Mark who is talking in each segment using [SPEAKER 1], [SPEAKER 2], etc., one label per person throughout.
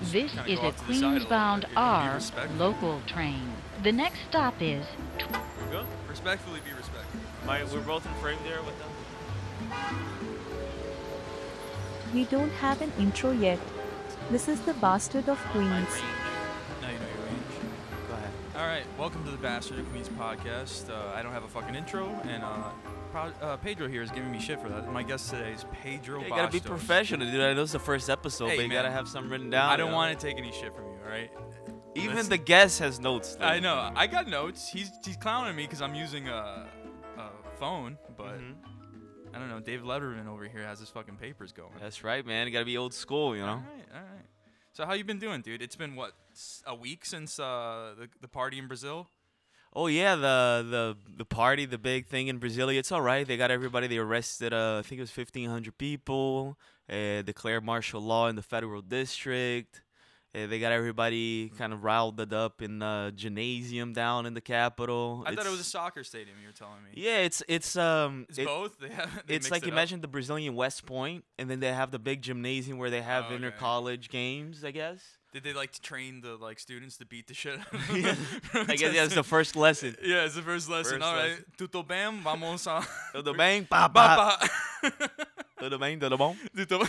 [SPEAKER 1] This
[SPEAKER 2] Kinda
[SPEAKER 1] is
[SPEAKER 2] go
[SPEAKER 1] a
[SPEAKER 2] off to the side a little
[SPEAKER 1] Queens-bound
[SPEAKER 2] bit, you know, be
[SPEAKER 1] R
[SPEAKER 2] respectful.
[SPEAKER 1] local train. The next stop is
[SPEAKER 2] Go. Respectfully be respectful.
[SPEAKER 3] My, we're both in frame there with them.
[SPEAKER 4] We don't have an intro yet. This is the bastard of
[SPEAKER 2] My
[SPEAKER 4] Queens.
[SPEAKER 2] range. Now you know your range.
[SPEAKER 3] Go ahead.
[SPEAKER 2] All right, welcome to the Bastard of Queens podcast. Uh, I don't have a fucking intro, and uh, pro- uh, Pedro here is giving me shit for that. My guest today is Pedro.
[SPEAKER 3] You gotta be
[SPEAKER 2] Bastos.
[SPEAKER 3] professional, dude. I know it's the first episode,
[SPEAKER 2] Hey,
[SPEAKER 3] but you
[SPEAKER 2] man.
[SPEAKER 3] gotta have something written down.
[SPEAKER 2] I don't
[SPEAKER 3] you know?
[SPEAKER 2] want to take any shit from you. All right.
[SPEAKER 3] Even
[SPEAKER 2] listen.
[SPEAKER 3] the guest has notes. dude.
[SPEAKER 2] I know. I got notes. He's he's clowning me because I'm using a, a phone, but
[SPEAKER 3] Mhm.
[SPEAKER 2] I don't know. Dave Letterman over here has his fucking papers going.
[SPEAKER 3] That's right, man. You gotta be old school, you
[SPEAKER 2] All
[SPEAKER 3] know.
[SPEAKER 2] right, all right. So how you been doing, dude? It's been what s- a week since uh, the the party in Brazil.
[SPEAKER 3] Oh yeah, the the the party, the big thing in Brasilia. It's all right. They got everybody. They arrested. Uh, I think it was fifteen hundred people. Uh, declared martial law in the federal district. Uh, they got everybody kind of riled up in the gymnasium down in the capital.
[SPEAKER 2] I thought it was a
[SPEAKER 3] It's-
[SPEAKER 2] soccer stadium. You were telling me.
[SPEAKER 3] Yeah, it's it's um.
[SPEAKER 2] It's
[SPEAKER 3] it-
[SPEAKER 2] both. They have, they
[SPEAKER 3] it's
[SPEAKER 2] mixed
[SPEAKER 3] like
[SPEAKER 2] it up.
[SPEAKER 3] imagine the Brazilian West Point, and then they have the big gymnasium where they have
[SPEAKER 2] Oh,
[SPEAKER 3] inter
[SPEAKER 2] okay.
[SPEAKER 3] college games. I guess.
[SPEAKER 2] Did they like to train the like students to beat the shit? out of
[SPEAKER 3] Yeah.
[SPEAKER 2] them?
[SPEAKER 3] I guess that's the first lesson.
[SPEAKER 2] Yeah, it's the first lesson.
[SPEAKER 3] First
[SPEAKER 2] All right,
[SPEAKER 3] lesson.
[SPEAKER 2] tudo bem, vamos a.
[SPEAKER 3] Tudo bem, pá, pá.
[SPEAKER 2] Ba- ba-
[SPEAKER 3] Tudo bem, tudo bom?
[SPEAKER 2] Tudo-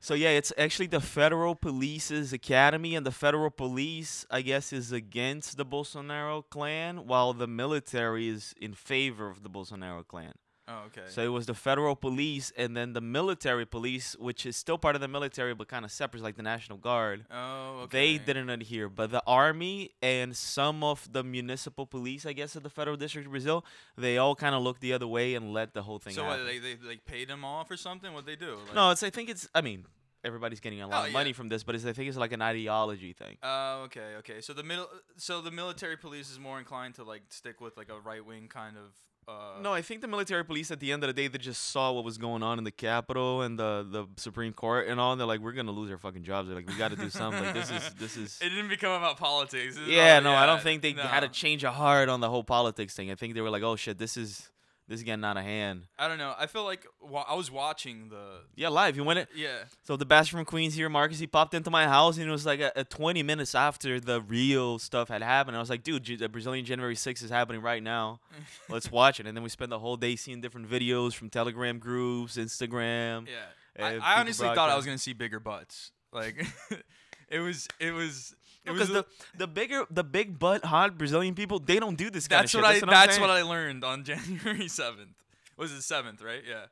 [SPEAKER 3] So yeah, it's actually the Federal Police's Academy, and the Federal Police, I guess, is against the Bolsonaro clan, while the military is in favor of the Bolsonaro clan.
[SPEAKER 2] Oh, okay.
[SPEAKER 3] So it was the Federal Police, and then the military police, which is still part of the military but kind of separate, like the National Guard.
[SPEAKER 2] oh, okay.
[SPEAKER 3] They didn't adhere, but the army and some of the municipal police, I guess, of the federal district of Brazil, they all kind of looked the other way and let the whole thing.
[SPEAKER 2] So
[SPEAKER 3] happen.
[SPEAKER 2] what, they they like paid them off or something? What they do? Like,
[SPEAKER 3] No, it's. I think it's. I mean, everybody's getting a lot
[SPEAKER 2] Oh,
[SPEAKER 3] of
[SPEAKER 2] yeah.
[SPEAKER 3] money from this, but it's, I think it's like an ideology thing.
[SPEAKER 2] Oh, okay, okay. So the middle, so the military police is more inclined to like stick with like a right wing kind of. Uh,
[SPEAKER 3] No, I think the military police at the end of the day they just saw what was going on in the Capitol and the the Supreme Court and all. And they're like, we're gonna lose our fucking jobs. They're like, we got to do something. Like this is this is.
[SPEAKER 2] It oh, didn't become about politics. It's
[SPEAKER 3] Yeah,
[SPEAKER 2] about-
[SPEAKER 3] no, I don't think they had a
[SPEAKER 2] no.
[SPEAKER 3] change of heart on the whole politics thing. I think they were like, oh shit, this is this is getting out of hand.
[SPEAKER 2] I don't know. I feel like wa- I was watching the.
[SPEAKER 3] Yeah, live. You went it.
[SPEAKER 2] Yeah.
[SPEAKER 3] So the bastard from Queens here, Marcus, he popped into my house and it was like a, a 20 minutes after the real stuff had happened. I was like, dude, J- the Brazilian January 6th is happening right now. Let's watch it. And then we spent the whole day seeing different videos from Telegram groups, Instagram.
[SPEAKER 2] Yeah.
[SPEAKER 3] Uh,
[SPEAKER 2] I,
[SPEAKER 3] people
[SPEAKER 2] I honestly thought I
[SPEAKER 3] broadcast.
[SPEAKER 2] was gonna see bigger butts. Like, it was, it was, it was.
[SPEAKER 3] Because
[SPEAKER 2] a-
[SPEAKER 3] the, the bigger, the big butt hot Brazilian people, they don't do this kind
[SPEAKER 2] that's
[SPEAKER 3] of shit.
[SPEAKER 2] what I.
[SPEAKER 3] That's what,
[SPEAKER 2] That's what I learned on January seventh. Was it seventh? Right? Yeah.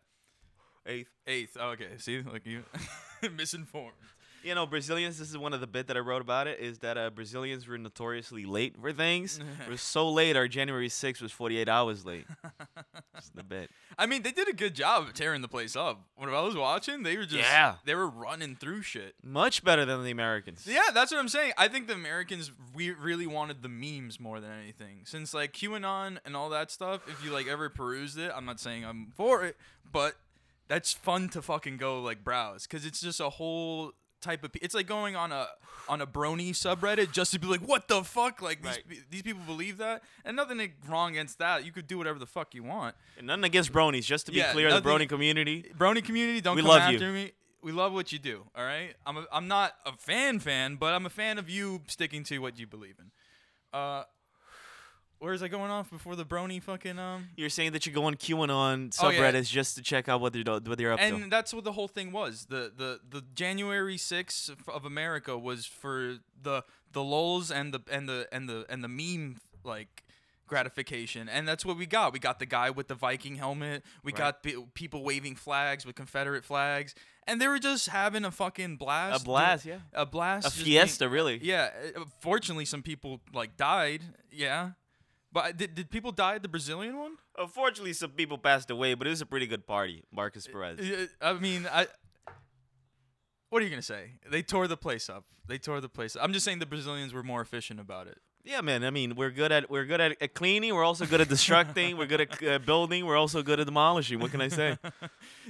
[SPEAKER 3] I. Eighth.
[SPEAKER 2] Eighth. Oh, okay. See, like you, misinformed.
[SPEAKER 3] You know, Brazilians, this is one of the bit that I wrote about it, is that uh, Brazilians were notoriously late for things. we're so late, our January 6th was 48 hours late. It's the bit.
[SPEAKER 2] I mean, they did a good job of tearing the place up. When I was watching, they were just
[SPEAKER 3] Yeah.
[SPEAKER 2] they were running through shit.
[SPEAKER 3] Much better than the Americans.
[SPEAKER 2] Yeah, that's what I'm saying. I think the Americans we really wanted the memes more than anything. Since like QAnon and all that stuff, if you like ever perused it, I'm not saying I'm for it, but that's fun to fucking go like browse cuz it's just a whole type of pe- it's like going on a on a brony subreddit just to be like what the fuck like these
[SPEAKER 3] Right.
[SPEAKER 2] these, these people believe that and nothing wrong against that you could do whatever the fuck you want
[SPEAKER 3] And nothing against bronies, just to be
[SPEAKER 2] Yeah,
[SPEAKER 3] clear, the
[SPEAKER 2] nothing-
[SPEAKER 3] brony community.
[SPEAKER 2] Brony community, don't
[SPEAKER 3] We
[SPEAKER 2] come
[SPEAKER 3] love you.
[SPEAKER 2] after me. We love what you do. All right, I'm a, I'm not a fan fan, but I'm a fan of you sticking to what you believe in. Uh, where is I going off before the Brony fucking um?
[SPEAKER 3] You're saying that you go on QAnon subreddits
[SPEAKER 2] Oh, yeah.
[SPEAKER 3] just to check out what they're do- what they're up
[SPEAKER 2] And
[SPEAKER 3] to.
[SPEAKER 2] that's what the whole thing was. The the the January 6th of- of America was for the the lulls and the and the and the and the meme like gratification. And that's what we got. We got the guy with the Viking helmet. We
[SPEAKER 3] Right.
[SPEAKER 2] got pe- people waving flags with Confederate flags. And they were just having a fucking blast.
[SPEAKER 3] A blast, yeah.
[SPEAKER 2] A blast.
[SPEAKER 3] A
[SPEAKER 2] just
[SPEAKER 3] fiesta,
[SPEAKER 2] being-
[SPEAKER 3] really.
[SPEAKER 2] yeah. uh, Fortunately, some people like died. Yeah. But did, did people die at the Brazilian one?
[SPEAKER 3] Unfortunately, some people passed away, but it was a pretty good party, Marcus
[SPEAKER 2] Uh,
[SPEAKER 3] Perez.
[SPEAKER 2] Yeah, I mean, I. What are you gonna say? They tore the place up. They tore the place. Up. I'm just saying the Brazilians were more efficient about it.
[SPEAKER 3] Yeah, man. I mean, we're good at we're good at, at cleaning. We're also good at destructing. we're good at uh, building. We're also good at demolishing. What can I say?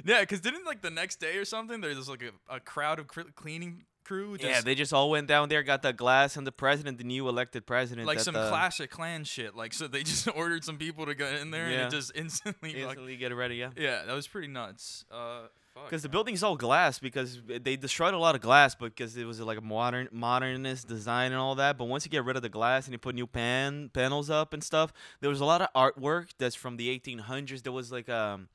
[SPEAKER 2] Yeah, because didn't like the next day or something? There's like a, a crowd of cr- cleaning crew. Just,
[SPEAKER 3] yeah, they just all went down there, got the glass, and the president, the new elected president,
[SPEAKER 2] like
[SPEAKER 3] that
[SPEAKER 2] some
[SPEAKER 3] the-
[SPEAKER 2] Clash of Clan shit. Like so, they just ordered some people to go in there
[SPEAKER 3] Yeah.
[SPEAKER 2] and it just instantly. fuck-
[SPEAKER 3] instantly get ready. Yeah.
[SPEAKER 2] yeah, that was pretty nuts. Uh, fuck. fuck.
[SPEAKER 3] Because the
[SPEAKER 2] man.
[SPEAKER 3] building's all glass because they destroyed a lot of glass because it was like a modern modernist design and all that. But once you get rid of the glass and you put new pan panels up and stuff, there was a lot of artwork that's from the 1800s. There was like um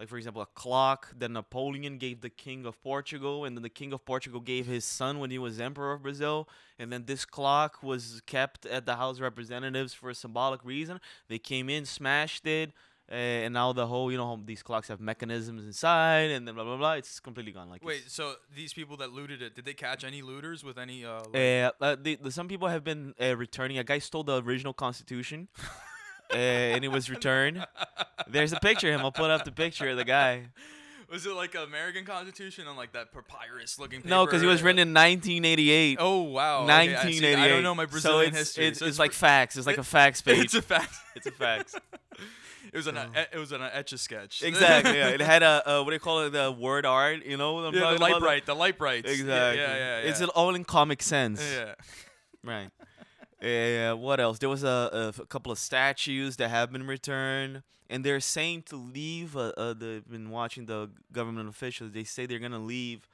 [SPEAKER 3] like for example a clock that Napoleon gave the king of Portugal and then the king of Portugal gave his son when he was emperor of Brazil and then this clock was kept at the House of Representatives for a symbolic reason. They came in, smashed it, uh, and now the whole you know how these clocks have mechanisms inside and then blah blah blah. It's completely gone. Like
[SPEAKER 2] Wait, so these people that looted it, did they catch any looters with any? Uh, like-
[SPEAKER 3] it's- uh, uh, the, the, some people have been uh, returning. A guy stole the original Constitution. uh, and it was returned. There's a picture of him. I'll put up the picture of the guy.
[SPEAKER 2] was it like American Constitution on like that papyrus looking? Paper?
[SPEAKER 3] No, because it was written in 1988.
[SPEAKER 2] Oh wow, okay, I see.
[SPEAKER 3] 1988.
[SPEAKER 2] I don't know my Brazilian
[SPEAKER 3] so it's,
[SPEAKER 2] history.
[SPEAKER 3] It's,
[SPEAKER 2] so
[SPEAKER 3] it's, like
[SPEAKER 2] pr-
[SPEAKER 3] facts. It's like a facts page.
[SPEAKER 2] It's a fact.
[SPEAKER 3] It's a fax.
[SPEAKER 2] it was an uh, it was an etch a sketch.
[SPEAKER 3] exactly. Yeah. It had a uh, what do you call it? The word art. You know what I'm
[SPEAKER 2] yeah, the
[SPEAKER 3] talking
[SPEAKER 2] light
[SPEAKER 3] about?
[SPEAKER 2] bright, the light bright.
[SPEAKER 3] Exactly.
[SPEAKER 2] Yeah, yeah, yeah.
[SPEAKER 3] It's all in comic sense.
[SPEAKER 2] yeah.
[SPEAKER 3] Right. Yeah. What else? There was a, a f- couple of statues that have been returned, and they're saying to leave. Uh, uh, they've been watching the government officials. They say they're gonna leave,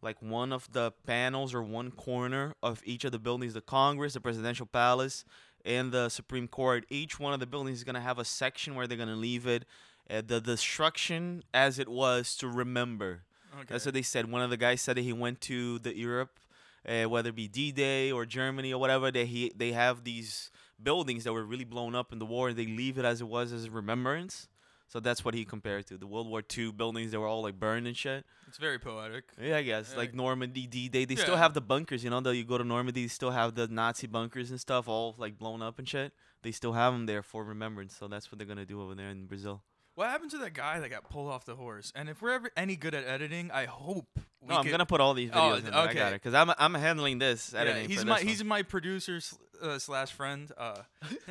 [SPEAKER 3] like one of the panels or one corner of each of the buildings: the Congress, the Presidential Palace, and the Supreme Court. Each one of the buildings is gonna have a section where they're gonna leave it, uh, the destruction as it was to remember. That's
[SPEAKER 2] Okay.
[SPEAKER 3] what they said. One of the guys said that he went to the Europe, uh, whether it be D-Day or Germany or whatever. That he they have these buildings that were really blown up in the war, and they leave it as it was as a remembrance. So that's what he compared to the World War II buildings that were all like burned and shit.
[SPEAKER 2] It's very poetic.
[SPEAKER 3] Yeah, I guess
[SPEAKER 2] Yeah.
[SPEAKER 3] like Normandy D-Day. They still
[SPEAKER 2] Yeah.
[SPEAKER 3] have the bunkers, you know. That you go to Normandy, they still have the Nazi bunkers and stuff, all like blown up and shit. They still have them there for remembrance. So that's what they're gonna do over there in Brazil.
[SPEAKER 2] What happened to that guy that got pulled off the horse? And if we're ever any good at editing, I hope. We
[SPEAKER 3] no, I'm
[SPEAKER 2] could-
[SPEAKER 3] gonna put all these
[SPEAKER 2] Oh,
[SPEAKER 3] videos in there. I
[SPEAKER 2] okay.
[SPEAKER 3] got it because I'm I'm handling this
[SPEAKER 2] Yeah,
[SPEAKER 3] editing. for
[SPEAKER 2] he's
[SPEAKER 3] this
[SPEAKER 2] my
[SPEAKER 3] one.
[SPEAKER 2] he's my producer sl- uh, slash friend. Uh,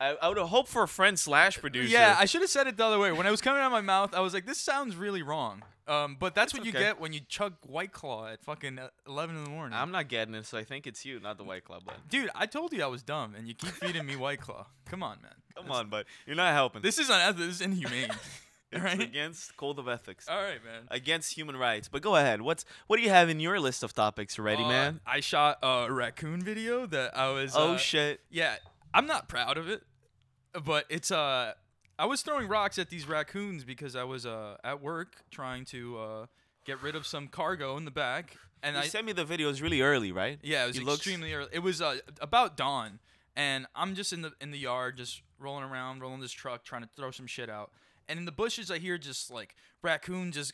[SPEAKER 3] I, I would hope for a friend slash producer.
[SPEAKER 2] yeah, I should have said it the other way. When it was coming out of my mouth, I was like, "This sounds really wrong." Um, but that's
[SPEAKER 3] It's
[SPEAKER 2] what you
[SPEAKER 3] okay.
[SPEAKER 2] get when you chug White Claw at fucking uh, eleven in the morning.
[SPEAKER 3] am not getting it, so I think it's you, not the White Club. Bud.
[SPEAKER 2] Dude, I told you I was dumb, and you keep feeding me White Claw. Come on, man.
[SPEAKER 3] Come on, bud. You're not helping.
[SPEAKER 2] This is unethical. This is inhumane. All
[SPEAKER 3] It's
[SPEAKER 2] right.
[SPEAKER 3] against code of ethics,
[SPEAKER 2] All right, man.
[SPEAKER 3] against human rights. But go ahead. What's what do you have in your list of topics already,
[SPEAKER 2] Uh,
[SPEAKER 3] man?
[SPEAKER 2] I shot a raccoon video that I was.
[SPEAKER 3] Oh
[SPEAKER 2] uh,
[SPEAKER 3] shit.
[SPEAKER 2] Yeah, I'm not proud of it, but it's uh, I was throwing rocks at these raccoons because I was uh at work trying to uh get rid of some cargo in the back, and
[SPEAKER 3] You
[SPEAKER 2] I
[SPEAKER 3] sent me the videos really early, right?
[SPEAKER 2] yeah it was
[SPEAKER 3] You looked-
[SPEAKER 2] extremely early. It was uh about dawn, and I'm just in the in the yard just rolling around, rolling this truck, trying to throw some shit out. And in the bushes, I hear just like raccoon just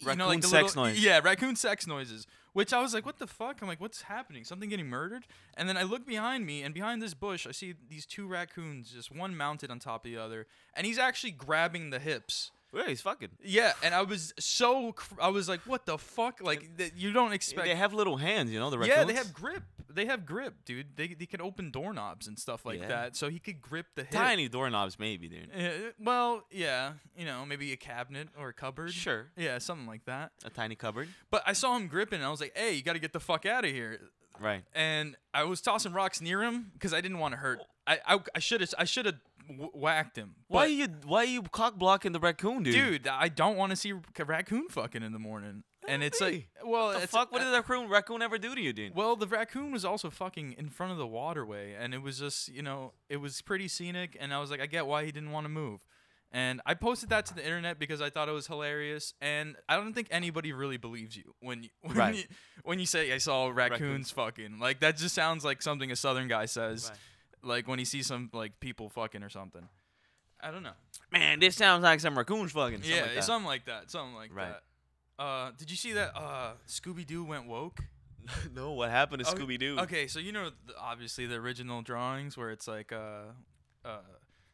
[SPEAKER 2] you know, like
[SPEAKER 3] Raccoon
[SPEAKER 2] the
[SPEAKER 3] sex
[SPEAKER 2] little-
[SPEAKER 3] noise.
[SPEAKER 2] Yeah, raccoon sex noises. Which I was like, what the fuck? I'm like, what's happening? Something getting murdered? And then I look behind me, and behind this bush, I see these two raccoons, just one mounted on top of the other, and he's actually grabbing the hips.
[SPEAKER 3] Yeah, he's fucking.
[SPEAKER 2] Yeah, and I was so, cr- I was like, what the fuck? Like, th- you don't expect.
[SPEAKER 3] They have little hands, you know the raccoons.
[SPEAKER 2] yeah, they have grip. They have grip, dude. They, they can open doorknobs and stuff like
[SPEAKER 3] Yeah.
[SPEAKER 2] that. So he could grip the hip.
[SPEAKER 3] tiny doorknobs, maybe, dude.
[SPEAKER 2] Uh, well, yeah, you know, maybe a cabinet or a cupboard.
[SPEAKER 3] Sure.
[SPEAKER 2] Yeah, something like that.
[SPEAKER 3] A tiny cupboard.
[SPEAKER 2] But I saw him gripping, and I was like, "Hey, you got to get the fuck out of here!"
[SPEAKER 3] Right.
[SPEAKER 2] And I was tossing rocks near him because I didn't want to hurt. I I I should have I should have w- whacked him.
[SPEAKER 3] Why
[SPEAKER 2] But,
[SPEAKER 3] are you why are you cock blocking the raccoon, dude?
[SPEAKER 2] dude? I don't want to see a raccoon fucking in the morning. And it's like,
[SPEAKER 3] Hey,
[SPEAKER 2] well,
[SPEAKER 3] what the
[SPEAKER 2] it's,
[SPEAKER 3] fuck? What did the raccoon raccoon ever do to you, dude?
[SPEAKER 2] Well, the raccoon was also fucking in front of the waterway, and it was just you know it was pretty scenic, and I was like, I get why he didn't want to move. And I posted that to the internet because I thought it was hilarious, and I don't think anybody really believes you when you when,
[SPEAKER 3] Right.
[SPEAKER 2] you, when you say I saw raccoons
[SPEAKER 3] Raccoons.
[SPEAKER 2] fucking like that just sounds like something a southern guy says,
[SPEAKER 3] Right.
[SPEAKER 2] like when he sees some like people fucking or something. I don't know.
[SPEAKER 3] Man, this sounds like some raccoons fucking. something
[SPEAKER 2] yeah,
[SPEAKER 3] like that.
[SPEAKER 2] something like that. Something like
[SPEAKER 3] Right.
[SPEAKER 2] that. Uh, did you see that uh, Scooby Doo went woke?
[SPEAKER 3] no, what happened to
[SPEAKER 2] Oh,
[SPEAKER 3] Scooby Doo?
[SPEAKER 2] Okay, so you know, th- obviously the original drawings where it's like, uh, uh,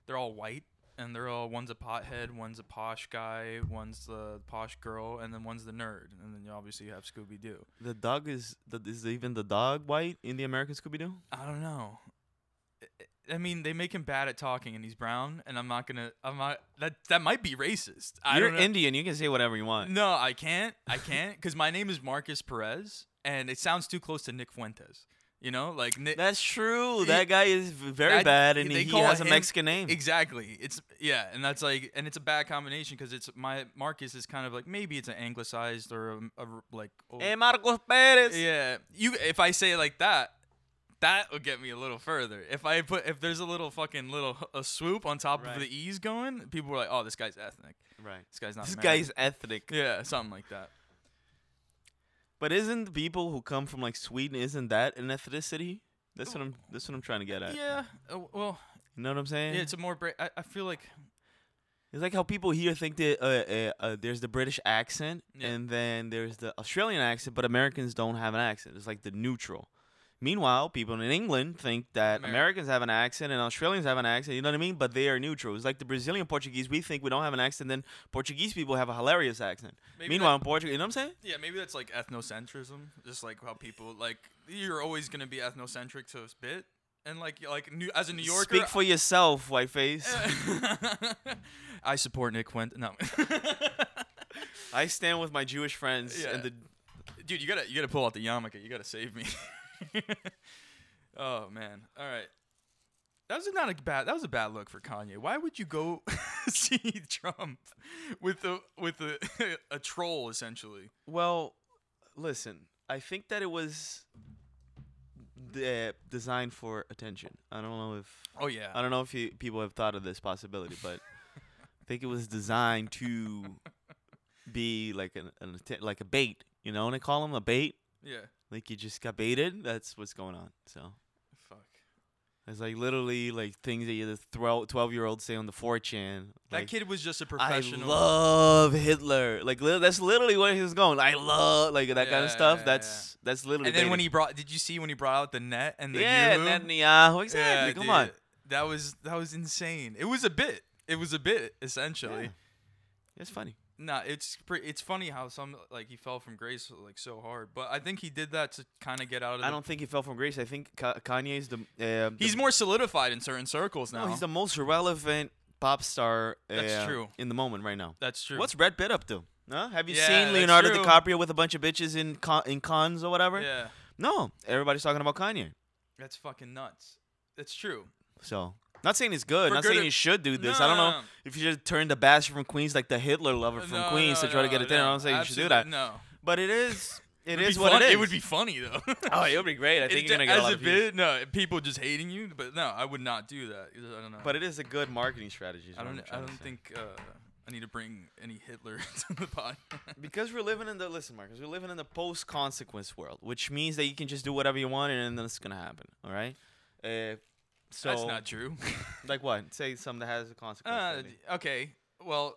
[SPEAKER 2] they're all white and they're all one's a pothead, one's a posh guy, one's the posh girl, and then one's the nerd, and then you obviously you have Scooby Doo.
[SPEAKER 3] The dog is the, is even the dog white in the American Scooby Doo?
[SPEAKER 2] I don't know. I- I I mean, they make him bad at talking, and he's brown, and I'm not gonna, I'm not that that might be racist. I
[SPEAKER 3] You're
[SPEAKER 2] don't know.
[SPEAKER 3] Indian. You can say whatever you want.
[SPEAKER 2] No, I can't. I can't because my name is Marcus Perez, and it sounds too close to Nick Fuentes. You know, like Ni-
[SPEAKER 3] That's true.
[SPEAKER 2] He-
[SPEAKER 3] That guy is v- very
[SPEAKER 2] that-
[SPEAKER 3] bad, and
[SPEAKER 2] they
[SPEAKER 3] he
[SPEAKER 2] call
[SPEAKER 3] has a
[SPEAKER 2] him-
[SPEAKER 3] Mexican name.
[SPEAKER 2] Exactly. It's yeah, and that's like, and it's a bad combination because it's my Marcus is kind of like maybe it's an anglicized or um, a, a r- like. old-
[SPEAKER 3] Hey, Eh, Marcos Perez.
[SPEAKER 2] yeah, you. If I say it like that, that would get me a little further. If I put if there's a little fucking little a swoop on top
[SPEAKER 3] Right.
[SPEAKER 2] of the e's going, people were like, oh, this guy's ethnic.
[SPEAKER 3] Right.
[SPEAKER 2] This guy's not.
[SPEAKER 3] This
[SPEAKER 2] American.
[SPEAKER 3] guy's ethnic.
[SPEAKER 2] Yeah, something like that.
[SPEAKER 3] But isn't people who come from like Sweden isn't that an ethnicity? That's what I'm. That's what I'm trying to get at.
[SPEAKER 2] Yeah. uh, well,
[SPEAKER 3] You know what I'm saying?
[SPEAKER 2] yeah, it's a more. Bra- I, I feel like
[SPEAKER 3] It's like how people here think that uh, uh, uh, there's the British accent
[SPEAKER 2] Yeah.
[SPEAKER 3] and then there's the Australian accent, but Americans don't have an accent. It's like the neutral. Meanwhile, people in England think that
[SPEAKER 2] Ameri-
[SPEAKER 3] Americans have an accent and Australians have an accent. You know what I mean? But they are neutral. It's like the Brazilian Portuguese. We think we don't have an accent, then Portuguese people have a hilarious accent.
[SPEAKER 2] Maybe
[SPEAKER 3] Meanwhile,
[SPEAKER 2] that-
[SPEAKER 3] in Portugal, you know what I'm saying?
[SPEAKER 2] Yeah, maybe that's like ethnocentrism, just like how people like you're always gonna be ethnocentric to a bit, and like you- like new, as a New Yorker.
[SPEAKER 3] Speak for yourself, whiteface.
[SPEAKER 2] I support Nick Quentin. No,
[SPEAKER 3] I stand with my Jewish friends
[SPEAKER 2] Yeah.
[SPEAKER 3] and the
[SPEAKER 2] dude, you gotta you gotta pull out the yarmulke. You gotta save me. oh man, all right. That was not a bad. That was a bad look for Kanye. Why would you go see Trump with a with a a troll essentially?
[SPEAKER 3] Well, listen, I think that it was de- designed for attention. I don't know if
[SPEAKER 2] Oh yeah,
[SPEAKER 3] I don't know if you, people have thought of this possibility, but I think it was designed to be like an, an atten- like a bait. You know, and they call him a bait.
[SPEAKER 2] yeah.
[SPEAKER 3] Like you just got baited. That's what's going on. So
[SPEAKER 2] Fuck.
[SPEAKER 3] it's like literally like things that you the twelve year olds say on the four chan.
[SPEAKER 2] That
[SPEAKER 3] like,
[SPEAKER 2] kid was just a
[SPEAKER 3] I
[SPEAKER 2] professional.
[SPEAKER 3] love Hitler. Like li- that's literally where he was going. I love like that kind
[SPEAKER 2] Yeah,
[SPEAKER 3] of stuff.
[SPEAKER 2] yeah,
[SPEAKER 3] That's that's literally.
[SPEAKER 2] And then when he
[SPEAKER 3] dating.
[SPEAKER 2] brought, did you see when he brought out the net and the
[SPEAKER 3] yeah
[SPEAKER 2] Yulu?
[SPEAKER 3] Netanyahu exactly.
[SPEAKER 2] Yeah,
[SPEAKER 3] Come
[SPEAKER 2] dude.
[SPEAKER 3] on,
[SPEAKER 2] that was that was insane. It was a bit. It was a bit essentially.
[SPEAKER 3] Yeah. it's funny.
[SPEAKER 2] Nah, it's pretty. It's funny how some like he fell from grace like so hard, but I think he did that to kind of get out of. The,
[SPEAKER 3] I don't think he fell from grace. I think Ka- Kanye's the. Uh,
[SPEAKER 2] He's
[SPEAKER 3] the,
[SPEAKER 2] more solidified in certain circles now.
[SPEAKER 3] No, he's the most relevant pop star.
[SPEAKER 2] That's
[SPEAKER 3] uh,
[SPEAKER 2] true.
[SPEAKER 3] In the moment right now.
[SPEAKER 2] That's true.
[SPEAKER 3] What's Brad Pitt up to? Huh? Have you
[SPEAKER 2] Yeah,
[SPEAKER 3] seen
[SPEAKER 2] that's
[SPEAKER 3] Leonardo
[SPEAKER 2] true.
[SPEAKER 3] DiCaprio with a bunch of bitches in con- in cons or whatever?
[SPEAKER 2] yeah?
[SPEAKER 3] No, everybody's talking about Kanye.
[SPEAKER 2] That's fucking nuts. That's true.
[SPEAKER 3] So not saying it's good,
[SPEAKER 2] For
[SPEAKER 3] not
[SPEAKER 2] good
[SPEAKER 3] saying
[SPEAKER 2] or-
[SPEAKER 3] you should do this.
[SPEAKER 2] No,
[SPEAKER 3] I don't know
[SPEAKER 2] no, no.
[SPEAKER 3] if you should turn the bastard from Queens like the Hitler lover from
[SPEAKER 2] No,
[SPEAKER 3] Queens
[SPEAKER 2] no,
[SPEAKER 3] to try to
[SPEAKER 2] no,
[SPEAKER 3] get it there.
[SPEAKER 2] no,
[SPEAKER 3] I don't say you should do
[SPEAKER 2] absolutely No,
[SPEAKER 3] that. But it is it
[SPEAKER 2] It'd
[SPEAKER 3] is
[SPEAKER 2] be
[SPEAKER 3] what
[SPEAKER 2] fun-
[SPEAKER 3] it is.
[SPEAKER 2] It would be funny though.
[SPEAKER 3] Oh, it would be great. I
[SPEAKER 2] It
[SPEAKER 3] think
[SPEAKER 2] d-
[SPEAKER 3] you're gonna get a
[SPEAKER 2] as
[SPEAKER 3] lot
[SPEAKER 2] a
[SPEAKER 3] of views.
[SPEAKER 2] bit, no, people just hating you, but no, I would not do that. I don't know.
[SPEAKER 3] But it is a good marketing strategy. is
[SPEAKER 2] I
[SPEAKER 3] what I'm
[SPEAKER 2] don't. I
[SPEAKER 3] trying to
[SPEAKER 2] don't
[SPEAKER 3] say.
[SPEAKER 2] think uh, I need to bring any Hitler to the podcast.
[SPEAKER 3] because we're living in the listen, Marcus. We're living in the post consequence world, which means that you can just do whatever you want, and then it's gonna happen. All right. Uh, so
[SPEAKER 2] That's not true.
[SPEAKER 3] like what? Say something that has a consequence.
[SPEAKER 2] uh,
[SPEAKER 3] maybe.
[SPEAKER 2] okay. Well,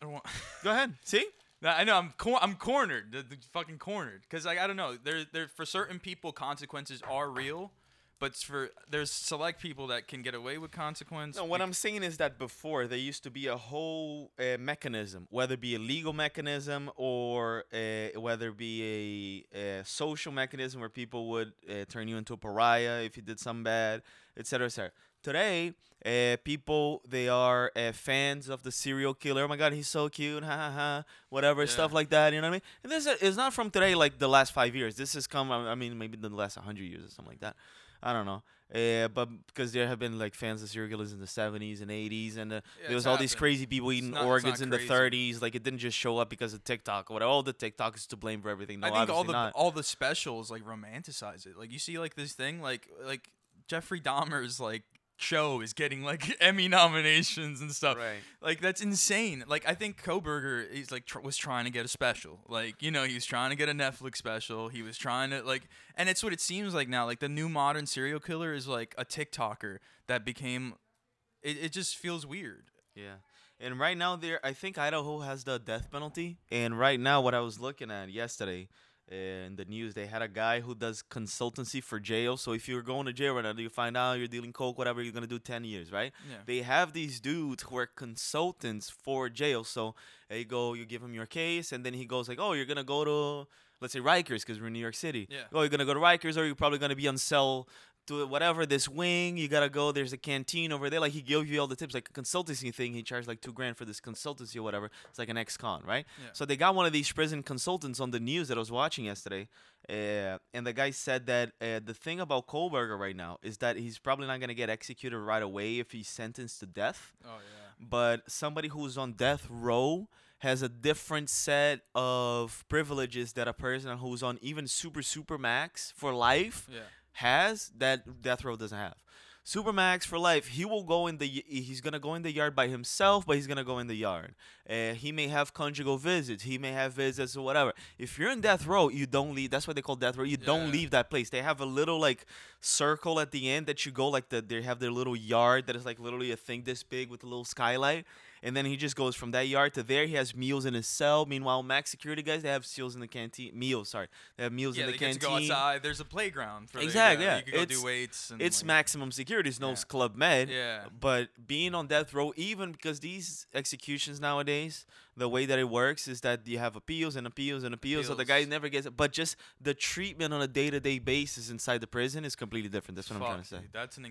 [SPEAKER 2] I don't want.
[SPEAKER 3] Go ahead. See.
[SPEAKER 2] No, I know I'm cor- I'm cornered, the, the fucking cornered, because like I don't know, there there for certain people consequences are real, but it's for there's select people that can get away with consequence.
[SPEAKER 3] No, what I'm saying is that before there used to be a whole uh, mechanism, whether it be a legal mechanism or uh, whether it be a, a social mechanism where people would uh, turn you into a pariah if you did something bad, etc., etc. Today, uh, people they are uh, fans of the serial killer. Oh my god, he's so cute, ha ha ha, whatever stuff like that. You know what I mean? And this is- it's not from today, like the last five years. This has come, I I mean, maybe the last hundred years or something like that. I don't know. Uh, but because there have been like fans of serial killers in the 70s and 80s, and uh,
[SPEAKER 2] Yeah,
[SPEAKER 3] there was
[SPEAKER 2] it's
[SPEAKER 3] all these
[SPEAKER 2] happened.
[SPEAKER 3] crazy people
[SPEAKER 2] It's
[SPEAKER 3] eating
[SPEAKER 2] not- it's
[SPEAKER 3] organs
[SPEAKER 2] not
[SPEAKER 3] in the
[SPEAKER 2] crazy.
[SPEAKER 3] 30s. Like it didn't just show up because of TikTok or whatever. All the TikTok is to blame for everything. No,
[SPEAKER 2] I think all
[SPEAKER 3] obviously
[SPEAKER 2] the
[SPEAKER 3] not.
[SPEAKER 2] all the specials like romanticize it. Like you see like this thing like like Jeffrey Dahmer's like show is getting like Emmy nominations and stuff.
[SPEAKER 3] Right.
[SPEAKER 2] Like that's insane. Like I think Koberger is like tr- was trying to get a special. Like you know he was trying to get a Netflix special. He was trying to like and it's what it seems like now. Like the new modern serial killer is like a TikToker that became. It, it just feels weird.
[SPEAKER 3] Yeah. And right now there I think Idaho has the death penalty. And right now what I was looking at yesterday uh, in the news, they had a guy who does consultancy for jail. So if you're going to jail right now, you find out you're dealing coke, whatever, you're gonna do ten years, right?
[SPEAKER 2] Yeah.
[SPEAKER 3] They have these dudes who are consultants for jail. So they go, you give him your case, and then he goes like, Oh, you're gonna go to let's say Rikers, because we're in New York City.
[SPEAKER 2] Yeah.
[SPEAKER 3] Oh, you're gonna go to Rikers or you're probably gonna be on cell do it whatever this wing you gotta go there's a canteen over there like he gave you all the tips like a consultancy thing he charged like two grand for this consultancy or whatever it's like an ex-con right
[SPEAKER 2] Yeah.
[SPEAKER 3] so they got one of these prison consultants on the news that i was watching yesterday uh, and the guy said that uh, the thing about kohlberger right now is that he's probably not gonna get executed right away if he's sentenced to death
[SPEAKER 2] Oh yeah.
[SPEAKER 3] but somebody who's on death row has a different set of privileges that a person who's on even super super max for life
[SPEAKER 2] Yeah.
[SPEAKER 3] has that death row doesn't have supermax for life he will go in the y- he's gonna go in the yard by himself but he's gonna go in the yard uh, he may have conjugal visits he may have visits or whatever if you're in death row you don't leave that's what they call death row you don't
[SPEAKER 2] Yeah.
[SPEAKER 3] leave that place they have a little like circle at the end that you go like the, they have their little yard that is like literally a thing this big with a little skylight and then he just goes from that yard to there he has meals in his cell meanwhile max security guys they have seals in the canteen meals sorry they have meals
[SPEAKER 2] Yeah,
[SPEAKER 3] in
[SPEAKER 2] they
[SPEAKER 3] the
[SPEAKER 2] get to
[SPEAKER 3] canteen
[SPEAKER 2] go outside. There's a playground for the- uh,
[SPEAKER 3] Exactly, yeah.
[SPEAKER 2] You could go
[SPEAKER 3] It's-
[SPEAKER 2] do weights. And
[SPEAKER 3] it's
[SPEAKER 2] like,
[SPEAKER 3] maximum security. It's no
[SPEAKER 2] Yeah.
[SPEAKER 3] Club Med.
[SPEAKER 2] Yeah.
[SPEAKER 3] But being on death row, even because these executions nowadays, the way that it works is that you have appeals and appeals and appeals, so the guy
[SPEAKER 2] Appeals.
[SPEAKER 3] never gets. But just the treatment on a day-to-day basis inside the prison is completely different. That's what I'm trying
[SPEAKER 2] Fuck,
[SPEAKER 3] to say.
[SPEAKER 2] dude, that's an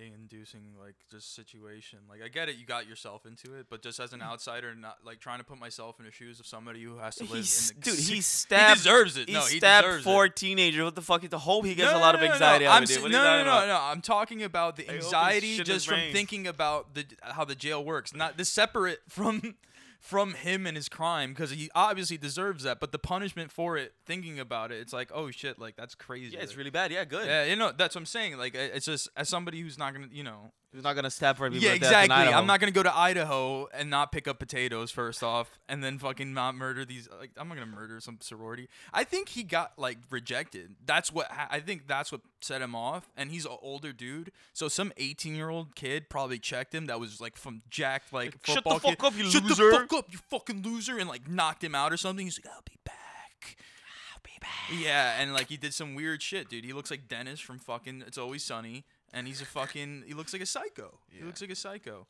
[SPEAKER 2] anxiety-inducing like just situation. Like I get it, you got yourself into it, but just as an
[SPEAKER 3] Mm.
[SPEAKER 2] outsider, not like trying to put myself in the shoes of somebody who has to live.
[SPEAKER 3] He's,
[SPEAKER 2] in the
[SPEAKER 3] dude, he
[SPEAKER 2] sick-
[SPEAKER 3] stabbed.
[SPEAKER 2] He deserves it.
[SPEAKER 3] He
[SPEAKER 2] no, he
[SPEAKER 3] stabbed
[SPEAKER 2] deserves
[SPEAKER 3] four
[SPEAKER 2] it.
[SPEAKER 3] teenagers. What the fuck? I hope he gets
[SPEAKER 2] no, no,
[SPEAKER 3] a lot
[SPEAKER 2] no,
[SPEAKER 3] of
[SPEAKER 2] no,
[SPEAKER 3] anxiety
[SPEAKER 2] no.
[SPEAKER 3] out
[SPEAKER 2] I'm
[SPEAKER 3] of it.
[SPEAKER 2] s-
[SPEAKER 3] dude. What are
[SPEAKER 2] no,
[SPEAKER 3] you
[SPEAKER 2] no,
[SPEAKER 3] talking
[SPEAKER 2] no,
[SPEAKER 3] about?
[SPEAKER 2] no. I'm talking about the
[SPEAKER 3] hope he's
[SPEAKER 2] anxiety
[SPEAKER 3] shit
[SPEAKER 2] just
[SPEAKER 3] his
[SPEAKER 2] from
[SPEAKER 3] brains.
[SPEAKER 2] thinking about the how the jail works, not the separate from from him and his crime because he obviously deserves that. But the punishment for it, thinking about it, it's like, oh shit, like that's crazy.
[SPEAKER 3] Yeah, it's
[SPEAKER 2] Like,
[SPEAKER 3] really bad. Yeah, good.
[SPEAKER 2] Yeah, you know, that's what I'm saying. Like, it- it's just as somebody who's not gonna, you know,
[SPEAKER 3] He's not gonna stab four people.
[SPEAKER 2] yeah,
[SPEAKER 3] to death in
[SPEAKER 2] exactly. I'm
[SPEAKER 3] Idaho.
[SPEAKER 2] not gonna go to Idaho and not pick up potatoes first off, and then fucking not murder these. Like, I'm not gonna murder some sorority. I think he got like rejected. That's what ha- I think. That's what set him off. And he's an older dude, so some 18 year old kid probably checked him. That was like from jacked like
[SPEAKER 3] Shut the
[SPEAKER 2] football kid.
[SPEAKER 3] fuck up, you
[SPEAKER 2] Shut
[SPEAKER 3] loser."
[SPEAKER 2] the fuck up, you fucking loser, and like knocked him out or something. He's like, I'll be back. I'll be back. Yeah, and like he did some weird shit, dude. He looks like Dennis from fucking It's Always Sunny, and he's a fucking. He looks like a psycho. He looks like a psycho.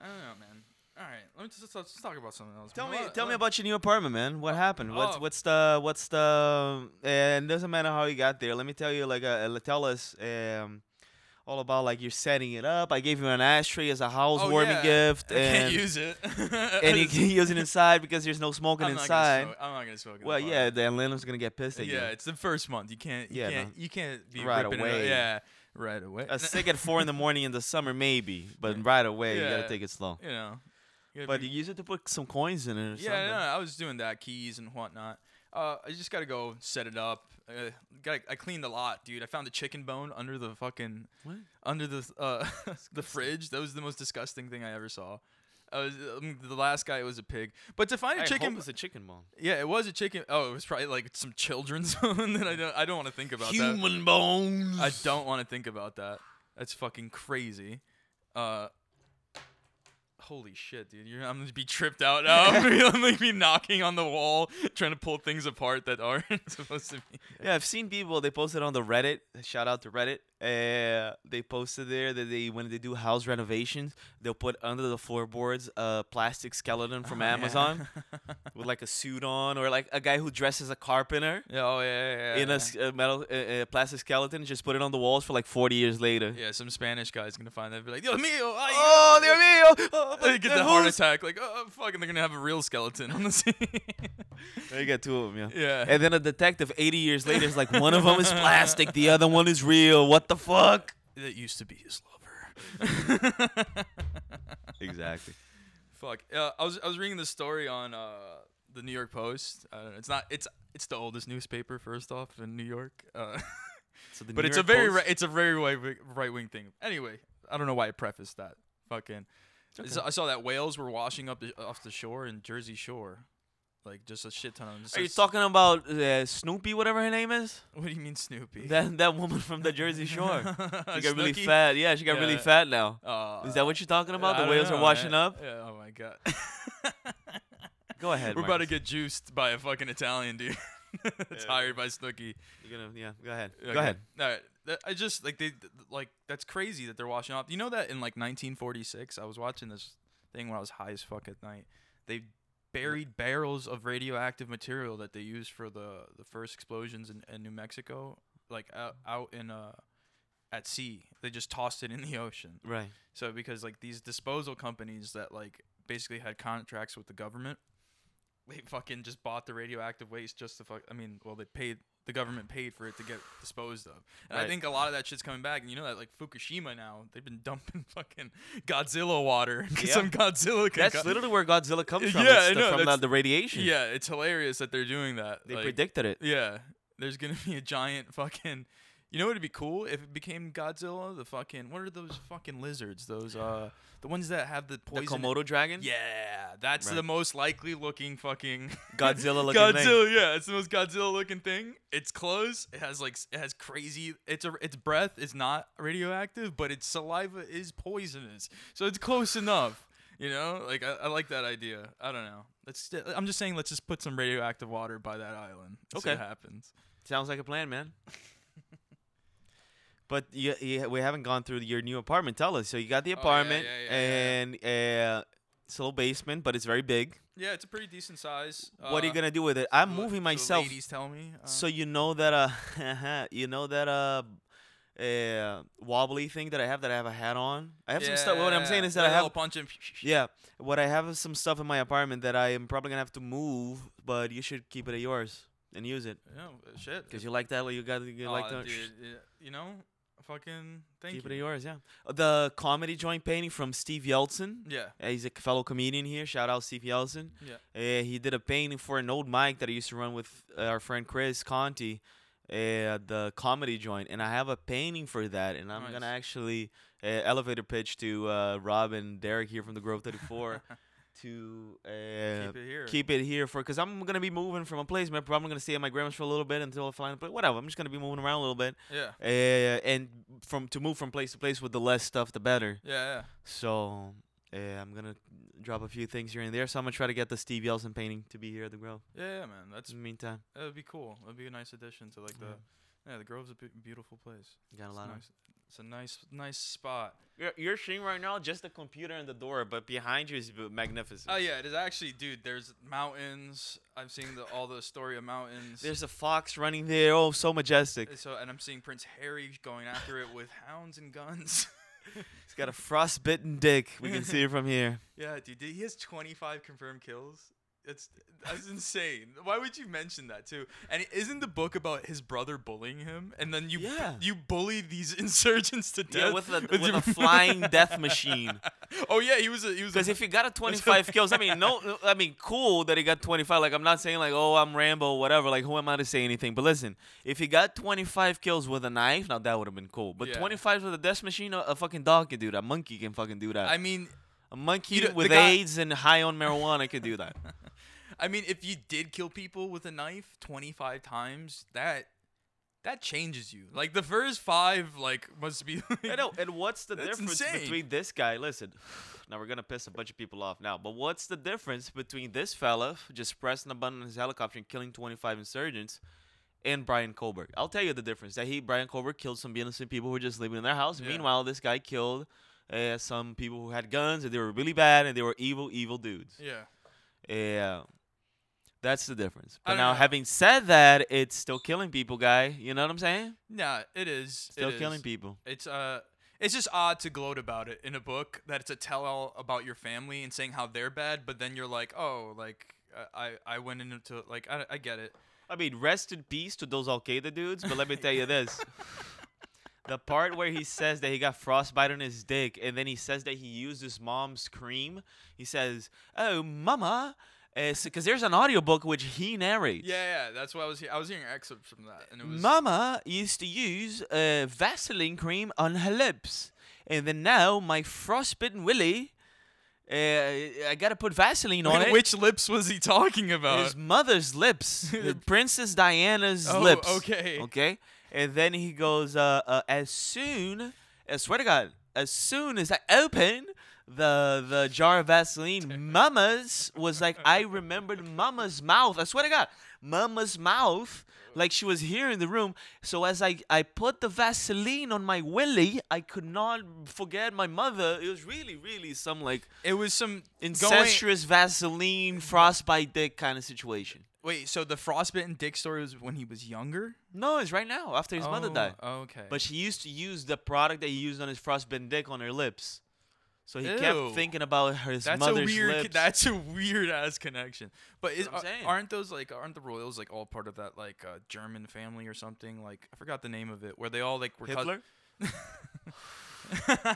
[SPEAKER 2] I don't know, man. All right, let me just let's, let's talk about something else.
[SPEAKER 3] Tell me,
[SPEAKER 2] man. What-
[SPEAKER 3] tell me
[SPEAKER 2] what-
[SPEAKER 3] about your new apartment, man. What happened? What's
[SPEAKER 2] Oh.
[SPEAKER 3] what's the what's the and it doesn't matter how you got there. Let me tell you, like, uh, uh, tell us um, all about like you're setting it up. I gave you an ashtray as a
[SPEAKER 2] Oh,
[SPEAKER 3] housewarming
[SPEAKER 2] yeah.
[SPEAKER 3] gift,
[SPEAKER 2] I
[SPEAKER 3] and
[SPEAKER 2] can't use it.
[SPEAKER 3] and you can use it inside because there's no smoking
[SPEAKER 2] I'm not gonna
[SPEAKER 3] inside.
[SPEAKER 2] smoke. I'm not gonna smoke. in the
[SPEAKER 3] Well,
[SPEAKER 2] bar.
[SPEAKER 3] yeah, then Leonard's gonna get pissed at you.
[SPEAKER 2] yeah. It's the first month. You can't. You
[SPEAKER 3] Yeah,
[SPEAKER 2] can't.
[SPEAKER 3] no.
[SPEAKER 2] You can't be
[SPEAKER 3] Right
[SPEAKER 2] ripping it up-
[SPEAKER 3] away.
[SPEAKER 2] Yeah, right away.
[SPEAKER 3] A sick at four in the morning in the summer, maybe, but right away you
[SPEAKER 2] Yeah.
[SPEAKER 3] gotta take it slow.
[SPEAKER 2] you know. You gotta
[SPEAKER 3] But
[SPEAKER 2] be-
[SPEAKER 3] you use it to put some coins in it. Or
[SPEAKER 2] yeah,
[SPEAKER 3] something.
[SPEAKER 2] no, no, I was doing that keys and whatnot. Uh, I just gotta go set it up. Uh, got I cleaned a lot, dude. I found a chicken bone under the fucking
[SPEAKER 3] What?
[SPEAKER 2] under the uh the fridge. That was the most disgusting thing I ever saw. I was um, the last guy was a pig, but to find a
[SPEAKER 3] I
[SPEAKER 2] chicken,
[SPEAKER 3] hope it's a chicken bone.
[SPEAKER 2] yeah, it was a chicken. Oh, it was probably like some children's bone that I don't I don't want to think about that.
[SPEAKER 3] bones.
[SPEAKER 2] I don't want to think about that. That's fucking crazy. Uh, holy shit, dude! You're, I'm gonna be tripped out now. I'm gonna like, be knocking on the wall, trying to pull things apart that aren't supposed to be.
[SPEAKER 3] Yeah, I've seen people. They posted on the Reddit. Shout out to Reddit. Uh, they posted there that they when they do house renovations, they'll put under the floorboards a plastic skeleton from
[SPEAKER 2] Oh, yeah.
[SPEAKER 3] Amazon with like a suit on, or like a guy who dresses a carpenter
[SPEAKER 2] Yeah, oh yeah, yeah, yeah.
[SPEAKER 3] in a, s- a metal a, a plastic skeleton. Just put it on the walls for like 40 years later.
[SPEAKER 2] yeah, some Spanish guy's gonna find that and be like, "Yo, mío, ay,
[SPEAKER 3] Oh, Dios mío! Oh,
[SPEAKER 2] They get
[SPEAKER 3] the
[SPEAKER 2] the heart
[SPEAKER 3] who's-
[SPEAKER 2] attack, like, oh, fucking, they're gonna have a real skeleton on the scene.
[SPEAKER 3] They got two of them, yeah.
[SPEAKER 2] Yeah.
[SPEAKER 3] And then a detective 80 years later is like, one of them is plastic, the other one is real. What the fuck?
[SPEAKER 2] that used to be his lover.
[SPEAKER 3] Exactly.
[SPEAKER 2] Fuck. Uh, I was I was reading this story on uh, the New York Post. I don't know. It's not. It's it's the oldest newspaper first off in New York. Uh,
[SPEAKER 3] So the
[SPEAKER 2] but
[SPEAKER 3] New
[SPEAKER 2] it's
[SPEAKER 3] York
[SPEAKER 2] a very
[SPEAKER 3] Post-
[SPEAKER 2] right, it's a very right right wing thing. Anyway, I don't know why I prefaced that. Fucking. I saw- I saw that whales were washing up the, off the shore in Jersey Shore, like just a shit ton of them. It's
[SPEAKER 3] Are you
[SPEAKER 2] just-
[SPEAKER 3] talking about uh, Snoopy, whatever her name is?
[SPEAKER 2] What do you mean Snoopy?
[SPEAKER 3] That that woman from the Jersey Shore. She got really
[SPEAKER 2] Snooki?
[SPEAKER 3] fat. Yeah, she got really
[SPEAKER 2] Yeah.
[SPEAKER 3] fat now.
[SPEAKER 2] Uh,
[SPEAKER 3] Is that what you're talking about?
[SPEAKER 2] I
[SPEAKER 3] The
[SPEAKER 2] don't
[SPEAKER 3] whales
[SPEAKER 2] know,
[SPEAKER 3] are washing
[SPEAKER 2] man.
[SPEAKER 3] up.
[SPEAKER 2] Yeah, oh my god.
[SPEAKER 3] Go ahead.
[SPEAKER 2] We're about to
[SPEAKER 3] Marcus.
[SPEAKER 2] get juiced by a fucking Italian dude. That's hired by Snooki.
[SPEAKER 3] You're gonna, yeah. Go ahead.
[SPEAKER 2] Okay.
[SPEAKER 3] Go ahead.
[SPEAKER 2] All right. That- I just like they th- like that's crazy that they're washing off. You know that in like 1946, I was watching this thing when I was high as fuck at night. They buried barrels of radioactive material that they used for the the first explosions in, in New Mexico like out, out in uh at sea. They just tossed it in the ocean.
[SPEAKER 3] Right.
[SPEAKER 2] So because like these disposal companies that like basically had contracts with the government, they fucking just bought the radioactive waste just to fuck. I mean, well, they paid the government paid for it to get disposed of. And I
[SPEAKER 3] Right.
[SPEAKER 2] think a lot of that shit's coming back. And you know that like Fukushima now, they've been dumping fucking Godzilla water. 'cause
[SPEAKER 3] Yeah.
[SPEAKER 2] Some Godzilla. Can co-
[SPEAKER 3] That's literally where Godzilla comes from.
[SPEAKER 2] Yeah,
[SPEAKER 3] It's
[SPEAKER 2] I
[SPEAKER 3] the-
[SPEAKER 2] know,
[SPEAKER 3] from the,
[SPEAKER 2] that's-
[SPEAKER 3] the radiation.
[SPEAKER 2] Yeah, it's hilarious that they're doing that.
[SPEAKER 3] They
[SPEAKER 2] like-
[SPEAKER 3] predicted it.
[SPEAKER 2] Yeah, there's gonna be a giant fucking. You know what'd be cool if it became Godzilla? The fucking what are those fucking lizards? Those uh, the ones that have the
[SPEAKER 3] The
[SPEAKER 2] poison.
[SPEAKER 3] Komodo dragon?
[SPEAKER 2] Yeah, that's
[SPEAKER 3] Right.
[SPEAKER 2] the most likely looking fucking
[SPEAKER 3] Godzilla looking
[SPEAKER 2] Godzilla, yeah, it's the most Godzilla looking thing. It's clothes. It has like s- it has crazy. It's a its breath is not radioactive, but its saliva is poisonous. So it's close enough. You know, like I, I like that idea. I don't know. Let's. i I'm just saying, let's just put some radioactive water by that island. and see
[SPEAKER 3] Okay.
[SPEAKER 2] what happens.
[SPEAKER 3] Sounds like a plan, man. but you, you, we haven't gone through your new apartment. Tell us. So you got the
[SPEAKER 2] Oh, yeah,
[SPEAKER 3] apartment
[SPEAKER 2] yeah, yeah, yeah,
[SPEAKER 3] and Uh, it's a little basement, but it's very big.
[SPEAKER 2] Yeah, it's a pretty decent size. Uh,
[SPEAKER 3] what are you gonna do with it? I'm moving myself,
[SPEAKER 2] Ladies, tell me. Uh,
[SPEAKER 3] so you know that uh, you know that uh, uh, wobbly thing that I have that I have a hat on. I have some stuff. What I'm saying is that I have
[SPEAKER 2] a bunch of.
[SPEAKER 3] yeah, what I have is some stuff in my apartment that I am probably gonna have to move, but you should keep it at yours and use it
[SPEAKER 2] Yeah, shit.
[SPEAKER 3] because you like that. You got you like
[SPEAKER 2] Aw,
[SPEAKER 3] that.
[SPEAKER 2] dude, yeah, you know, fucking. Thank
[SPEAKER 3] Keep
[SPEAKER 2] you.
[SPEAKER 3] it at yours, yeah. Uh, The comedy joint painting from Steve Yeltsin.
[SPEAKER 2] Yeah.
[SPEAKER 3] Uh, he's a c- fellow comedian here. Shout out Steve Yeltsin.
[SPEAKER 2] Yeah.
[SPEAKER 3] Uh, he did a painting for an old mic that I used to run with uh, our friend Chris Conti, uh, the comedy joint, and I have a painting for that, and I'm
[SPEAKER 2] Nice.
[SPEAKER 3] gonna actually uh, elevator pitch to uh, Rob and Derek here from the Grove 34 to uh,
[SPEAKER 2] keep it here.
[SPEAKER 3] keep it here for because I'm gonna be moving from a place. I'm probably gonna stay at my grandma's for a little bit until I find a place. Whatever. I'm just gonna be moving around a little bit
[SPEAKER 2] Yeah.
[SPEAKER 3] uh, and from to move from place to place with the less stuff the better
[SPEAKER 2] Yeah,
[SPEAKER 3] so uh, i'm gonna drop a few things here and there so i'm gonna try to get the steve yeltsin painting to be here at the grove
[SPEAKER 2] yeah, yeah, yeah, man. That's
[SPEAKER 3] in the meantime
[SPEAKER 2] that would be cool. That'd be a nice addition to like the.
[SPEAKER 3] Yeah.
[SPEAKER 2] Yeah, the Grove's a be- beautiful place.
[SPEAKER 3] got a
[SPEAKER 2] It's
[SPEAKER 3] lot of
[SPEAKER 2] nice. It's a nice, nice spot.
[SPEAKER 3] you're, you're seeing right now just the computer and the door but behind you is b- magnificent
[SPEAKER 2] Oh yeah, it is actually, dude. There's mountains. I've seen the, all the story of mountains.
[SPEAKER 3] there's a fox running there oh so majestic
[SPEAKER 2] And so, and I'm seeing Prince Harry going after it with hounds and guns.
[SPEAKER 3] it's got a frostbitten dick we can see it from here
[SPEAKER 2] yeah, dude. He has 25 confirmed kills. It's that's insane. Why would you mention that too? And it- isn't the book about his brother bullying him, and then you
[SPEAKER 3] Yeah.
[SPEAKER 2] you bully these insurgents to death
[SPEAKER 3] yeah with a, with
[SPEAKER 2] your-
[SPEAKER 3] a flying death machine
[SPEAKER 2] oh yeah, he was a, he was a-
[SPEAKER 3] Because if you got a 25 kills, I mean, no, I mean, cool that he got 25. Like, I'm not saying like, oh, I'm Rambo, whatever. Like, who am I to say anything? But listen, if he got 25 kills with a knife, now that would have been cool. But
[SPEAKER 2] Yeah.
[SPEAKER 3] 25 with a death machine, a, a fucking dog can do that. A monkey can fucking do that.
[SPEAKER 2] I mean,
[SPEAKER 3] a monkey
[SPEAKER 2] you know, the
[SPEAKER 3] with
[SPEAKER 2] guy-
[SPEAKER 3] AIDS and high on marijuana could do that.
[SPEAKER 2] I mean, if you did kill people with a knife 25 times, that that changes you. Like the first five, like must be.
[SPEAKER 3] I know. And what's the
[SPEAKER 2] That's
[SPEAKER 3] difference
[SPEAKER 2] insane.
[SPEAKER 3] between this guy? Listen, now we're gonna piss a bunch of people off now. But what's the difference between this fella just pressing a button on his helicopter and killing 25 insurgents? And Brian Kohlberg. I'll tell you the difference. That he, Brian Kohlberg, killed some innocent people who were just living in their house.
[SPEAKER 2] Yeah.
[SPEAKER 3] Meanwhile, this guy killed uh, some people who had guns and they were really bad and they were evil, evil dudes.
[SPEAKER 2] Yeah.
[SPEAKER 3] Yeah. That's the difference.
[SPEAKER 2] I
[SPEAKER 3] But
[SPEAKER 2] don't
[SPEAKER 3] now,
[SPEAKER 2] know.
[SPEAKER 3] having said that, it's still killing people, guy. You know what I'm saying?
[SPEAKER 2] Nah, it is.
[SPEAKER 3] Still
[SPEAKER 2] it is.
[SPEAKER 3] killing people.
[SPEAKER 2] It's uh. It's just odd to gloat about it in a book that it's a tell-all about your family and saying how they're bad, but then you're like, oh, like I I I went into like I, I get it.
[SPEAKER 3] I mean, rest in peace to those Al Qaeda dudes, but let me tell you this. The part where he says that he got frostbite on his dick, and then he says that he used his mom's cream. He says, "Oh, mama," because there's an audiobook which he narrates.
[SPEAKER 2] Yeah, yeah, that's what I was. He- I was hearing excerpts from that, and it was.
[SPEAKER 3] Mama used to use uh, Vaseline cream on her lips, and then now my frostbitten Willie, uh, I gotta put Vaseline on it.
[SPEAKER 2] Which lips was he talking about?
[SPEAKER 3] his mother's lips, the Princess Diana's
[SPEAKER 2] Uh, Oh,
[SPEAKER 3] lips.
[SPEAKER 2] okay.
[SPEAKER 3] Okay. And then he goes, uh, uh, as soon, I swear to God, as soon as I open the the jar of Vaseline, Mama's was like, I remembered Mama's mouth. I swear to God, Mama's mouth, like she was here in the room. So as I I put the Vaseline on my willy, I could not forget my mother. It was really really some like
[SPEAKER 2] it was some going-
[SPEAKER 3] incestuous Vaseline frostbite dick kind of situation.
[SPEAKER 2] Wait, so the frostbitten dick story was when he was younger?
[SPEAKER 3] No, it's right now after his mother
[SPEAKER 2] Oh,
[SPEAKER 3] died.
[SPEAKER 2] Okay.
[SPEAKER 3] But she used to use the product that he used on his frostbitten dick on her lips. So he
[SPEAKER 2] Ew.
[SPEAKER 3] kept thinking about her his
[SPEAKER 2] that's a
[SPEAKER 3] mother's
[SPEAKER 2] weird.
[SPEAKER 3] lips.
[SPEAKER 2] co- That's a weird ass connection. But is,
[SPEAKER 3] what I'm
[SPEAKER 2] are-
[SPEAKER 3] saying.
[SPEAKER 2] aren't those like aren't the royals like all part of that like uh, German family or something? Like I forgot the name of it, where they all like were cous-
[SPEAKER 3] Hitler?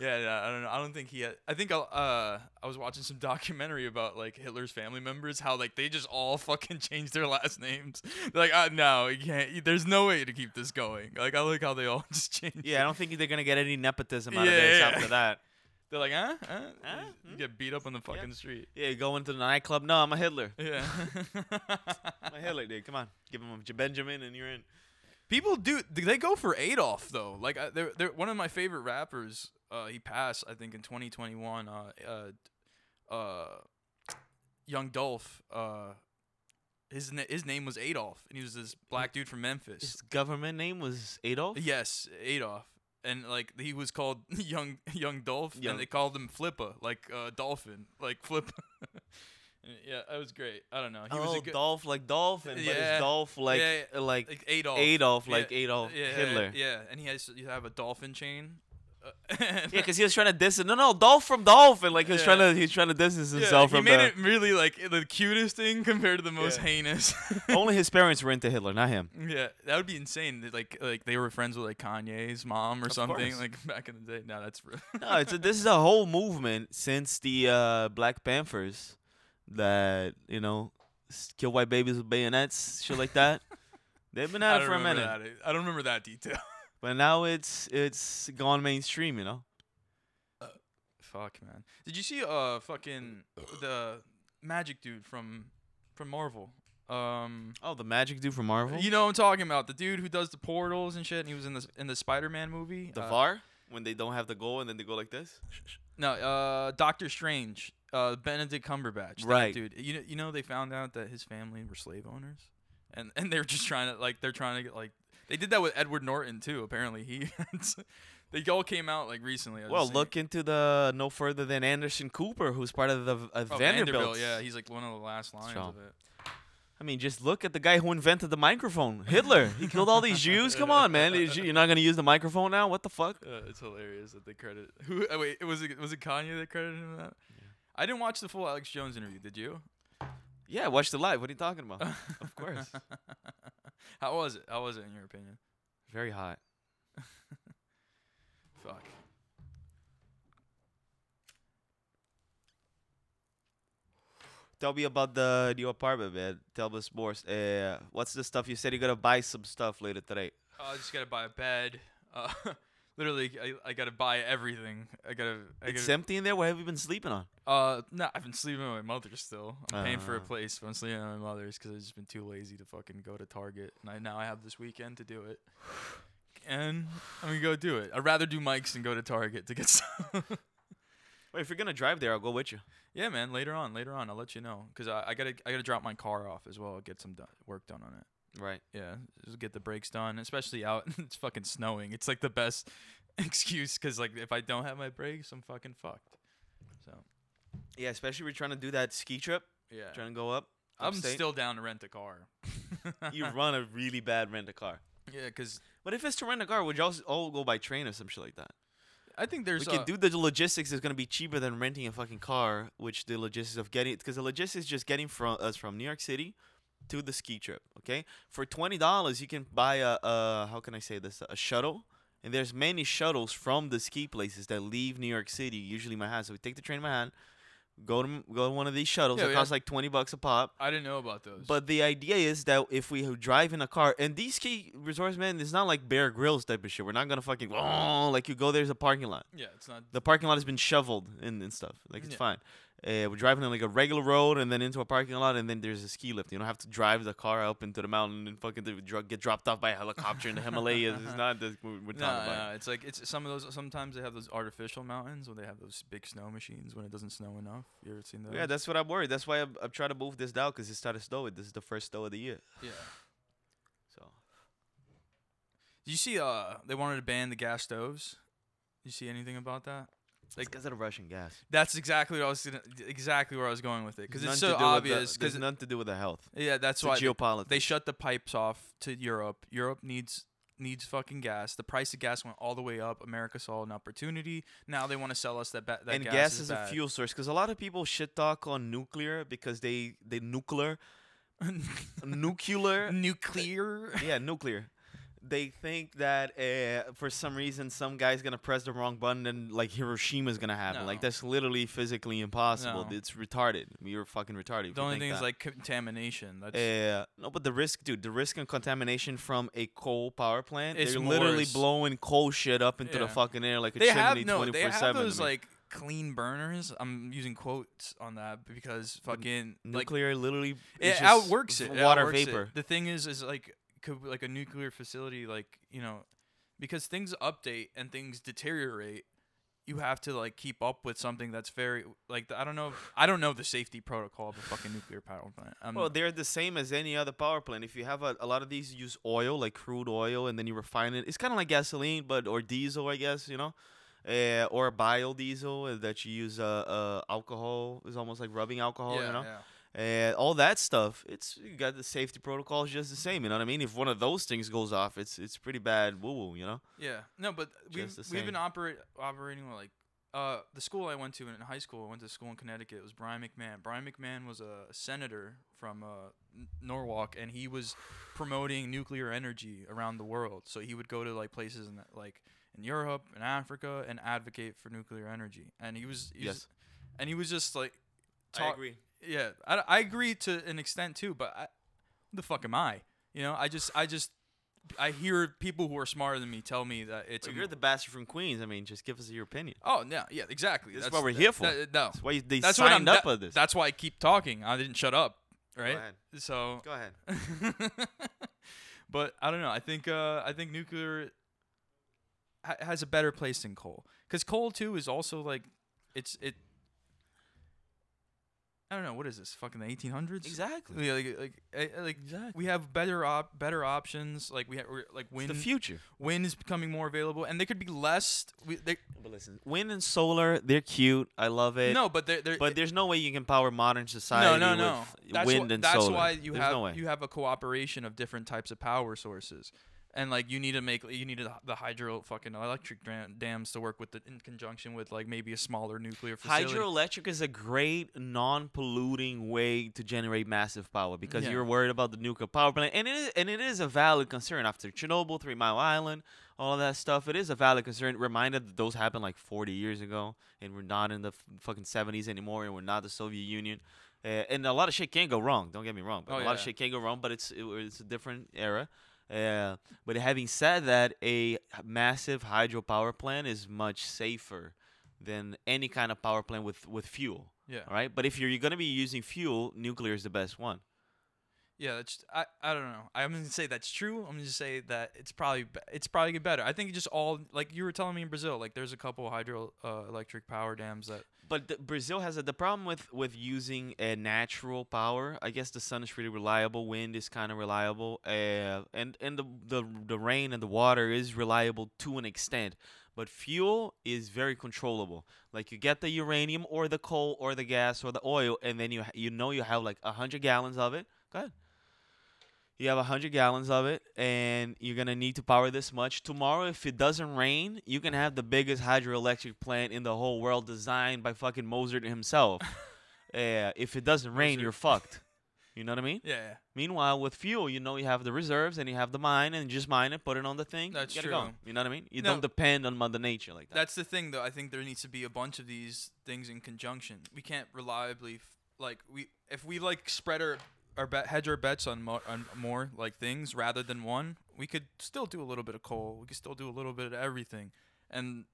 [SPEAKER 2] yeah, yeah, I don't know. I don't think he had. I think I uh I was watching some documentary about like Hitler's family members, how like they just all fucking changed their last names. They're like, uh, no, you can't. There's no way to keep this going. Like I like how they all just changed.
[SPEAKER 3] Yeah, I don't think they're gonna get any nepotism out
[SPEAKER 2] Yeah,
[SPEAKER 3] of this
[SPEAKER 2] yeah.
[SPEAKER 3] after that.
[SPEAKER 2] They're like, huh? huh?
[SPEAKER 3] Huh?
[SPEAKER 2] You get beat up on the fucking street.
[SPEAKER 3] Yeah, you go into the nightclub. No, I'm a Hitler.
[SPEAKER 2] Yeah.
[SPEAKER 3] I'm a Hitler, dude. Come on, give him a J- Benjamin, and you're in.
[SPEAKER 2] People do. They go for Adolf though. Like I, they're, they're one of my favorite rappers. Uh, he passed, I think, in 2021. Uh, uh, uh, Young Dolph. Uh, his na- his name was Adolf, and he was this black dude from Memphis.
[SPEAKER 3] His government name was Adolf.
[SPEAKER 2] Yes, Adolf. And like he was called Young Young Dolph,
[SPEAKER 3] Young.
[SPEAKER 2] and they called him Flippa, like uh, dolphin, like Flippa. yeah, that was great. I don't know. He was
[SPEAKER 3] oh,
[SPEAKER 2] a good,
[SPEAKER 3] Dolph like dolphin, but
[SPEAKER 2] Yeah.
[SPEAKER 3] it's Dolph like uh,
[SPEAKER 2] Yeah, yeah.
[SPEAKER 3] like
[SPEAKER 2] like Adolf.
[SPEAKER 3] Adolf,
[SPEAKER 2] Yeah,
[SPEAKER 3] like Adolf
[SPEAKER 2] yeah,
[SPEAKER 3] Hitler. Yeah,
[SPEAKER 2] Yeah, and he has you have a dolphin chain. Uh,
[SPEAKER 3] because he was trying to distance. No, no, Dolph from Dolphin. Like he was
[SPEAKER 2] Yeah.
[SPEAKER 3] trying to, he was trying to distance
[SPEAKER 2] yeah,
[SPEAKER 3] himself
[SPEAKER 2] he
[SPEAKER 3] from
[SPEAKER 2] made
[SPEAKER 3] the.
[SPEAKER 2] it really like the cutest thing compared to the most
[SPEAKER 3] Yeah. Oh.
[SPEAKER 2] heinous.
[SPEAKER 3] Only his parents were into Hitler, not him.
[SPEAKER 2] yeah, that would be insane. that, Like like they were friends with like Kanye's mom or something
[SPEAKER 3] course.
[SPEAKER 2] like back in the day. No, that's real.
[SPEAKER 3] No, it's a, this is a whole movement since the uh, Black Panthers that you know s- kill white babies with bayonets, shit like that. They've been
[SPEAKER 2] I
[SPEAKER 3] at it
[SPEAKER 2] don't
[SPEAKER 3] for a
[SPEAKER 2] remember
[SPEAKER 3] minute,
[SPEAKER 2] that. I don't remember that detail.
[SPEAKER 3] but now it's it's gone mainstream. You know,
[SPEAKER 2] Fuck man, did you see uh fucking the magic dude from from Marvel? Um,
[SPEAKER 3] oh, the magic dude from Marvel,
[SPEAKER 2] you know what I'm talking about the dude who does the portals and shit. And he was in the in the Spider-Man movie.
[SPEAKER 3] the
[SPEAKER 2] uh,
[SPEAKER 3] VAR when they don't have the goal and then they go like this.
[SPEAKER 2] No, uh, Doctor Strange, uh, Benedict Cumberbatch, that
[SPEAKER 3] Right.
[SPEAKER 2] dude. You know, you know, they found out that his family were slave owners, and and they're just trying to like they're trying to get like they did that with Edward Norton too. Apparently, he they all came out like recently. I was
[SPEAKER 3] Well,
[SPEAKER 2] seeing-
[SPEAKER 3] look into the no further than Anderson Cooper, who's part of the v- uh,
[SPEAKER 2] Oh,
[SPEAKER 3] Vanderbilt.
[SPEAKER 2] Yeah, he's like one of the last lines
[SPEAKER 3] So.
[SPEAKER 2] of it.
[SPEAKER 3] I mean, just look at the guy who invented the microphone, Hitler. He killed all these Jews. Come on, man, you're not gonna use the microphone now? What the fuck?
[SPEAKER 2] Uh, it's hilarious that they credit who. Uh, wait, was it was it Kanye that credited him with that? I didn't watch the full Alex Jones interview. Did you?
[SPEAKER 3] Yeah, watch the live. What are you talking about? of course.
[SPEAKER 2] How was it? How was it in your opinion?
[SPEAKER 3] Very hot.
[SPEAKER 2] Fuck.
[SPEAKER 3] Tell me about the new apartment, man. Tell us more. Uh, what's the stuff you said you're gonna buy some stuff later today?
[SPEAKER 2] Oh, I just gotta buy a bed. Uh, literally, I, I gotta buy everything. I gotta. I
[SPEAKER 3] it's
[SPEAKER 2] gotta
[SPEAKER 3] empty in there. What have you been sleeping on?
[SPEAKER 2] uh, no, I've been sleeping at my mother's still. I'm paying for a
[SPEAKER 3] Ah.
[SPEAKER 2] place, but I'm sleeping at my mother's because I've just been too lazy to fucking go to Target. And I, now I have this weekend to do it. And I'm gonna go do it. I'd rather do Mike's than go to Target to get some.
[SPEAKER 3] Wait, if you're gonna drive there, I'll go with you.
[SPEAKER 2] yeah, man. Later on, later on, I'll let you know because I, I gotta I gotta drop my car off as well. Get some do- work done on it.
[SPEAKER 3] Right.
[SPEAKER 2] Yeah, just get the brakes done, especially out. it's fucking snowing. It's like the best excuse because like if I don't have my brakes, I'm fucking fucked. So
[SPEAKER 3] Yeah, especially we're trying to do that ski trip.
[SPEAKER 2] yeah,
[SPEAKER 3] Trying to go up.
[SPEAKER 2] I'm
[SPEAKER 3] upstate.
[SPEAKER 2] still down to rent a car.
[SPEAKER 3] you run a really bad rent a car.
[SPEAKER 2] yeah, because
[SPEAKER 3] But if it's to rent a car, would y'all s- all go by train or some shit like that?
[SPEAKER 2] I think there's
[SPEAKER 3] we
[SPEAKER 2] a-
[SPEAKER 3] can do the logistics. It's gonna be cheaper than renting a fucking car, which the logistics of getting because the logistics just getting from us from New York City to the ski trip. Okay, for twenty dollars you can buy a, a how can I say this a shuttle. And there's many shuttles from the ski places that leave New York City, usually Manhattan. So we take the train to Manhattan, go to m- go to one of these shuttles.
[SPEAKER 2] Yeah,
[SPEAKER 3] it
[SPEAKER 2] we
[SPEAKER 3] costs
[SPEAKER 2] have-
[SPEAKER 3] like twenty bucks a pop.
[SPEAKER 2] I didn't know about those.
[SPEAKER 3] But the idea is that if we drive in a car, and these ski resorts, man, it's not like Bear Grylls type of shit. We're not gonna fucking oh, like you go there's a parking lot
[SPEAKER 2] yeah, it's not.
[SPEAKER 3] the parking lot has been shoveled and, and stuff. Like it's
[SPEAKER 2] Yeah.
[SPEAKER 3] fine. Uh, we're driving on like a regular road and then into a parking lot and then there's a ski lift. You don't have to drive the car up into the mountain and fucking do- dro- get dropped off by a helicopter in the Himalayas. It's not that we're, we're talking
[SPEAKER 2] No,
[SPEAKER 3] about.
[SPEAKER 2] no, it's like it's some of those. Sometimes they have those artificial mountains where they have those big snow machines when it doesn't snow enough. You ever seen those?
[SPEAKER 3] Yeah, that's what I'm worried. That's why I'm, I'm trying to move this down because it started snowing. This is the first snow of the year.
[SPEAKER 2] yeah.
[SPEAKER 3] So
[SPEAKER 2] Did you see? Uh, they wanted to ban the gas stoves. Did you see anything about that?
[SPEAKER 3] Like, because of the Russian gas.
[SPEAKER 2] That's exactly what I was gonna, exactly where I was going with it because it's
[SPEAKER 3] Nothing
[SPEAKER 2] so
[SPEAKER 3] to do with the-
[SPEAKER 2] obvious.
[SPEAKER 3] There's
[SPEAKER 2] Because
[SPEAKER 3] nothing to do with the health.
[SPEAKER 2] yeah, that's
[SPEAKER 3] It's a
[SPEAKER 2] why
[SPEAKER 3] geopolitics.
[SPEAKER 2] they shut the pipes off to Europe. Europe needs needs fucking gas. The price of gas went all the way up. America saw an opportunity. Now they want to sell us that ba- that
[SPEAKER 3] and
[SPEAKER 2] gas,
[SPEAKER 3] gas, is, a
[SPEAKER 2] bad.
[SPEAKER 3] fuel source because a lot of people shit talk on nuclear because they they nuclear nuclear
[SPEAKER 2] Nuclear.
[SPEAKER 3] yeah nuclear they think that uh, for some reason some guy's gonna press the wrong button and like Hiroshima's gonna happen like
[SPEAKER 2] No.
[SPEAKER 3] that's literally physically impossible
[SPEAKER 2] No.
[SPEAKER 3] it's retarded you're fucking retarded if
[SPEAKER 2] The
[SPEAKER 3] you
[SPEAKER 2] only thing
[SPEAKER 3] think
[SPEAKER 2] is
[SPEAKER 3] that. Eh,
[SPEAKER 2] like contamination. That's
[SPEAKER 3] Yeah, no, but the risk, dude, the risk of contamination from a coal power plant,
[SPEAKER 2] It's
[SPEAKER 3] they're literally
[SPEAKER 2] worse.
[SPEAKER 3] blowing coal shit up into the
[SPEAKER 2] Yeah.
[SPEAKER 3] fucking air like a
[SPEAKER 2] they have
[SPEAKER 3] chimney
[SPEAKER 2] no.
[SPEAKER 3] 24/7.
[SPEAKER 2] They have those
[SPEAKER 3] I mean,
[SPEAKER 2] like clean burners. I'm using quotes on that because fucking like
[SPEAKER 3] nuclear literally is
[SPEAKER 2] it
[SPEAKER 3] just
[SPEAKER 2] outworks it.
[SPEAKER 3] v-
[SPEAKER 2] it
[SPEAKER 3] Water
[SPEAKER 2] outworks it.
[SPEAKER 3] vapor.
[SPEAKER 2] The thing is, is like could like a nuclear facility, like you know, because things update and things deteriorate. You have to like keep up with something that's very like I don't know if- I don't know the safety protocol of a fucking nuclear power plant. I'm,
[SPEAKER 3] Well, they're the same as any other power plant. If you have a, a lot of these use oil, like crude oil, and then you refine it. It's kind of like gasoline, but or diesel, I guess. You know. Uh, or biodiesel uh, that you use uh, uh, alcohol is almost like rubbing alcohol,
[SPEAKER 2] yeah,
[SPEAKER 3] you know.
[SPEAKER 2] yeah.
[SPEAKER 3] and all that stuff. It's you got the safety protocols just the same. You know what I mean? If one of those things goes off, it's it's pretty bad woo woo. You know?
[SPEAKER 2] Yeah. No, but we've,
[SPEAKER 3] Just the
[SPEAKER 2] we've been
[SPEAKER 3] same.
[SPEAKER 2] operate, operating with like uh, the school I went to in high school. I went to school in Connecticut. It was Brian McMahon. Brian McMahon was a senator from uh, N- Norwalk, and he was promoting nuclear energy around the world. So he would go to like places in like in Europe and Africa and advocate for nuclear energy. And he was, he was-
[SPEAKER 3] Yes.
[SPEAKER 2] and he was just like talk- yeah, I, I agree to an extent too, but I, who the fuck am I? You know, I just I just I hear people who are smarter than me tell me that it's.
[SPEAKER 3] you're the bastard from Queens. I mean, just give us your opinion.
[SPEAKER 2] oh no, yeah, exactly.
[SPEAKER 3] That's what we're here for.
[SPEAKER 2] that- no,
[SPEAKER 3] That's why you- they
[SPEAKER 2] that's what I'm.
[SPEAKER 3] signed up
[SPEAKER 2] that-
[SPEAKER 3] for this.
[SPEAKER 2] That's why I keep talking. I didn't shut up, right?
[SPEAKER 3] ahead.
[SPEAKER 2] So
[SPEAKER 3] Go ahead.
[SPEAKER 2] but I don't know. I think uh, I think nuclear ha- has a better place than coal because coal too is also like it's it. I don't know what is this fucking the 1800s.
[SPEAKER 3] Exactly.
[SPEAKER 2] Yeah, like like, eh, like we have better op- better options. Like we have like
[SPEAKER 3] It's
[SPEAKER 2] wind
[SPEAKER 3] the future.
[SPEAKER 2] wind is becoming more available, and they could be less. We, they,
[SPEAKER 3] But listen, wind and solar, they're cute. I love it.
[SPEAKER 2] no, but they're, they're
[SPEAKER 3] But there's no way you can power modern society
[SPEAKER 2] no, no, no.
[SPEAKER 3] with
[SPEAKER 2] that's
[SPEAKER 3] wind
[SPEAKER 2] wh-
[SPEAKER 3] and
[SPEAKER 2] that's
[SPEAKER 3] solar.
[SPEAKER 2] why you
[SPEAKER 3] there's
[SPEAKER 2] have
[SPEAKER 3] no way.
[SPEAKER 2] you have a cooperation of different types of power sources, and like you need to make you need a, the hydro fucking electric dam, dams to work with the, in conjunction with like maybe a smaller nuclear facility.
[SPEAKER 3] Hydroelectric is a great non-polluting way to generate massive power because
[SPEAKER 2] Yeah.
[SPEAKER 3] you're worried about the nuclear power plant, and it is and it is a valid concern after Chernobyl, Three Mile Island, all that stuff. It is a valid concern. Reminded that those happened like 40 years ago, and we're not in the f- fucking 70s anymore, and we're not the Soviet Union, uh, and a lot of shit can go wrong. Don't get me wrong, but
[SPEAKER 2] Oh,
[SPEAKER 3] a lot of
[SPEAKER 2] yeah.
[SPEAKER 3] shit can go wrong. But it's it, it's a different era. Uh, but having said that, a massive hydropower plant is much safer than any kind of power plant with with fuel.
[SPEAKER 2] Yeah,
[SPEAKER 3] All right, but if you're, going to be using fuel, nuclear is the best one.
[SPEAKER 2] yeah. That's I, I don't know. I'm gonna say that's true. I'm gonna say that it's probably be- it's probably get better. I think it just all like you were telling me in Brazil, like there's a couple hydro uh, electric power dams that
[SPEAKER 3] But the, Brazil has a, the problem with with using uh, natural power. I guess the sun is pretty reliable, wind is kind of reliable, uh, and and the, the the rain and the water is reliable to an extent. But fuel is very controllable. Like you get the uranium or the coal or the gas or the oil, and then you ha- you know you have like hundred gallons of it. Go ahead. You have 100 gallons of it, and you're going to need to power this much. Tomorrow, if it doesn't rain, you can have the biggest hydroelectric plant in the whole world designed by fucking Mozart himself. Yeah, if it doesn't rain,
[SPEAKER 2] Mozart.
[SPEAKER 3] you're fucked. You know what I mean?
[SPEAKER 2] yeah, yeah.
[SPEAKER 3] Meanwhile, with fuel, you know you have the reserves and you have the mine, and just mine it, put it on the thing.
[SPEAKER 2] That's
[SPEAKER 3] get it
[SPEAKER 2] true.
[SPEAKER 3] going. You know what I mean? You
[SPEAKER 2] No.
[SPEAKER 3] don't depend on Mother Nature like that.
[SPEAKER 2] That's the thing, though. I think there needs to be a bunch of these things in conjunction. We can't reliably, f- like, we if we like spread our our bet, hedge our bets on more, on more like things rather than one, we could still do a little bit of coal. We could still do a little bit of everything, and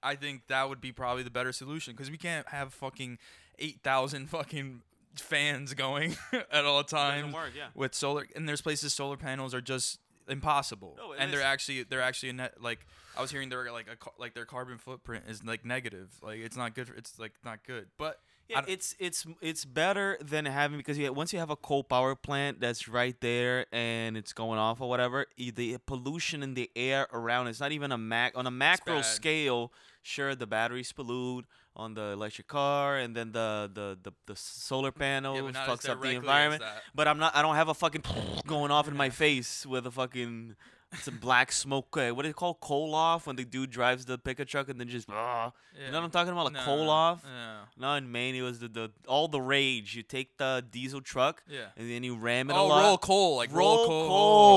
[SPEAKER 2] I think that would be probably the better solution because we can't have fucking eight thousand fucking fans going at all times
[SPEAKER 3] work, yeah.
[SPEAKER 2] with solar. And there's places solar panels are just impossible.
[SPEAKER 3] No, it
[SPEAKER 2] and they're
[SPEAKER 3] is.
[SPEAKER 2] actually they're actually a net like I was hearing they're like a ca- like their carbon footprint is like negative. Like it's not good. For, it's like not good. But
[SPEAKER 3] Yeah,
[SPEAKER 2] don't-
[SPEAKER 3] it's it's it's better than having because yeah, once you have a coal power plant that's right there and it's going off or whatever, e- the pollution in the air around it's not even a mac on a macro
[SPEAKER 2] bad.
[SPEAKER 3] scale. Sure, the batteries pollute on the electric car, and then the the the, the solar panel
[SPEAKER 2] but not as
[SPEAKER 3] fucks up
[SPEAKER 2] directly
[SPEAKER 3] the
[SPEAKER 2] as
[SPEAKER 3] environment.
[SPEAKER 2] that.
[SPEAKER 3] But I'm not. I don't have a fucking going off in my face with a fucking some black smoke. Uh, what do they call coal off when the dude drives the pickup truck and then just. ah. You know what I'm talking about? Like
[SPEAKER 2] No,
[SPEAKER 3] coal off.
[SPEAKER 2] yeah.
[SPEAKER 3] No, in Maine it was the, the all the rage. You take the diesel truck,
[SPEAKER 2] Yeah.
[SPEAKER 3] and then you ram it a
[SPEAKER 2] Oh,
[SPEAKER 3] lot.
[SPEAKER 2] roll coal, like roll, coal.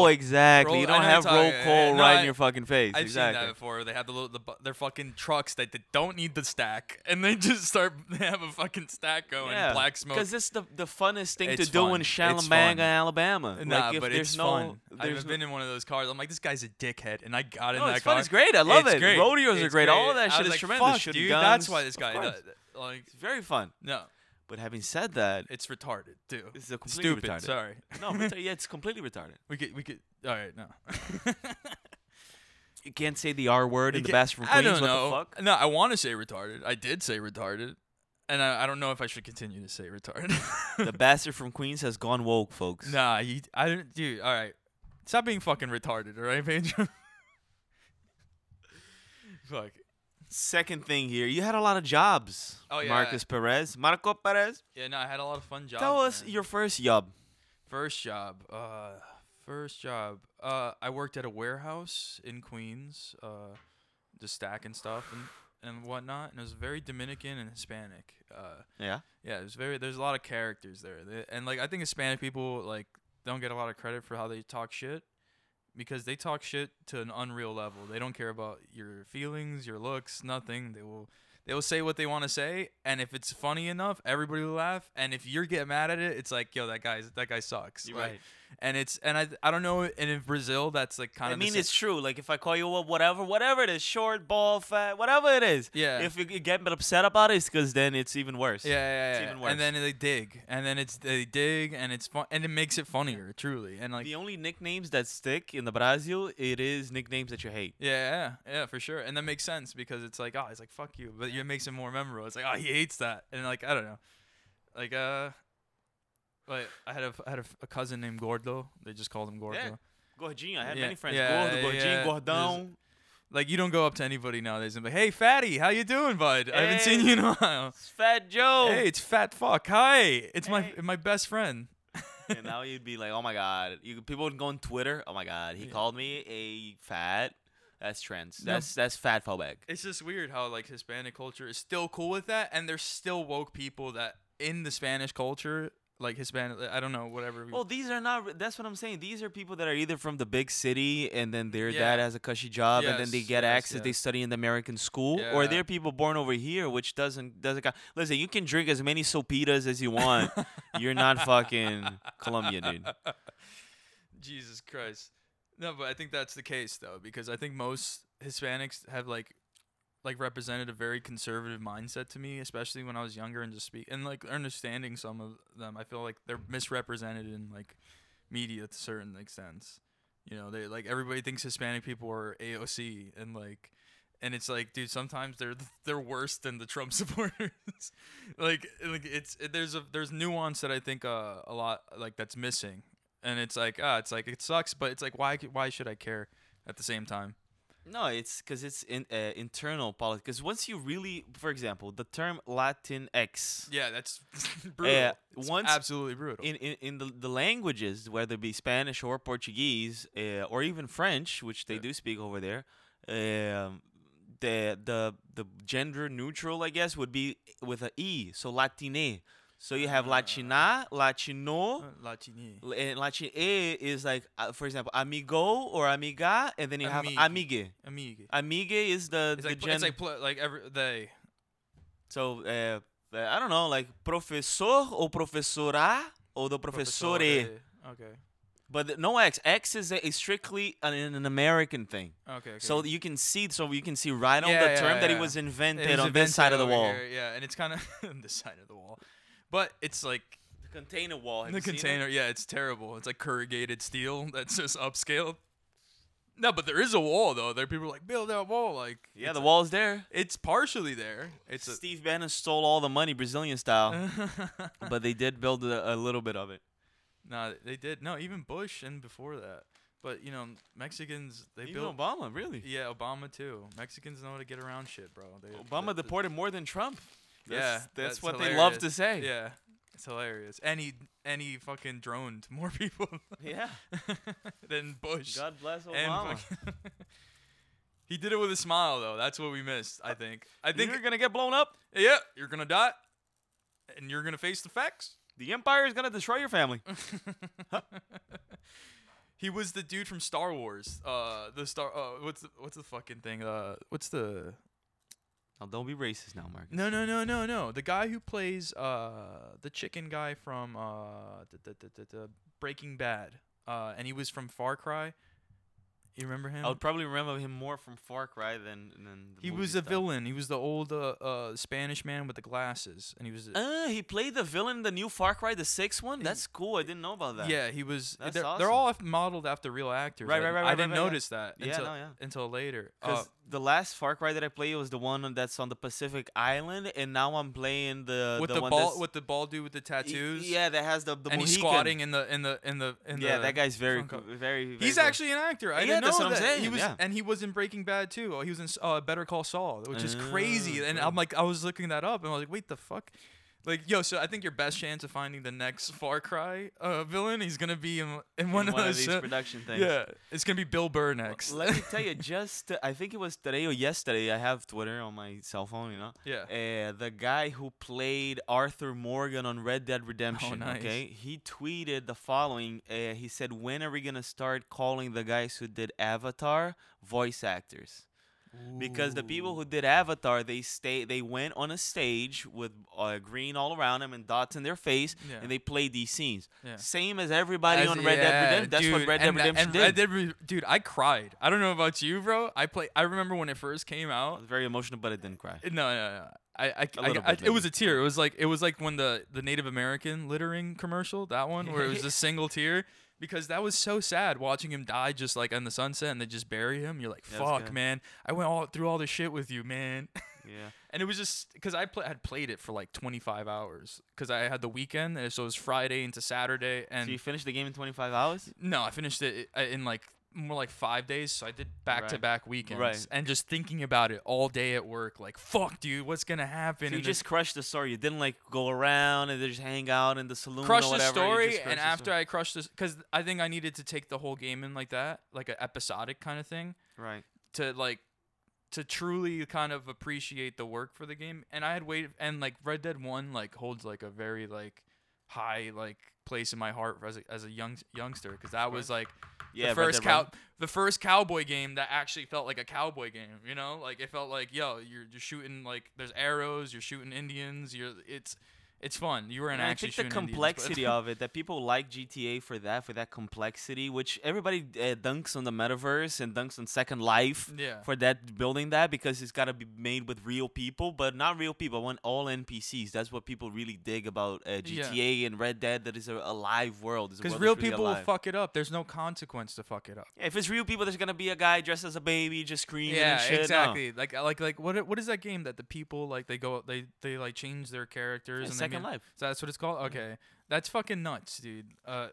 [SPEAKER 3] exactly.
[SPEAKER 2] Roll-
[SPEAKER 3] you
[SPEAKER 2] I
[SPEAKER 3] don't
[SPEAKER 2] know
[SPEAKER 3] have
[SPEAKER 2] what you're
[SPEAKER 3] roll
[SPEAKER 2] talking-
[SPEAKER 3] coal
[SPEAKER 2] yeah, no,
[SPEAKER 3] right
[SPEAKER 2] I-
[SPEAKER 3] in your fucking face.
[SPEAKER 2] I've
[SPEAKER 3] exactly.
[SPEAKER 2] seen that before. They have the little the bu- their fucking trucks that they don't need the stack, and they just start they have a fucking stack going
[SPEAKER 3] Yeah,
[SPEAKER 2] black smoke.
[SPEAKER 3] Because it's the the funnest thing
[SPEAKER 2] It's
[SPEAKER 3] to do
[SPEAKER 2] fun.
[SPEAKER 3] in
[SPEAKER 2] It's
[SPEAKER 3] Shalamanga,
[SPEAKER 2] fun.
[SPEAKER 3] Alabama.
[SPEAKER 2] nah,
[SPEAKER 3] like, if
[SPEAKER 2] but
[SPEAKER 3] there's
[SPEAKER 2] it's
[SPEAKER 3] no,
[SPEAKER 2] fun.
[SPEAKER 3] There's
[SPEAKER 2] I've
[SPEAKER 3] no-
[SPEAKER 2] been in one of those cars. I'm like, this guy's a dickhead, and I got in
[SPEAKER 3] No,
[SPEAKER 2] that
[SPEAKER 3] it's
[SPEAKER 2] car.
[SPEAKER 3] fun. It's great. I love
[SPEAKER 2] It's
[SPEAKER 3] it.
[SPEAKER 2] great.
[SPEAKER 3] Rodeos are
[SPEAKER 2] It's
[SPEAKER 3] great. All
[SPEAKER 2] I
[SPEAKER 3] that shit
[SPEAKER 2] was
[SPEAKER 3] is
[SPEAKER 2] like,
[SPEAKER 3] tremendous.
[SPEAKER 2] fuck,
[SPEAKER 3] Shooting
[SPEAKER 2] dude, that's
[SPEAKER 3] guns.
[SPEAKER 2] why this
[SPEAKER 3] Of
[SPEAKER 2] guy.
[SPEAKER 3] course.
[SPEAKER 2] that- Like,
[SPEAKER 3] It's very fun.
[SPEAKER 2] no,
[SPEAKER 3] But having said that,
[SPEAKER 2] it's retarded too.
[SPEAKER 3] It's a completely
[SPEAKER 2] stupid.
[SPEAKER 3] retarded.
[SPEAKER 2] Sorry.
[SPEAKER 3] no, but yeah, it's completely retarded.
[SPEAKER 2] we could we could. All right, no.
[SPEAKER 3] You can't say the R word in
[SPEAKER 2] You
[SPEAKER 3] the
[SPEAKER 2] can't-
[SPEAKER 3] bathroom.
[SPEAKER 2] I
[SPEAKER 3] Queens.
[SPEAKER 2] don't
[SPEAKER 3] what
[SPEAKER 2] know.
[SPEAKER 3] the fuck?
[SPEAKER 2] No, I want to say retarded. I did say retarded, and I, I don't know if I should continue to say retarded.
[SPEAKER 3] the bastard from Queens has gone woke, folks.
[SPEAKER 2] Nah, you, I didn't, dude. All right, stop being fucking retarded, all right, Pedro? Fuck.
[SPEAKER 3] Second thing here, you had a lot of jobs.
[SPEAKER 2] Oh, yeah.
[SPEAKER 3] Marcus Perez, Marco Perez.
[SPEAKER 2] Yeah, no, I had a lot of fun jobs.
[SPEAKER 3] Tell us
[SPEAKER 2] man.
[SPEAKER 3] your first job.
[SPEAKER 2] first job. Uh, first job. Uh, I worked at a warehouse in Queens, uh, just stacking stuff and and whatnot, and it was very Dominican and Hispanic. Uh,
[SPEAKER 3] Yeah.
[SPEAKER 2] Yeah, it was very. There's a lot of characters there, They- and like I think Hispanic people like don't get a lot of credit for how they talk shit because they talk shit to an unreal level. They don't care about your feelings, your looks, nothing. They will they will say what they want to say, and if it's funny enough, everybody will laugh. And if you get mad at it, it's like yo, that guy's that guy sucks.
[SPEAKER 3] You're
[SPEAKER 2] Like,
[SPEAKER 3] right.
[SPEAKER 2] And it's and I I don't know. And in Brazil, that's like kind
[SPEAKER 3] I
[SPEAKER 2] of. the
[SPEAKER 3] mean,
[SPEAKER 2] same-
[SPEAKER 3] it's true. Like if I call you up, whatever, whatever it is, short, ball, fat, whatever it is.
[SPEAKER 2] Yeah.
[SPEAKER 3] If you get upset about it, it's because then it's even worse.
[SPEAKER 2] Yeah, yeah, yeah.
[SPEAKER 3] It's even worse.
[SPEAKER 2] And then they dig, and then it's they dig, and it's fun, and it makes it funnier, truly. And like
[SPEAKER 3] The only nicknames that stick in the Brazil, it is nicknames that you hate.
[SPEAKER 2] Yeah, yeah, yeah, for sure. And that makes sense because it's like, oh, it's like fuck you, but it makes it more memorable. It's like, oh, he hates that, and like I don't know, like uh, like I had a I had a, a cousin named Gordo. They just called him Gordo.
[SPEAKER 3] Gordinho. I had
[SPEAKER 2] Yeah,
[SPEAKER 3] many friends.
[SPEAKER 2] yeah,
[SPEAKER 3] Gordo, Gordinho,
[SPEAKER 2] yeah.
[SPEAKER 3] Gordão.
[SPEAKER 2] Like you don't go up to anybody nowadays and be, hey, fatty, how you doing, bud? I haven't seen you in a while.
[SPEAKER 3] It's Fat Joe.
[SPEAKER 2] Hey, it's fat fuck. Hi, it's my
[SPEAKER 3] Hey.
[SPEAKER 2] my best friend.
[SPEAKER 3] and now you'd be like, oh my god, you, people would go on Twitter. Oh my god, he called me a fat. That's trans.
[SPEAKER 2] No.
[SPEAKER 3] That's that's fat phobic.
[SPEAKER 2] it's just weird how like Hispanic culture is still cool with that, and there's still woke people that in the Spanish culture, like Hispanic, I don't know, whatever. we-
[SPEAKER 3] Well, these are not. re- That's what I'm saying. These are people that are either from the big city, and then their
[SPEAKER 2] Yeah.
[SPEAKER 3] dad has a cushy job, and then they
[SPEAKER 2] Yes,
[SPEAKER 3] get
[SPEAKER 2] yes,
[SPEAKER 3] access. They
[SPEAKER 2] yes.
[SPEAKER 3] study in the American school, or
[SPEAKER 2] Yeah.
[SPEAKER 3] they're people born over here, which doesn't doesn't. Count. Listen, you can drink as many sopitas as you want. You're not fucking Colombian, dude.
[SPEAKER 2] Jesus Christ. No, but I think that's the case though, because I think most Hispanics have like like represented a very conservative mindset to me, especially when I was younger and just speak and like understanding some of them. I feel like they're misrepresented in like media to certain extents. You know, they like everybody thinks Hispanic people are AOC and like and it's like, dude, sometimes they're they're worse than the Trump supporters. like, like it's there's a there's nuance that I think uh, a lot like that's missing, and it's like ah, it's like it sucks, but it's like why c- why should I care at the same time?
[SPEAKER 3] No, it's because it's in, uh, internal politics. Because once you really, for example, the term Latin X.
[SPEAKER 2] Yeah, that's brutal.
[SPEAKER 3] Yeah,
[SPEAKER 2] It's
[SPEAKER 3] once
[SPEAKER 2] absolutely brutal.
[SPEAKER 3] in, in, in the, the languages, whether it be Spanish or Portuguese uh, or even French, which they
[SPEAKER 2] Yeah.
[SPEAKER 3] do speak over there, um, the the the gender neutral, I guess, would be with a e, so Latine. So you have Latina, Latino,
[SPEAKER 2] Ah. Uh, Latini.
[SPEAKER 3] l- and Latine is like, uh, for example, amigo or amiga, and then you have
[SPEAKER 2] Amigue.
[SPEAKER 3] amigue.
[SPEAKER 2] Amigue.
[SPEAKER 3] Amigue is the,
[SPEAKER 2] It's
[SPEAKER 3] the
[SPEAKER 2] like pl- it's
[SPEAKER 3] gender.
[SPEAKER 2] like pl- like every they.
[SPEAKER 3] So, uh, uh, I don't know, like professor or professora or the professore.
[SPEAKER 2] Okay.
[SPEAKER 3] But th- no X. X is a, is strictly an, an American thing.
[SPEAKER 2] Okay. okay.
[SPEAKER 3] So you can see, so you can see right on
[SPEAKER 2] Yeah,
[SPEAKER 3] the
[SPEAKER 2] yeah,
[SPEAKER 3] term that it
[SPEAKER 2] yeah.
[SPEAKER 3] was invented
[SPEAKER 2] It was
[SPEAKER 3] on this side of the
[SPEAKER 2] invented
[SPEAKER 3] wall.
[SPEAKER 2] over here, Yeah, and it's kind of this side of the wall, but it's like
[SPEAKER 3] The container wall.
[SPEAKER 2] the container, yeah, it's terrible. It's like corrugated steel that's just upscaled. No, but there is a wall though. There are people like build that wall. Like
[SPEAKER 3] Yeah,
[SPEAKER 2] it's,
[SPEAKER 3] the wall's there.
[SPEAKER 2] It's partially there. It's a,
[SPEAKER 3] Steve Bannon stole all the money Brazilian style, but they did build a, a little bit of it.
[SPEAKER 2] no, they did no even Bush and before that. But you know Mexicans they
[SPEAKER 3] Even
[SPEAKER 2] built
[SPEAKER 3] Obama, really.
[SPEAKER 2] yeah Obama too. Mexicans know how to get around shit, bro. They,
[SPEAKER 3] Obama
[SPEAKER 2] the- the-
[SPEAKER 3] deported more than Trump. That's,
[SPEAKER 2] yeah,
[SPEAKER 3] that's, what they love to
[SPEAKER 2] hilarious.
[SPEAKER 3] say.
[SPEAKER 2] Yeah, it's hilarious. And he and he fucking droned more people
[SPEAKER 3] yeah.
[SPEAKER 2] than Bush.
[SPEAKER 3] God bless
[SPEAKER 2] and
[SPEAKER 3] Obama.
[SPEAKER 2] fucking- he did it with a smile though. That's what we missed. I think. I think.
[SPEAKER 3] you're gonna get blown up.
[SPEAKER 2] yeah, you're gonna die, and you're gonna face the facts.
[SPEAKER 3] The empire is gonna destroy your family.
[SPEAKER 2] He was the dude from Star Wars. Uh, the star. Uh, what's the, what's the fucking thing? Uh, what's the?
[SPEAKER 3] Now don't be racist now, Mark.
[SPEAKER 2] No, no, no, no, no. The guy who plays uh the chicken guy from uh the, the, the, the, Breaking Bad. Uh, and he was from Far Cry. You remember him?
[SPEAKER 3] I would probably remember him more from Far Cry than than. The
[SPEAKER 2] he
[SPEAKER 3] movie
[SPEAKER 2] was a
[SPEAKER 3] stuff.
[SPEAKER 2] villain. He was the old uh, uh Spanish man with the glasses, and he was.
[SPEAKER 3] Uh, he played the villain in the new Far Cry, the sixth one. That's cool. I didn't know about that.
[SPEAKER 2] Yeah, he was.
[SPEAKER 3] That's
[SPEAKER 2] they're,
[SPEAKER 3] awesome.
[SPEAKER 2] they're all af- modeled after real actors.
[SPEAKER 3] Right,
[SPEAKER 2] I-
[SPEAKER 3] right, right,
[SPEAKER 2] I
[SPEAKER 3] right,
[SPEAKER 2] didn't
[SPEAKER 3] right, right.
[SPEAKER 2] notice that
[SPEAKER 3] Yeah,
[SPEAKER 2] until,
[SPEAKER 3] no, yeah.
[SPEAKER 2] until later. Uh,
[SPEAKER 3] Because the last Far Cry that I played was the one that's on the Pacific Island, and now I'm playing the
[SPEAKER 2] Uh, with
[SPEAKER 3] the,
[SPEAKER 2] the,
[SPEAKER 3] one
[SPEAKER 2] ball,
[SPEAKER 3] that's-
[SPEAKER 2] with the ball dude with the
[SPEAKER 3] y-
[SPEAKER 2] tattoos.
[SPEAKER 3] Yeah, that has the the
[SPEAKER 2] and he's
[SPEAKER 3] Mohican.
[SPEAKER 2] squatting in the in the in the in
[SPEAKER 3] yeah,
[SPEAKER 2] the
[SPEAKER 3] that guy's very,
[SPEAKER 2] Funko.
[SPEAKER 3] cool- very, very.
[SPEAKER 2] He's
[SPEAKER 3] cool.
[SPEAKER 2] actually an actor. I
[SPEAKER 3] Yeah,
[SPEAKER 2] didn't know
[SPEAKER 3] that's what I'm
[SPEAKER 2] that. He
[SPEAKER 3] saying,
[SPEAKER 2] was,
[SPEAKER 3] yeah.
[SPEAKER 2] and he was in Breaking Bad too. Oh, He was in uh, Better Call Saul, which is crazy.
[SPEAKER 3] Ah,
[SPEAKER 2] And
[SPEAKER 3] cool.
[SPEAKER 2] I'm like, I was looking that up, and I was like, wait, the fuck. Like yo, so I think your best chance of finding the next Far Cry uh, villain, he's gonna be in, in one,
[SPEAKER 3] in one of
[SPEAKER 2] those,
[SPEAKER 3] these
[SPEAKER 2] uh,
[SPEAKER 3] production things.
[SPEAKER 2] Yeah, it's gonna be Bill Burr next.
[SPEAKER 3] Let me tell you, just uh, I think it was today or yesterday. I have Twitter on my cell phone, you know.
[SPEAKER 2] Yeah.
[SPEAKER 3] Uh, the guy who played Arthur Morgan on Red Dead Redemption.
[SPEAKER 2] Oh, nice.
[SPEAKER 3] Okay. He tweeted the following. Uh, he said, "When are we gonna start calling the guys who did Avatar voice actors?" Because the people who did Avatar, they stay, they went on a stage with uh, green all around them and dots in their face,
[SPEAKER 2] Yeah.
[SPEAKER 3] and they played these scenes.
[SPEAKER 2] Yeah.
[SPEAKER 3] Same as everybody
[SPEAKER 2] As-
[SPEAKER 3] on
[SPEAKER 2] yeah,
[SPEAKER 3] Red Dead Redemption. That's
[SPEAKER 2] dude,
[SPEAKER 3] what Red Dead
[SPEAKER 2] and, that-
[SPEAKER 3] Redemption
[SPEAKER 2] and
[SPEAKER 3] did.
[SPEAKER 2] Red Dead Re- dude, I cried. I don't know about you, bro. I play. I remember when it first came
[SPEAKER 3] I
[SPEAKER 2] out.
[SPEAKER 3] was very emotional, but I didn't cry.
[SPEAKER 2] No, no, no. I, I, I,
[SPEAKER 3] little
[SPEAKER 2] I-
[SPEAKER 3] bit,
[SPEAKER 2] it was
[SPEAKER 3] maybe.
[SPEAKER 2] a tear. It was like it was like when the the Native American littering commercial, that one where it was a single tear, because that was so sad watching him die just like in the sunset and they just bury him. You're like,
[SPEAKER 3] Yeah, it was
[SPEAKER 2] fuck,
[SPEAKER 3] good.
[SPEAKER 2] man, I went all through all this shit with you, man.
[SPEAKER 3] Yeah.
[SPEAKER 2] And it was just because I pla had played it for like 25 hours because I had the weekend, and so it was Friday into Saturday. And
[SPEAKER 3] so you finished the game in 25 hours?
[SPEAKER 2] no, I finished it i- in like more like five days. So I did back to back weekends,
[SPEAKER 3] Right.
[SPEAKER 2] and just thinking about it all day at work, like fuck, dude, what's gonna happen?
[SPEAKER 3] So you
[SPEAKER 2] in this-
[SPEAKER 3] just crushed the story. You didn't like go around and just hang out in the saloon
[SPEAKER 2] crush
[SPEAKER 3] or
[SPEAKER 2] the
[SPEAKER 3] whatever. You
[SPEAKER 2] story,
[SPEAKER 3] just
[SPEAKER 2] and
[SPEAKER 3] crushed the
[SPEAKER 2] after I crushed this, because I think I needed to take the whole game in like that, like an episodic kind of thing.
[SPEAKER 3] story. right.
[SPEAKER 2] to like to truly kind of appreciate the work for the game and i had waited and like red dead 1 like holds like a very like high like place in my heart as a, as a young youngster because that was like
[SPEAKER 3] Yeah,
[SPEAKER 2] the
[SPEAKER 3] Red
[SPEAKER 2] first
[SPEAKER 3] Dead Red-
[SPEAKER 2] cow the first cowboy game that actually felt like a cowboy game you know like it felt like yo you're you're shooting like there's arrows you're shooting indians you're it's it's fun you were an
[SPEAKER 3] And I
[SPEAKER 2] actually
[SPEAKER 3] think the
[SPEAKER 2] shooting Indians, but-
[SPEAKER 3] complexity of it that people like GTA for that for that complexity, which everybody uh, dunks on the metaverse and dunks on Second Life
[SPEAKER 2] Yeah.
[SPEAKER 3] for that building that because it's got to be made with real people, but not real people. I want all NPCs. That's what people really dig about uh,
[SPEAKER 2] Yeah.
[SPEAKER 3] GTA and Red Dead. That is a, a live world. It's a
[SPEAKER 2] because
[SPEAKER 3] world that's
[SPEAKER 2] real
[SPEAKER 3] really
[SPEAKER 2] people will
[SPEAKER 3] alive.
[SPEAKER 2] fuck it up there's no consequence to fuck it up
[SPEAKER 3] Yeah, if it's real people, there's gonna be a guy dressed as a baby just screaming
[SPEAKER 2] yeah,
[SPEAKER 3] and shit. No.
[SPEAKER 2] exactly. Like uh, like like what i- what is that game that the people like they go they they like change their characters
[SPEAKER 3] Yeah,
[SPEAKER 2] and they
[SPEAKER 3] Second
[SPEAKER 2] make-
[SPEAKER 3] Life. Mm-hmm.
[SPEAKER 2] So that's what it's called. Okay, that's fucking nuts, dude. Uh,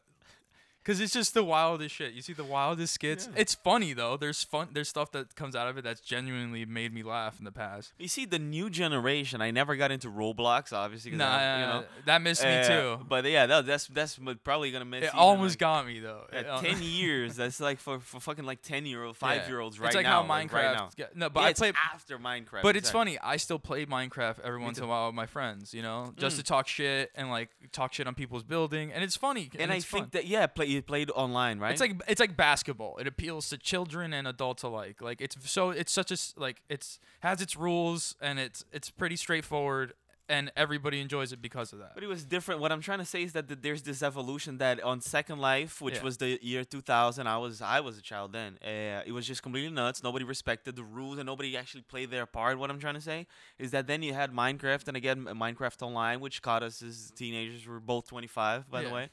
[SPEAKER 2] cause it's just the wildest shit. You see the wildest skits. It's funny though. There's fun. There's stuff that comes out of it that's genuinely made me laugh in the past.
[SPEAKER 3] You see, the new generation. I never got into Roblox, obviously. 'cause
[SPEAKER 2] Nah,
[SPEAKER 3] I, you know,
[SPEAKER 2] that missed me
[SPEAKER 3] Uh,
[SPEAKER 2] too.
[SPEAKER 3] But yeah, that, that's that's mo- probably gonna miss.
[SPEAKER 2] It
[SPEAKER 3] even,
[SPEAKER 2] almost
[SPEAKER 3] like,
[SPEAKER 2] got me though. It al-
[SPEAKER 3] at ten years. That's like for, for fucking like ten year old,
[SPEAKER 2] Yeah.
[SPEAKER 3] five year olds right
[SPEAKER 2] It's like how
[SPEAKER 3] now.
[SPEAKER 2] Minecraft.
[SPEAKER 3] like, right now.
[SPEAKER 2] got- no, but
[SPEAKER 3] Yeah,
[SPEAKER 2] I
[SPEAKER 3] it's
[SPEAKER 2] play.
[SPEAKER 3] after Minecraft.
[SPEAKER 2] But it's
[SPEAKER 3] exactly.
[SPEAKER 2] funny. I still play Minecraft every once in a while with my friends, you know, just
[SPEAKER 3] Mm.
[SPEAKER 2] to talk shit and like talk shit on people's building, and it's funny.
[SPEAKER 3] And, I
[SPEAKER 2] it's
[SPEAKER 3] think
[SPEAKER 2] fun.
[SPEAKER 3] that yeah, play you played online, right?
[SPEAKER 2] it's like it's like basketball. It appeals to children and adults alike. Like it's so it's such a s- like it's has its rules and it's it's pretty straightforward, and everybody enjoys it because of that.
[SPEAKER 3] But it was different. What I'm trying to say is that th- there's this evolution that on Second Life, which
[SPEAKER 2] Yeah.
[SPEAKER 3] was the year 2000, I was I was a child then. Uh, it was just completely nuts. Nobody respected the rules, and nobody actually played their part. What I'm trying to say is that then you had Minecraft, and again M- Minecraft Online, which caught us as teenagers. We are both 25, by
[SPEAKER 2] Yeah.
[SPEAKER 3] the way.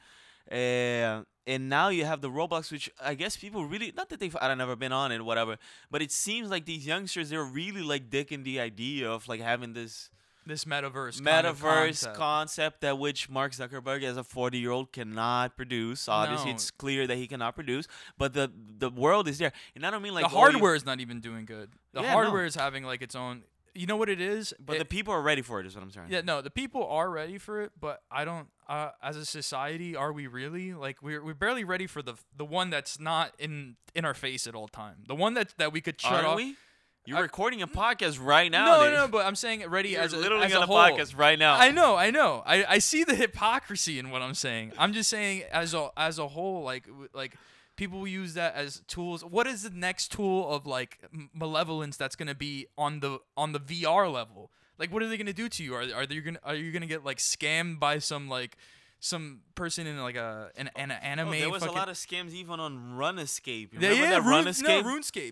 [SPEAKER 3] Uh, and now you have the Roblox, which I guess people really not that they've I've never been on it, whatever. But it seems like these youngsters they're really like digging the idea of like having this
[SPEAKER 2] This metaverse. kind of
[SPEAKER 3] metaverse
[SPEAKER 2] concept.
[SPEAKER 3] concept. that which Mark Zuckerberg as a 40 year old cannot produce. Obviously,
[SPEAKER 2] No.
[SPEAKER 3] it's clear that he cannot produce, but the the world is there, and I don't mean like
[SPEAKER 2] the
[SPEAKER 3] oh, you-
[SPEAKER 2] hardware is not even doing good. The
[SPEAKER 3] Yeah, no.
[SPEAKER 2] hardware is having like its own. You know what it is?
[SPEAKER 3] but
[SPEAKER 2] It-
[SPEAKER 3] the people are ready for it. Is what I'm saying.
[SPEAKER 2] Yeah, no, the people are ready for it, but I don't. Uh, as a society, are we really like we're we're barely ready for the the one that's not in in our face at all time. The one that that we could shut
[SPEAKER 3] Aren't
[SPEAKER 2] off.
[SPEAKER 3] we? You're
[SPEAKER 2] I-
[SPEAKER 3] recording a podcast right now.
[SPEAKER 2] no,
[SPEAKER 3] dude.
[SPEAKER 2] no, but I'm saying ready
[SPEAKER 3] You're
[SPEAKER 2] as a,
[SPEAKER 3] literally
[SPEAKER 2] as
[SPEAKER 3] on
[SPEAKER 2] a
[SPEAKER 3] a
[SPEAKER 2] whole.
[SPEAKER 3] podcast right now.
[SPEAKER 2] I know, I know. I, I see the hypocrisy in what I'm saying. I'm just saying as a as a whole, like w- like people use that as tools. What is the next tool of like m- malevolence that's gonna be on the on the VR level? Like, what are they gonna do to you? Are are you gonna are you gonna get like scammed by some like some person in like a an, an anime?
[SPEAKER 3] Oh, there was a
[SPEAKER 2] fucking-
[SPEAKER 3] lot of scams even on Run Escape. You
[SPEAKER 2] Yeah,
[SPEAKER 3] Remember
[SPEAKER 2] yeah,
[SPEAKER 3] that
[SPEAKER 2] Rune-
[SPEAKER 3] Run
[SPEAKER 2] no,
[SPEAKER 3] Escape?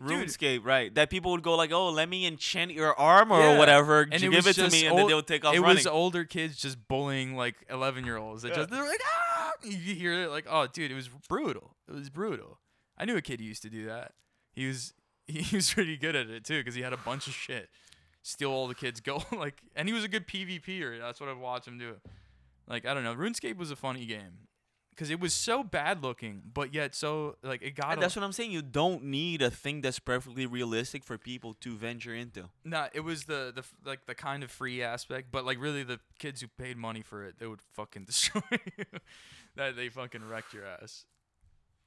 [SPEAKER 2] RuneScape, dude.
[SPEAKER 3] RuneScape, right. That people would go like, oh, let me enchant your arm or
[SPEAKER 2] Yeah.
[SPEAKER 3] whatever.
[SPEAKER 2] And
[SPEAKER 3] you
[SPEAKER 2] it
[SPEAKER 3] give
[SPEAKER 2] was
[SPEAKER 3] it to
[SPEAKER 2] just
[SPEAKER 3] me, and then
[SPEAKER 2] old-
[SPEAKER 3] they'll take off
[SPEAKER 2] It
[SPEAKER 3] running.
[SPEAKER 2] was older kids just bullying like eleven year olds. They
[SPEAKER 3] Yeah.
[SPEAKER 2] just they're like, ah! You hear it like, oh, dude, it was brutal. It was brutal. I knew a kid who used to do that. He was he was pretty good at it too because he had a bunch of shit, steal all the kids' gold. Like, and he was a good PvPer. er. That's what I've watched him do. Like, I don't know. RuneScape was a funny game because it was so bad looking, but yet so like it got.
[SPEAKER 3] And
[SPEAKER 2] a-
[SPEAKER 3] that's what I'm saying. You don't need a thing that's perfectly realistic for people to venture into.
[SPEAKER 2] Nah, it was the the f- like the kind of free aspect, but like really the kids who paid money for it, they would fucking destroy you. that they fucking wrecked your ass.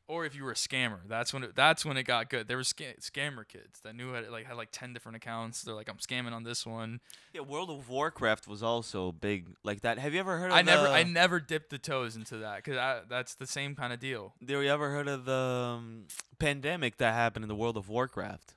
[SPEAKER 2] Or if you were a scammer, that's when it, that's when it got good. There were sca- scammer kids that knew how to, like had like ten different accounts. They're like, I'm scamming on this one.
[SPEAKER 3] Yeah, World of Warcraft was also big like that. Have you ever heard of
[SPEAKER 2] I never
[SPEAKER 3] the-
[SPEAKER 2] I never dipped the toes into that because that's the same kind of deal.
[SPEAKER 3] Did you ever heard of the um, pandemic that happened in the World of Warcraft?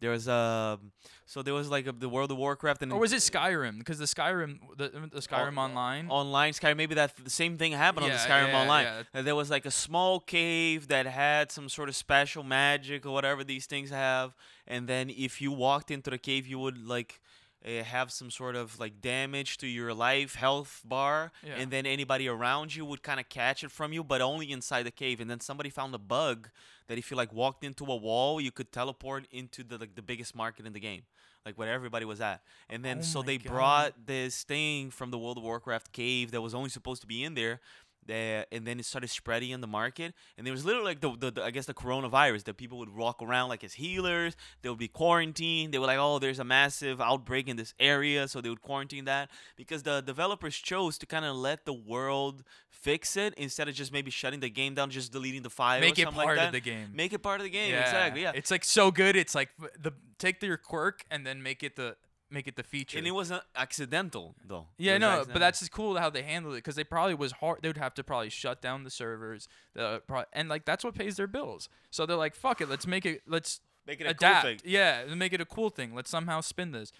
[SPEAKER 3] There was a so there was like a, the World of Warcraft and
[SPEAKER 2] Or was it Skyrim? Because the Skyrim the, the Skyrim
[SPEAKER 3] Mm. All-
[SPEAKER 2] online.
[SPEAKER 3] online Skyrim. Maybe that the same thing happened on the
[SPEAKER 2] Yeah,
[SPEAKER 3] Skyrim
[SPEAKER 2] yeah,
[SPEAKER 3] online.
[SPEAKER 2] yeah.
[SPEAKER 3] Uh, There was like a small cave that had some sort of special magic or whatever these things have, and then if you walked into the cave, you would like. Uh, have some sort of like damage to your life health bar
[SPEAKER 2] Yeah.
[SPEAKER 3] and then anybody around you would kind of catch it from you but only inside the cave and then somebody found a bug that if you like walked into a wall you could teleport into the like the biggest market in the game like where everybody was at and then
[SPEAKER 2] Oh
[SPEAKER 3] so
[SPEAKER 2] my
[SPEAKER 3] they
[SPEAKER 2] God.
[SPEAKER 3] brought this thing from the World of Warcraft cave that was only supposed to be in there. That, and then it started spreading in the market, and it was literally like the, the, the I guess the coronavirus that people would walk around like as healers. They would be quarantined. They were like, oh, there's a massive outbreak in this area, so they would quarantine that because the developers chose to kind of let the world fix it instead of just maybe shutting the game down, just deleting the file.
[SPEAKER 2] Make
[SPEAKER 3] or
[SPEAKER 2] it
[SPEAKER 3] something like
[SPEAKER 2] part of
[SPEAKER 3] that.
[SPEAKER 2] the game.
[SPEAKER 3] Make it part of the game. Exactly. Yeah.
[SPEAKER 2] It's like so good. It's like f- the take your quirk and then make it the make it the feature.
[SPEAKER 3] and it wasn't accidental though. It
[SPEAKER 2] Yeah,
[SPEAKER 3] was
[SPEAKER 2] no,
[SPEAKER 3] accidental.
[SPEAKER 2] but that's just cool how they handled it because they probably was hard. They would have to probably shut down the servers, the pro- and like that's what pays their bills. So they're like, fuck it, let's make it, let's
[SPEAKER 3] Make it a cool
[SPEAKER 2] adapt.
[SPEAKER 3] thing.
[SPEAKER 2] Yeah, and make it a cool thing. Let's somehow spin this.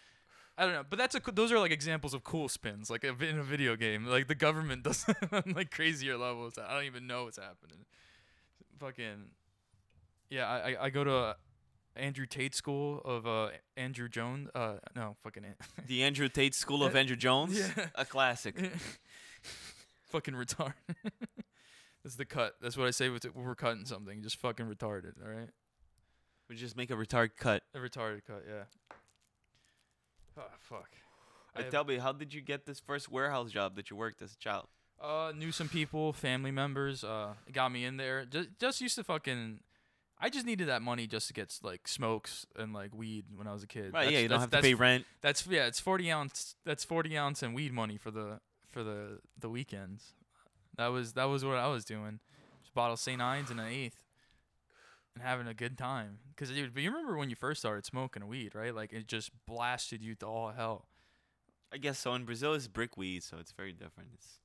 [SPEAKER 2] I don't know, but that's a coo- those are like examples of cool spins, like a vi- in a video game. Like the government does on, like crazier levels. I don't even know what's happening. Fucking yeah, I I, I go to. Uh, Andrew Tate School of uh, Andrew Jones. Uh, no, fucking An-
[SPEAKER 3] The Andrew Tate School of Andrew Jones,
[SPEAKER 2] yeah.
[SPEAKER 3] a classic.
[SPEAKER 2] fucking retard. That's the cut. That's what I say with it. when We're cutting something. Just fucking retarded. All right.
[SPEAKER 3] We just make a retard cut.
[SPEAKER 2] A retarded cut. Yeah. Oh fuck. I
[SPEAKER 3] Uh,
[SPEAKER 2] have-
[SPEAKER 3] tell me, how did you get this first warehouse job that you worked as a child?
[SPEAKER 2] Uh, knew some people, family members. Uh, got me in there. Just, just used to fucking. I just needed that money just to get like smokes and like weed when I was a kid.
[SPEAKER 3] Right,
[SPEAKER 2] That's-
[SPEAKER 3] yeah, you
[SPEAKER 2] that's-
[SPEAKER 3] don't have to
[SPEAKER 2] that's-
[SPEAKER 3] pay rent.
[SPEAKER 2] That's yeah, it's forty ounce. That's forty ounce and weed money for the for the the weekends. That was that was what I was doing. Just a bottle of St. Ives and an eighth, and having a good time. Cause dude, but you remember when you first started smoking weed, right? Like it just blasted you to all hell.
[SPEAKER 3] I guess so. In Brazil, it's brick weed, so it's very different. It's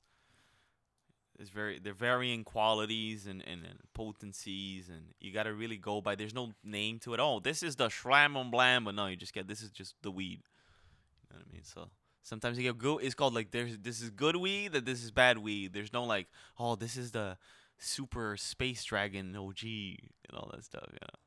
[SPEAKER 3] it's very they're varying qualities and, and, and potencies, and you gotta really go by. There's no name to it. Oh, this is the shlam and blam, but no, you just get this is just the weed. You know what I mean? So sometimes you get good. It's called like there's this is good weed, that this is bad weed. There's no like oh this is the super space dragon OG and all that stuff. You know,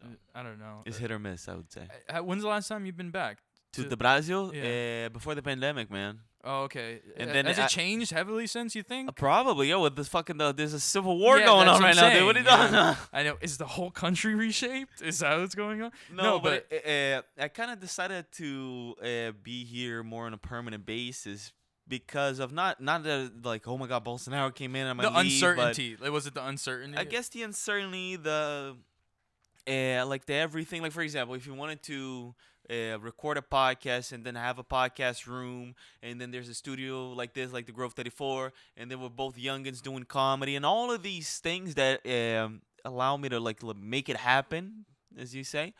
[SPEAKER 3] So-
[SPEAKER 2] I don't know.
[SPEAKER 3] it's hit or miss. I would say
[SPEAKER 2] Uh, uh, When's the last time you've been back?
[SPEAKER 3] to
[SPEAKER 2] Uh, to-
[SPEAKER 3] the Brazil
[SPEAKER 2] yeah.
[SPEAKER 3] uh, before the pandemic, man.
[SPEAKER 2] Oh, okay.
[SPEAKER 3] And
[SPEAKER 2] And
[SPEAKER 3] then
[SPEAKER 2] then has
[SPEAKER 3] I-
[SPEAKER 2] it changed heavily since you think?
[SPEAKER 3] Uh, Probably, yo, with this fucking the, there's a civil war
[SPEAKER 2] Yeah,
[SPEAKER 3] going
[SPEAKER 2] that's
[SPEAKER 3] on
[SPEAKER 2] what
[SPEAKER 3] right
[SPEAKER 2] I'm
[SPEAKER 3] now, dude. What are you
[SPEAKER 2] saying,
[SPEAKER 3] doing?
[SPEAKER 2] yeah. I know. Is the whole country reshaped? Is that what's going on?
[SPEAKER 3] No, but, uh, I kind of decided to uh, be here more on a permanent basis because of not not that like oh my god Bolsonaro came in I'm
[SPEAKER 2] the
[SPEAKER 3] gonna leave, but
[SPEAKER 2] uncertainty. Like, was it the uncertainty?
[SPEAKER 3] I guess the uncertainty the uh, like the everything like for example if you wanted to uh, record a podcast and then have a podcast room and then there's a studio like this like the Grove 34 and then we're both youngins doing comedy and all of these things that um, allow me to like l- make it happen as you say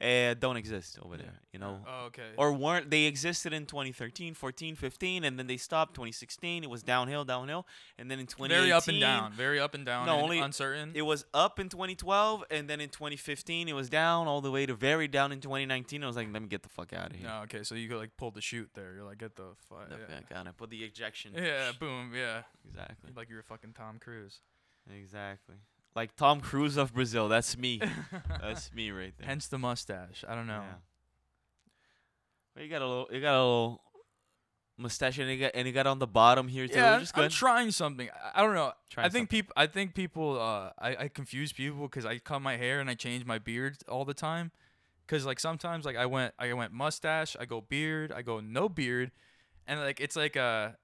[SPEAKER 3] uh, don't exist over there you know
[SPEAKER 2] Oh, okay.
[SPEAKER 3] or weren't they existed in 2013 14 15 and then they stopped 2016 it was downhill downhill and then in 2018
[SPEAKER 2] very up and down. Very up and down.
[SPEAKER 3] No,
[SPEAKER 2] and
[SPEAKER 3] only-
[SPEAKER 2] uncertain.
[SPEAKER 3] Mm-hmm. it was up in 2012 and then in 2015 it was down all the way to very down in 2019 i was like let me get the fuck out of here
[SPEAKER 2] no, okay. So you could like pull the chute there. You're like, get the fuck.
[SPEAKER 3] The
[SPEAKER 2] Yeah.
[SPEAKER 3] fuck out. I put the ejection
[SPEAKER 2] yeah. Boom. Yeah.
[SPEAKER 3] exactly
[SPEAKER 2] Like you're fucking Tom Cruise.
[SPEAKER 3] exactly like tom cruise of brazil that's me that's me right there
[SPEAKER 2] Hence the mustache. I don't know.
[SPEAKER 3] Yeah. Well, you got a little you got a little mustache and you got and you got on the bottom here too
[SPEAKER 2] Yeah,
[SPEAKER 3] which is
[SPEAKER 2] I'm
[SPEAKER 3] good.
[SPEAKER 2] trying something. I, I don't know.
[SPEAKER 3] Trying
[SPEAKER 2] I think people. I think people. Uh, I, I confuse people because I cut my hair and I change my beard all the time. Cause like sometimes like I went I went mustache, I go beard, I go no beard, and like it's like a,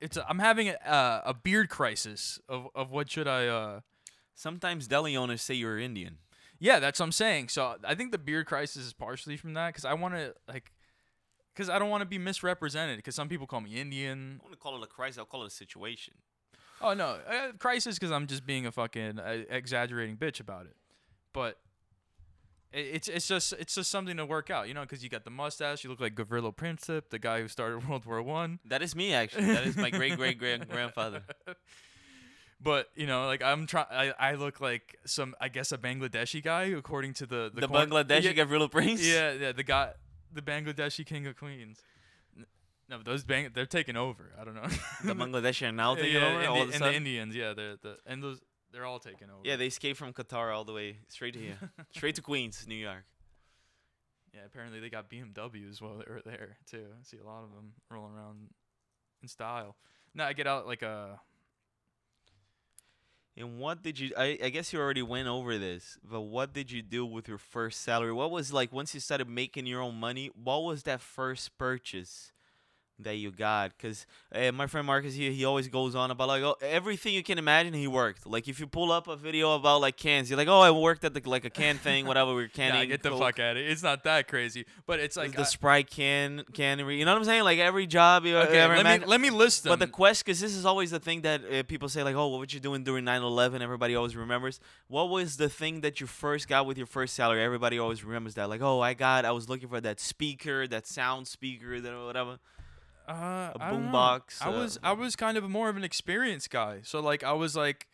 [SPEAKER 2] it's a, I'm having a, uh, a a beard crisis of of what should I uh
[SPEAKER 3] sometimes deli owners say you're indian
[SPEAKER 2] yeah that's what I'm saying. So I think the beard crisis is partially from that because I want to like, cause I don't want to be misrepresented because some people call me Indian
[SPEAKER 3] i want to call it a crisis i'll call it a situation
[SPEAKER 2] Oh no, uh, crisis because I'm just being a fucking uh, exaggerating bitch about it. But i- it's it's just it's just something to work out, you know, because you got the mustache, you look like Gavrilo Princip, the guy who started World War One.
[SPEAKER 3] that is me actually that is my great great grand grandfather
[SPEAKER 2] But you know, like I'm trying, I look like some, I guess, a Bangladeshi guy, according to the
[SPEAKER 3] the,
[SPEAKER 2] corn-
[SPEAKER 3] Bangladeshi
[SPEAKER 2] yeah,
[SPEAKER 3] Gavrilo Prince.
[SPEAKER 2] Yeah, yeah, the guy, the Bangladeshi king of Queens. N- No, those bang, they're taking over. I don't know.
[SPEAKER 3] The Bangladeshi are now taking
[SPEAKER 2] yeah,
[SPEAKER 3] over
[SPEAKER 2] Indi-
[SPEAKER 3] all of
[SPEAKER 2] and
[SPEAKER 3] a
[SPEAKER 2] the
[SPEAKER 3] sudden.
[SPEAKER 2] Indians, yeah, they're the and those they're all taking over.
[SPEAKER 3] yeah, they escaped from Qatar all the way straight to here, straight to Queens, New York.
[SPEAKER 2] Yeah, apparently they got BMWs while they were there too. I see a lot of them rolling around in style. No, I get out like uh, a
[SPEAKER 3] And what did you? I, I guess you already went over this, but what did you do with your first salary? What was like once you started making your own money? What was that first purchase that you got? Cause uh, my friend Marcus here, he always goes on about like oh, everything you can imagine. He worked. Like if you pull up a video about like cans, you're like, oh, I worked at the like a can thing, whatever we were canning.
[SPEAKER 2] yeah, get the
[SPEAKER 3] Coke."
[SPEAKER 2] fuck out of it. It's not that crazy, but it's like
[SPEAKER 3] the
[SPEAKER 2] I-
[SPEAKER 3] Sprite can cannery. You know what I'm saying? Like every job you
[SPEAKER 2] okay,
[SPEAKER 3] ever
[SPEAKER 2] let me
[SPEAKER 3] imagine-
[SPEAKER 2] let me list them.
[SPEAKER 3] but the quest, because this is always the thing that uh, people say, like, oh, what were you doing during 9/11? Everybody always remembers. What was the thing that you first got with your first salary? Everybody always remembers that. Like, oh, I got, I was looking for that speaker, that sound speaker, that whatever.
[SPEAKER 2] uh,
[SPEAKER 3] a
[SPEAKER 2] I don't know.
[SPEAKER 3] boombox,
[SPEAKER 2] I
[SPEAKER 3] uh,
[SPEAKER 2] was I was kind of more of an experienced guy, so like I was like.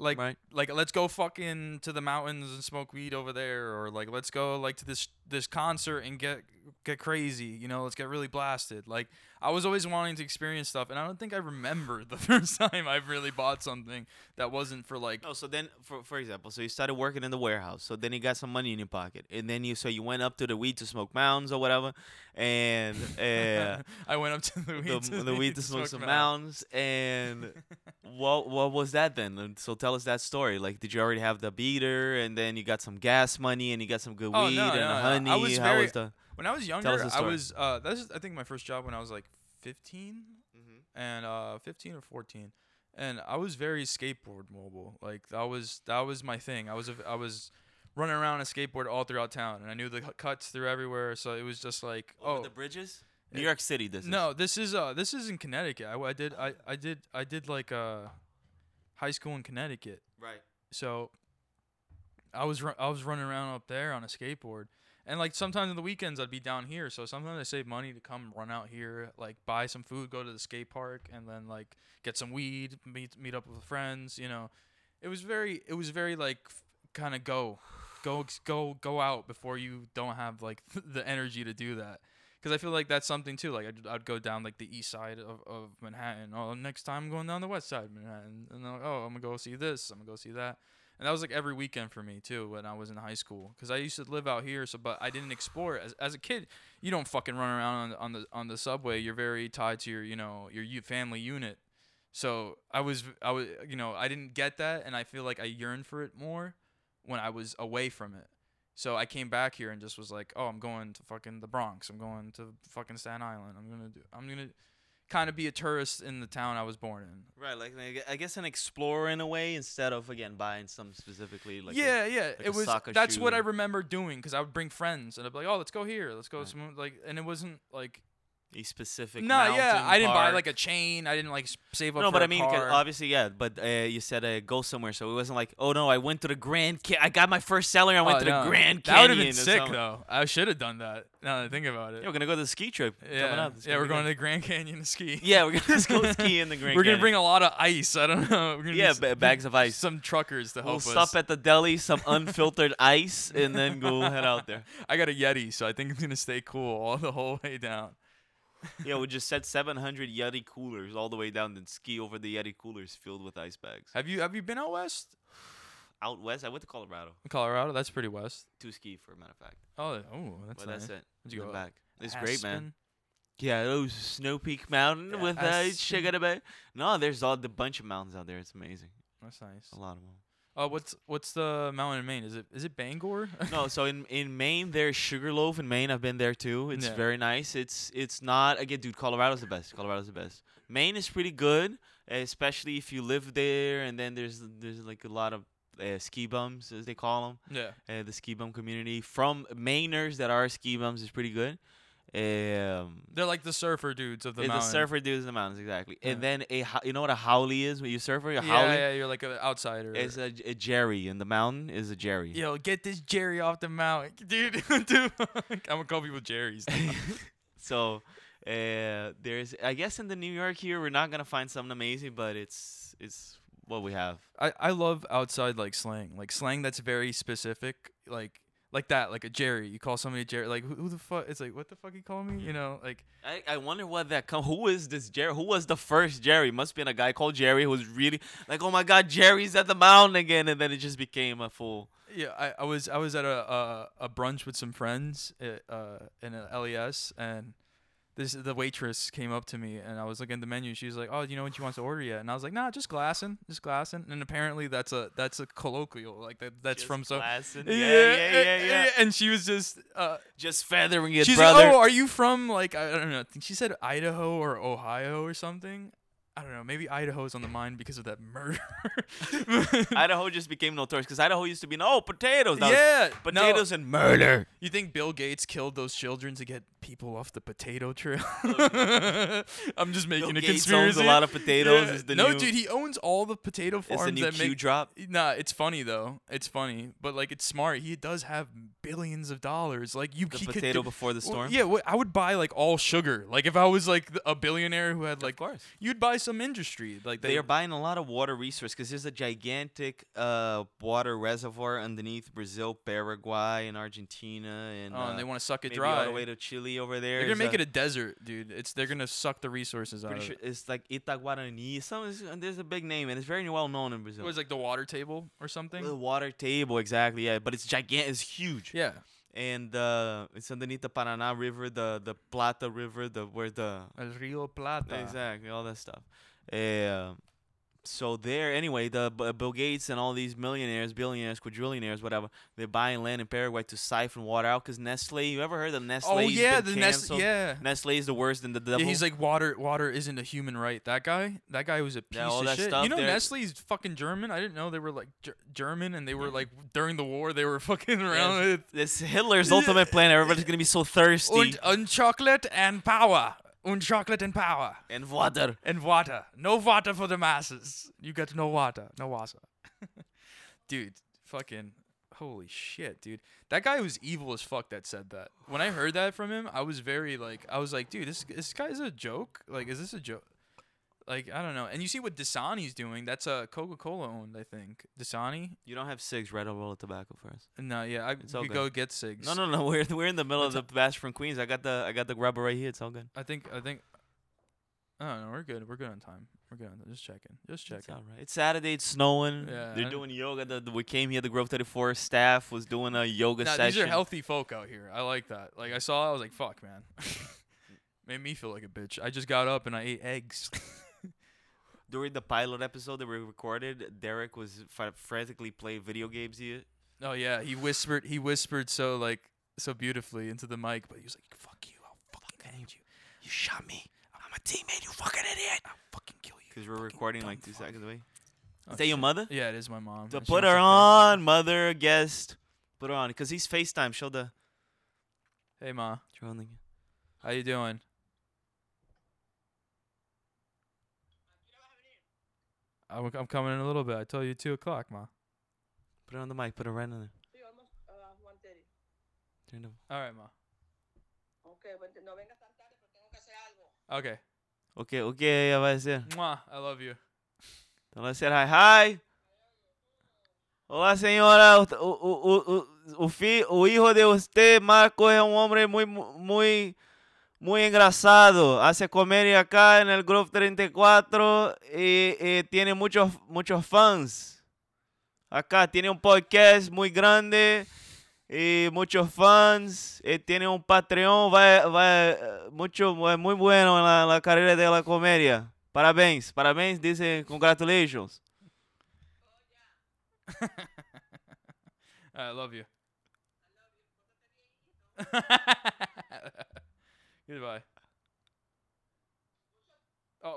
[SPEAKER 2] Like,
[SPEAKER 3] Right.
[SPEAKER 2] like, let's go fucking to the mountains and smoke weed over there, or like, let's go like to this this concert and get get crazy, you know, let's get really blasted. Like, I was always wanting to experience stuff, and I don't think I remember the first time I've really bought something that wasn't for like.
[SPEAKER 3] No, so then, for for example, so you started working in the warehouse. So then you got some money in your pocket, and then you so you went up to the weed to smoke mounds or whatever, and uh,
[SPEAKER 2] I went up to the weed
[SPEAKER 3] the,
[SPEAKER 2] to,
[SPEAKER 3] the weed to smoke some
[SPEAKER 2] mounds.
[SPEAKER 3] mounds and what what was that then and so tell us that story like did you already have the beater and then you got some gas money and you got some good
[SPEAKER 2] Oh,
[SPEAKER 3] weed
[SPEAKER 2] no,
[SPEAKER 3] and
[SPEAKER 2] no, no.
[SPEAKER 3] a honey
[SPEAKER 2] I was
[SPEAKER 3] how
[SPEAKER 2] very-
[SPEAKER 3] was the
[SPEAKER 2] When I was
[SPEAKER 3] us
[SPEAKER 2] younger,
[SPEAKER 3] the
[SPEAKER 2] I
[SPEAKER 3] story.
[SPEAKER 2] was uh, that's I think my first job when I was like 15 and uh, 15 or 14, and I was very skateboard mobile. Like that was that was my thing. I was a, I was running around on a skateboard all throughout town, and I knew the cu- cuts through everywhere. So it was just like oh.
[SPEAKER 3] the bridges new york city this is.
[SPEAKER 2] no, this is uh this is in Connecticut. I, I did I, I did I did like uh high school in Connecticut.
[SPEAKER 3] right
[SPEAKER 2] So I was ru- I was running around up there on a skateboard, and like sometimes on the weekends I'd be down here. So sometimes I save money to come run out here, like buy some food, go to the skate park, and then like get some weed, meet meet up with friends. You know, it was very it was very like kind of go, go ex- go go out before you don't have like the energy to do that. Because I feel like that's something too. Like I'd, I'd go down like the east side of, of Manhattan. Oh, next time I'm going down the west side of Manhattan, and then oh, I'm gonna go see this. I'm gonna go see that And that was like every weekend for me too when I was in high school because I used to live out here. So, but I didn't explore it. as as a kid. You don't fucking run around on, on the on the subway. You're very tied to your you know your u- family unit. So I was I was you know I didn't get that, and I feel like I yearned for it more when I was away from it. So I came back here and just was like, oh, I'm going to fucking the Bronx. I'm going to fucking Staten Island. I'm gonna do. I'm gonna kind of be a tourist in the town I was born in.
[SPEAKER 3] Right, like I gue- I guess an explorer in a way, instead of again buying some specifically like a-
[SPEAKER 2] yeah, yeah.
[SPEAKER 3] like a
[SPEAKER 2] it was.
[SPEAKER 3] soccer
[SPEAKER 2] That's what I
[SPEAKER 3] shoe.
[SPEAKER 2] remember doing because I would bring friends and I'd be like, "Oh, let's go here. Let's go
[SPEAKER 3] Right.
[SPEAKER 2] some like." And it wasn't like.
[SPEAKER 3] a specific.
[SPEAKER 2] No, yeah.
[SPEAKER 3] mountain
[SPEAKER 2] I didn't buy
[SPEAKER 3] park.
[SPEAKER 2] like a chain. I didn't like s- save up.
[SPEAKER 3] No,
[SPEAKER 2] for
[SPEAKER 3] but
[SPEAKER 2] a
[SPEAKER 3] I mean, 'cause
[SPEAKER 2] car.
[SPEAKER 3] obviously, yeah. But uh, you said uh, go somewhere, so it wasn't like, oh no, I went to the Grand. Ca- I got my first salary. I went
[SPEAKER 2] Oh,
[SPEAKER 3] to the
[SPEAKER 2] no.
[SPEAKER 3] Grand
[SPEAKER 2] That
[SPEAKER 3] Canyon.
[SPEAKER 2] would've
[SPEAKER 3] or
[SPEAKER 2] been sick
[SPEAKER 3] something.
[SPEAKER 2] though. I should have done that. Now that I think about it.
[SPEAKER 3] Yeah, we're gonna go to the ski trip. coming
[SPEAKER 2] yeah,
[SPEAKER 3] up. It's
[SPEAKER 2] yeah.
[SPEAKER 3] gonna
[SPEAKER 2] We're
[SPEAKER 3] be
[SPEAKER 2] going to
[SPEAKER 3] good.
[SPEAKER 2] the Grand Canyon to ski.
[SPEAKER 3] Yeah, we're gonna let's go ski in the Grand.
[SPEAKER 2] We're gonna
[SPEAKER 3] Canyon.
[SPEAKER 2] bring a lot of ice. I don't know. We're gonna
[SPEAKER 3] Yeah,
[SPEAKER 2] need
[SPEAKER 3] ba-
[SPEAKER 2] s-
[SPEAKER 3] bags of ice.
[SPEAKER 2] Some truckers to
[SPEAKER 3] We'll
[SPEAKER 2] help us.
[SPEAKER 3] stop at the deli, some unfiltered ice, and then go head out there.
[SPEAKER 2] I got a Yeti, so I think it's gonna stay cool all the whole way down.
[SPEAKER 3] Yeah, we just set 700 Yeti coolers all the way down, then ski over the Yeti coolers filled with ice bags.
[SPEAKER 2] Have you have you been out west?
[SPEAKER 3] Out west, I went to Colorado
[SPEAKER 2] Colorado, that's pretty west.
[SPEAKER 3] to ski, for a matter of fact.
[SPEAKER 2] Oh, oh, that's
[SPEAKER 3] but
[SPEAKER 2] nice.
[SPEAKER 3] that's it.
[SPEAKER 2] Where'd you
[SPEAKER 3] Then
[SPEAKER 2] go?
[SPEAKER 3] back. It's great, man.
[SPEAKER 2] Aspen?
[SPEAKER 3] Yeah, those Snow Peak Mountain
[SPEAKER 2] Yeah,
[SPEAKER 3] with uh,
[SPEAKER 2] Aspen.
[SPEAKER 3] sugar bay. No, there's all the bunch of mountains out there. It's amazing.
[SPEAKER 2] That's nice.
[SPEAKER 3] A lot of them.
[SPEAKER 2] Oh, what's what's the mountain in Maine? Is it is it Bangor?
[SPEAKER 3] no, so in in Maine there's Sugarloaf in Maine. I've been there too. It's
[SPEAKER 2] Yeah.
[SPEAKER 3] very nice. It's it's not again, dude. Colorado's the best. Colorado's the best. Maine is pretty good, especially if you live there. And then there's there's like a lot of uh, ski bums as they call them.
[SPEAKER 2] yeah.
[SPEAKER 3] Uh, the ski bum community from Mainers that are ski bums is pretty good. Um, eh,
[SPEAKER 2] They're like the surfer dudes of the
[SPEAKER 3] the, the
[SPEAKER 2] mountain.
[SPEAKER 3] surfer dudes in the mountains exactly. And
[SPEAKER 2] Yeah.
[SPEAKER 3] then a ho- you know what a howley is when you surfer. A
[SPEAKER 2] Yeah,
[SPEAKER 3] howley
[SPEAKER 2] yeah, you're like an outsider.
[SPEAKER 3] is a, a jerry in the mountain is a jerry.
[SPEAKER 2] Yo, get this Jerry off the mountain, dude. dude. I'm gonna call people Jerry's. now.
[SPEAKER 3] So uh, there's, I guess, in the New York here, we're not gonna find something amazing, but it's it's what we have.
[SPEAKER 2] I, I love outside like slang, like slang that's very specific, like like that, like a Jerry. You call somebody Jerry, like who, who the fuck? It's like what the fuck you call me?
[SPEAKER 3] Mm-hmm.
[SPEAKER 2] You know, like
[SPEAKER 3] I, I wonder what that come. Who is this Jerry? Who was the first Jerry? Must been a guy called Jerry who was really like, oh my God, Jerry's at the mountain again, and then it just became a full.
[SPEAKER 2] yeah. I, I was I was at a a, a brunch with some friends at, uh, in a LES, and this the waitress came up to me, and I was looking at the menu. She was like, "Oh, do you know what you want to order yet?" And I was like, "Nah, just glassin', just glassin'." And apparently that's a that's a colloquial, like that that's
[SPEAKER 3] Just
[SPEAKER 2] from some. eh,
[SPEAKER 3] glassing. Yeah, yeah, yeah, yeah.
[SPEAKER 2] And she was just uh,
[SPEAKER 3] Just feathering it,
[SPEAKER 2] She's
[SPEAKER 3] brother.
[SPEAKER 2] like, oh, are you from like I don't know? I think she said Idaho or Ohio or something. I don't know. Maybe Idaho's on the mind because of that murder.
[SPEAKER 3] Idaho just became notorious because Idaho used to be no potatoes. Now it's
[SPEAKER 2] oh. yeah, no.
[SPEAKER 3] potatoes and murder.
[SPEAKER 2] You think Bill Gates killed those children to get people off the potato trail? I'm just making a
[SPEAKER 3] Gates owns a
[SPEAKER 2] conspiracy.
[SPEAKER 3] lot of potatoes, is the
[SPEAKER 2] no,
[SPEAKER 3] new-
[SPEAKER 2] dude, he owns all the potato
[SPEAKER 3] It's
[SPEAKER 2] farms
[SPEAKER 3] a new
[SPEAKER 2] that
[SPEAKER 3] Q
[SPEAKER 2] make.
[SPEAKER 3] drop.
[SPEAKER 2] Nah, it's funny though. It's funny, but like it's smart. He does have billions of dollars. Like you,
[SPEAKER 3] The
[SPEAKER 2] he could
[SPEAKER 3] potato
[SPEAKER 2] do-
[SPEAKER 3] before the
[SPEAKER 2] Well,
[SPEAKER 3] storm.
[SPEAKER 2] yeah, wh- I would buy like all sugar. Like if I was like th- a billionaire who had like,
[SPEAKER 3] course.
[SPEAKER 2] you'd buy some industry. Like
[SPEAKER 3] They are buying a lot of water resource because there's a gigantic uh, water reservoir underneath Brazil, Paraguay, and Argentina, and,
[SPEAKER 2] Oh, and
[SPEAKER 3] uh,
[SPEAKER 2] they want to suck it
[SPEAKER 3] maybe
[SPEAKER 2] dry.
[SPEAKER 3] all the way to Chile over there.
[SPEAKER 2] they're gonna
[SPEAKER 3] is
[SPEAKER 2] make
[SPEAKER 3] a-
[SPEAKER 2] it a desert, dude. It's they're gonna suck the resources out.
[SPEAKER 3] pretty
[SPEAKER 2] of
[SPEAKER 3] sure
[SPEAKER 2] it.
[SPEAKER 3] it's like Itaguarani. Some is- and there's a big name and it's very well known in
[SPEAKER 2] It
[SPEAKER 3] Brazil.
[SPEAKER 2] was like the water table or something.
[SPEAKER 3] the water table exactly, yeah, but it's gigantic, it's huge,
[SPEAKER 2] Yeah,
[SPEAKER 3] and uh, it's underneath the Paraná River, the the Plata River, the where the
[SPEAKER 2] El Rio Plata.
[SPEAKER 3] Exactly, all that stuff. Uh, so there, anyway, the B- Bill Gates and all these millionaires, billionaires, quadrillionaires, whatever, they're buying land in Paraguay to siphon water out because Nestle. You ever heard of Nestle?
[SPEAKER 2] Oh yeah,
[SPEAKER 3] been
[SPEAKER 2] the Nest.
[SPEAKER 3] canceled?
[SPEAKER 2] Yeah.
[SPEAKER 3] Nestle is the worst than the
[SPEAKER 2] Yeah,
[SPEAKER 3] devil.
[SPEAKER 2] he's like water. Water isn't a human right. That guy. That guy was a piece
[SPEAKER 3] Yeah, all
[SPEAKER 2] of
[SPEAKER 3] that
[SPEAKER 2] shit.
[SPEAKER 3] stuff
[SPEAKER 2] You know,
[SPEAKER 3] there-
[SPEAKER 2] Nestle's fucking German. I didn't know they were like Ger- German, and they were like during the war they were fucking around with
[SPEAKER 3] This Hitler's
[SPEAKER 2] Yeah.
[SPEAKER 3] ultimate plan. Everybody's gonna be so thirsty
[SPEAKER 2] Und, und chocolate and power. Und chocolate and power.
[SPEAKER 3] and water.
[SPEAKER 2] And water. No water for the masses. You get no water. No water. dude, fucking. Holy shit, dude. That guy was evil as fuck that said that. When I heard that from him, I was very like, I was like, dude, this, this guy's a joke? Like, is this a joke? Like, I don't know. And you see what Dasani's doing. That's a uh, Coca Cola owned, I think. Dasani?
[SPEAKER 3] You don't have cigs, right? I'll roll of tobacco first.
[SPEAKER 2] No, yeah. I,
[SPEAKER 3] It's all
[SPEAKER 2] we
[SPEAKER 3] good.
[SPEAKER 2] go get cigs.
[SPEAKER 3] No, no, no. We're we're in the middle of
[SPEAKER 2] What's
[SPEAKER 3] the bash from Queens. I got the I got the grabber right here. It's all good.
[SPEAKER 2] I think I think I don't know. We're oh, good. We're good on time. We're good. on that. Just checking. Just
[SPEAKER 3] It's
[SPEAKER 2] checking.
[SPEAKER 3] all right. It's Saturday. It's snowing.
[SPEAKER 2] Yeah,
[SPEAKER 3] They're
[SPEAKER 2] I-
[SPEAKER 3] doing yoga. The, the- we came here. The Grove 34 staff was doing a yoga
[SPEAKER 2] Nah,
[SPEAKER 3] session.
[SPEAKER 2] these are healthy folk out here. I like that. Like I saw, I was like, "Fuck, man." Made me feel like a bitch. I just got up and I ate eggs.
[SPEAKER 3] During the pilot episode that we recorded, Derek was fr- frantically playing video games here.
[SPEAKER 2] oh yeah, he whispered. He whispered so like so beautifully into the mic, but he was like, "Fuck you! I'll fucking end you. You shot me. I'm a teammate. You fucking idiot. I'll fucking kill you."
[SPEAKER 3] Because
[SPEAKER 2] you
[SPEAKER 3] we're
[SPEAKER 2] fucking
[SPEAKER 3] recording
[SPEAKER 2] dumb
[SPEAKER 3] like two
[SPEAKER 2] fuck."
[SPEAKER 3] seconds away.
[SPEAKER 2] Oh,
[SPEAKER 3] Is that your
[SPEAKER 2] shit.
[SPEAKER 3] mother?
[SPEAKER 2] Yeah, it is my mom.
[SPEAKER 3] So
[SPEAKER 2] She
[SPEAKER 3] put
[SPEAKER 2] wants
[SPEAKER 3] her
[SPEAKER 2] to
[SPEAKER 3] on, mother guest. Put her on. Because he's FaceTime. Show the.
[SPEAKER 2] thank- Hey ma,
[SPEAKER 3] Show on the-
[SPEAKER 2] how you doing? I'm, I'm coming in a little bit. I told you two o'clock, ma.
[SPEAKER 3] Put her on the mic. Put her right on there.
[SPEAKER 5] Sí, vamos a 1.30.
[SPEAKER 3] Turn the-
[SPEAKER 2] All right, ma.
[SPEAKER 5] Ok, bueno, no vengas tan tarde porque tengo que hacer algo.
[SPEAKER 2] Okay.
[SPEAKER 3] Okay, okay, I was there.
[SPEAKER 2] Mwah, I love you.
[SPEAKER 3] Então ela said hi, hi. Olá, senhora. O, o, o, o, o, fi, o hijo de usted, Marco, é um homem muito, muito, muito engraçado. Hace comédia acá en el Grove 34 e, e tiene muitos, muitos fãs. Acá tiene um podcast muito grande e muitos fãs. E tiene um Patreon, vai, vai, eh, mucho, é muito bueno na, na carreira dela comédia. Parabéns, parabéns, dizem congratulations.
[SPEAKER 2] I love you. Goodbye. Oh,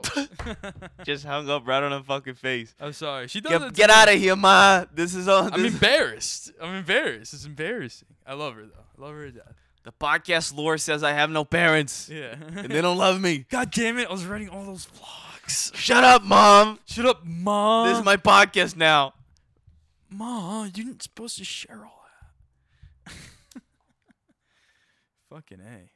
[SPEAKER 3] Just hung up right on her fucking face.
[SPEAKER 2] I'm sorry. She does.
[SPEAKER 3] Get, get out of here, ma. This is all.
[SPEAKER 2] I'm
[SPEAKER 3] This
[SPEAKER 2] embarrassed. I'm embarrassed. It's embarrassing. I love her though. I love her to death.
[SPEAKER 3] the podcast lore says I have no parents,
[SPEAKER 2] Yeah.
[SPEAKER 3] and they don't love me.
[SPEAKER 2] God damn it! I was running all those vlogs.
[SPEAKER 3] Shut up, mom.
[SPEAKER 2] Shut up, mom.
[SPEAKER 3] This is my podcast now.
[SPEAKER 2] Ma, you didn't supposed to share all that. Fucking A.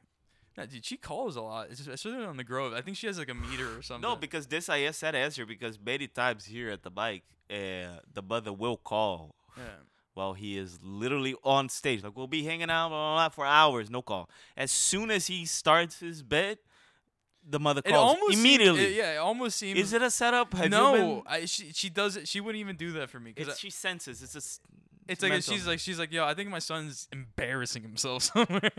[SPEAKER 2] Nah, dude, she calls a lot, it's- especially on the Grove. I think she has like a meter or something.
[SPEAKER 3] No, because this I said answer because many times here at the bike, uh, the mother will call
[SPEAKER 2] Yeah.
[SPEAKER 3] while he is literally on stage. Like we'll be hanging out blah, blah, blah, for hours, no call. As soon as he starts his bed, the mother
[SPEAKER 2] It
[SPEAKER 3] calls
[SPEAKER 2] almost seems-
[SPEAKER 3] immediately.
[SPEAKER 2] it- yeah, it almost seems.
[SPEAKER 3] Is it a setup? Have you
[SPEAKER 2] no,
[SPEAKER 3] been-
[SPEAKER 2] I, she she does it. She wouldn't even do that for me because
[SPEAKER 3] It's, she senses. It's a. s-
[SPEAKER 2] it's like
[SPEAKER 3] mental.
[SPEAKER 2] she's like she's like yo, I think my son's embarrassing himself somewhere.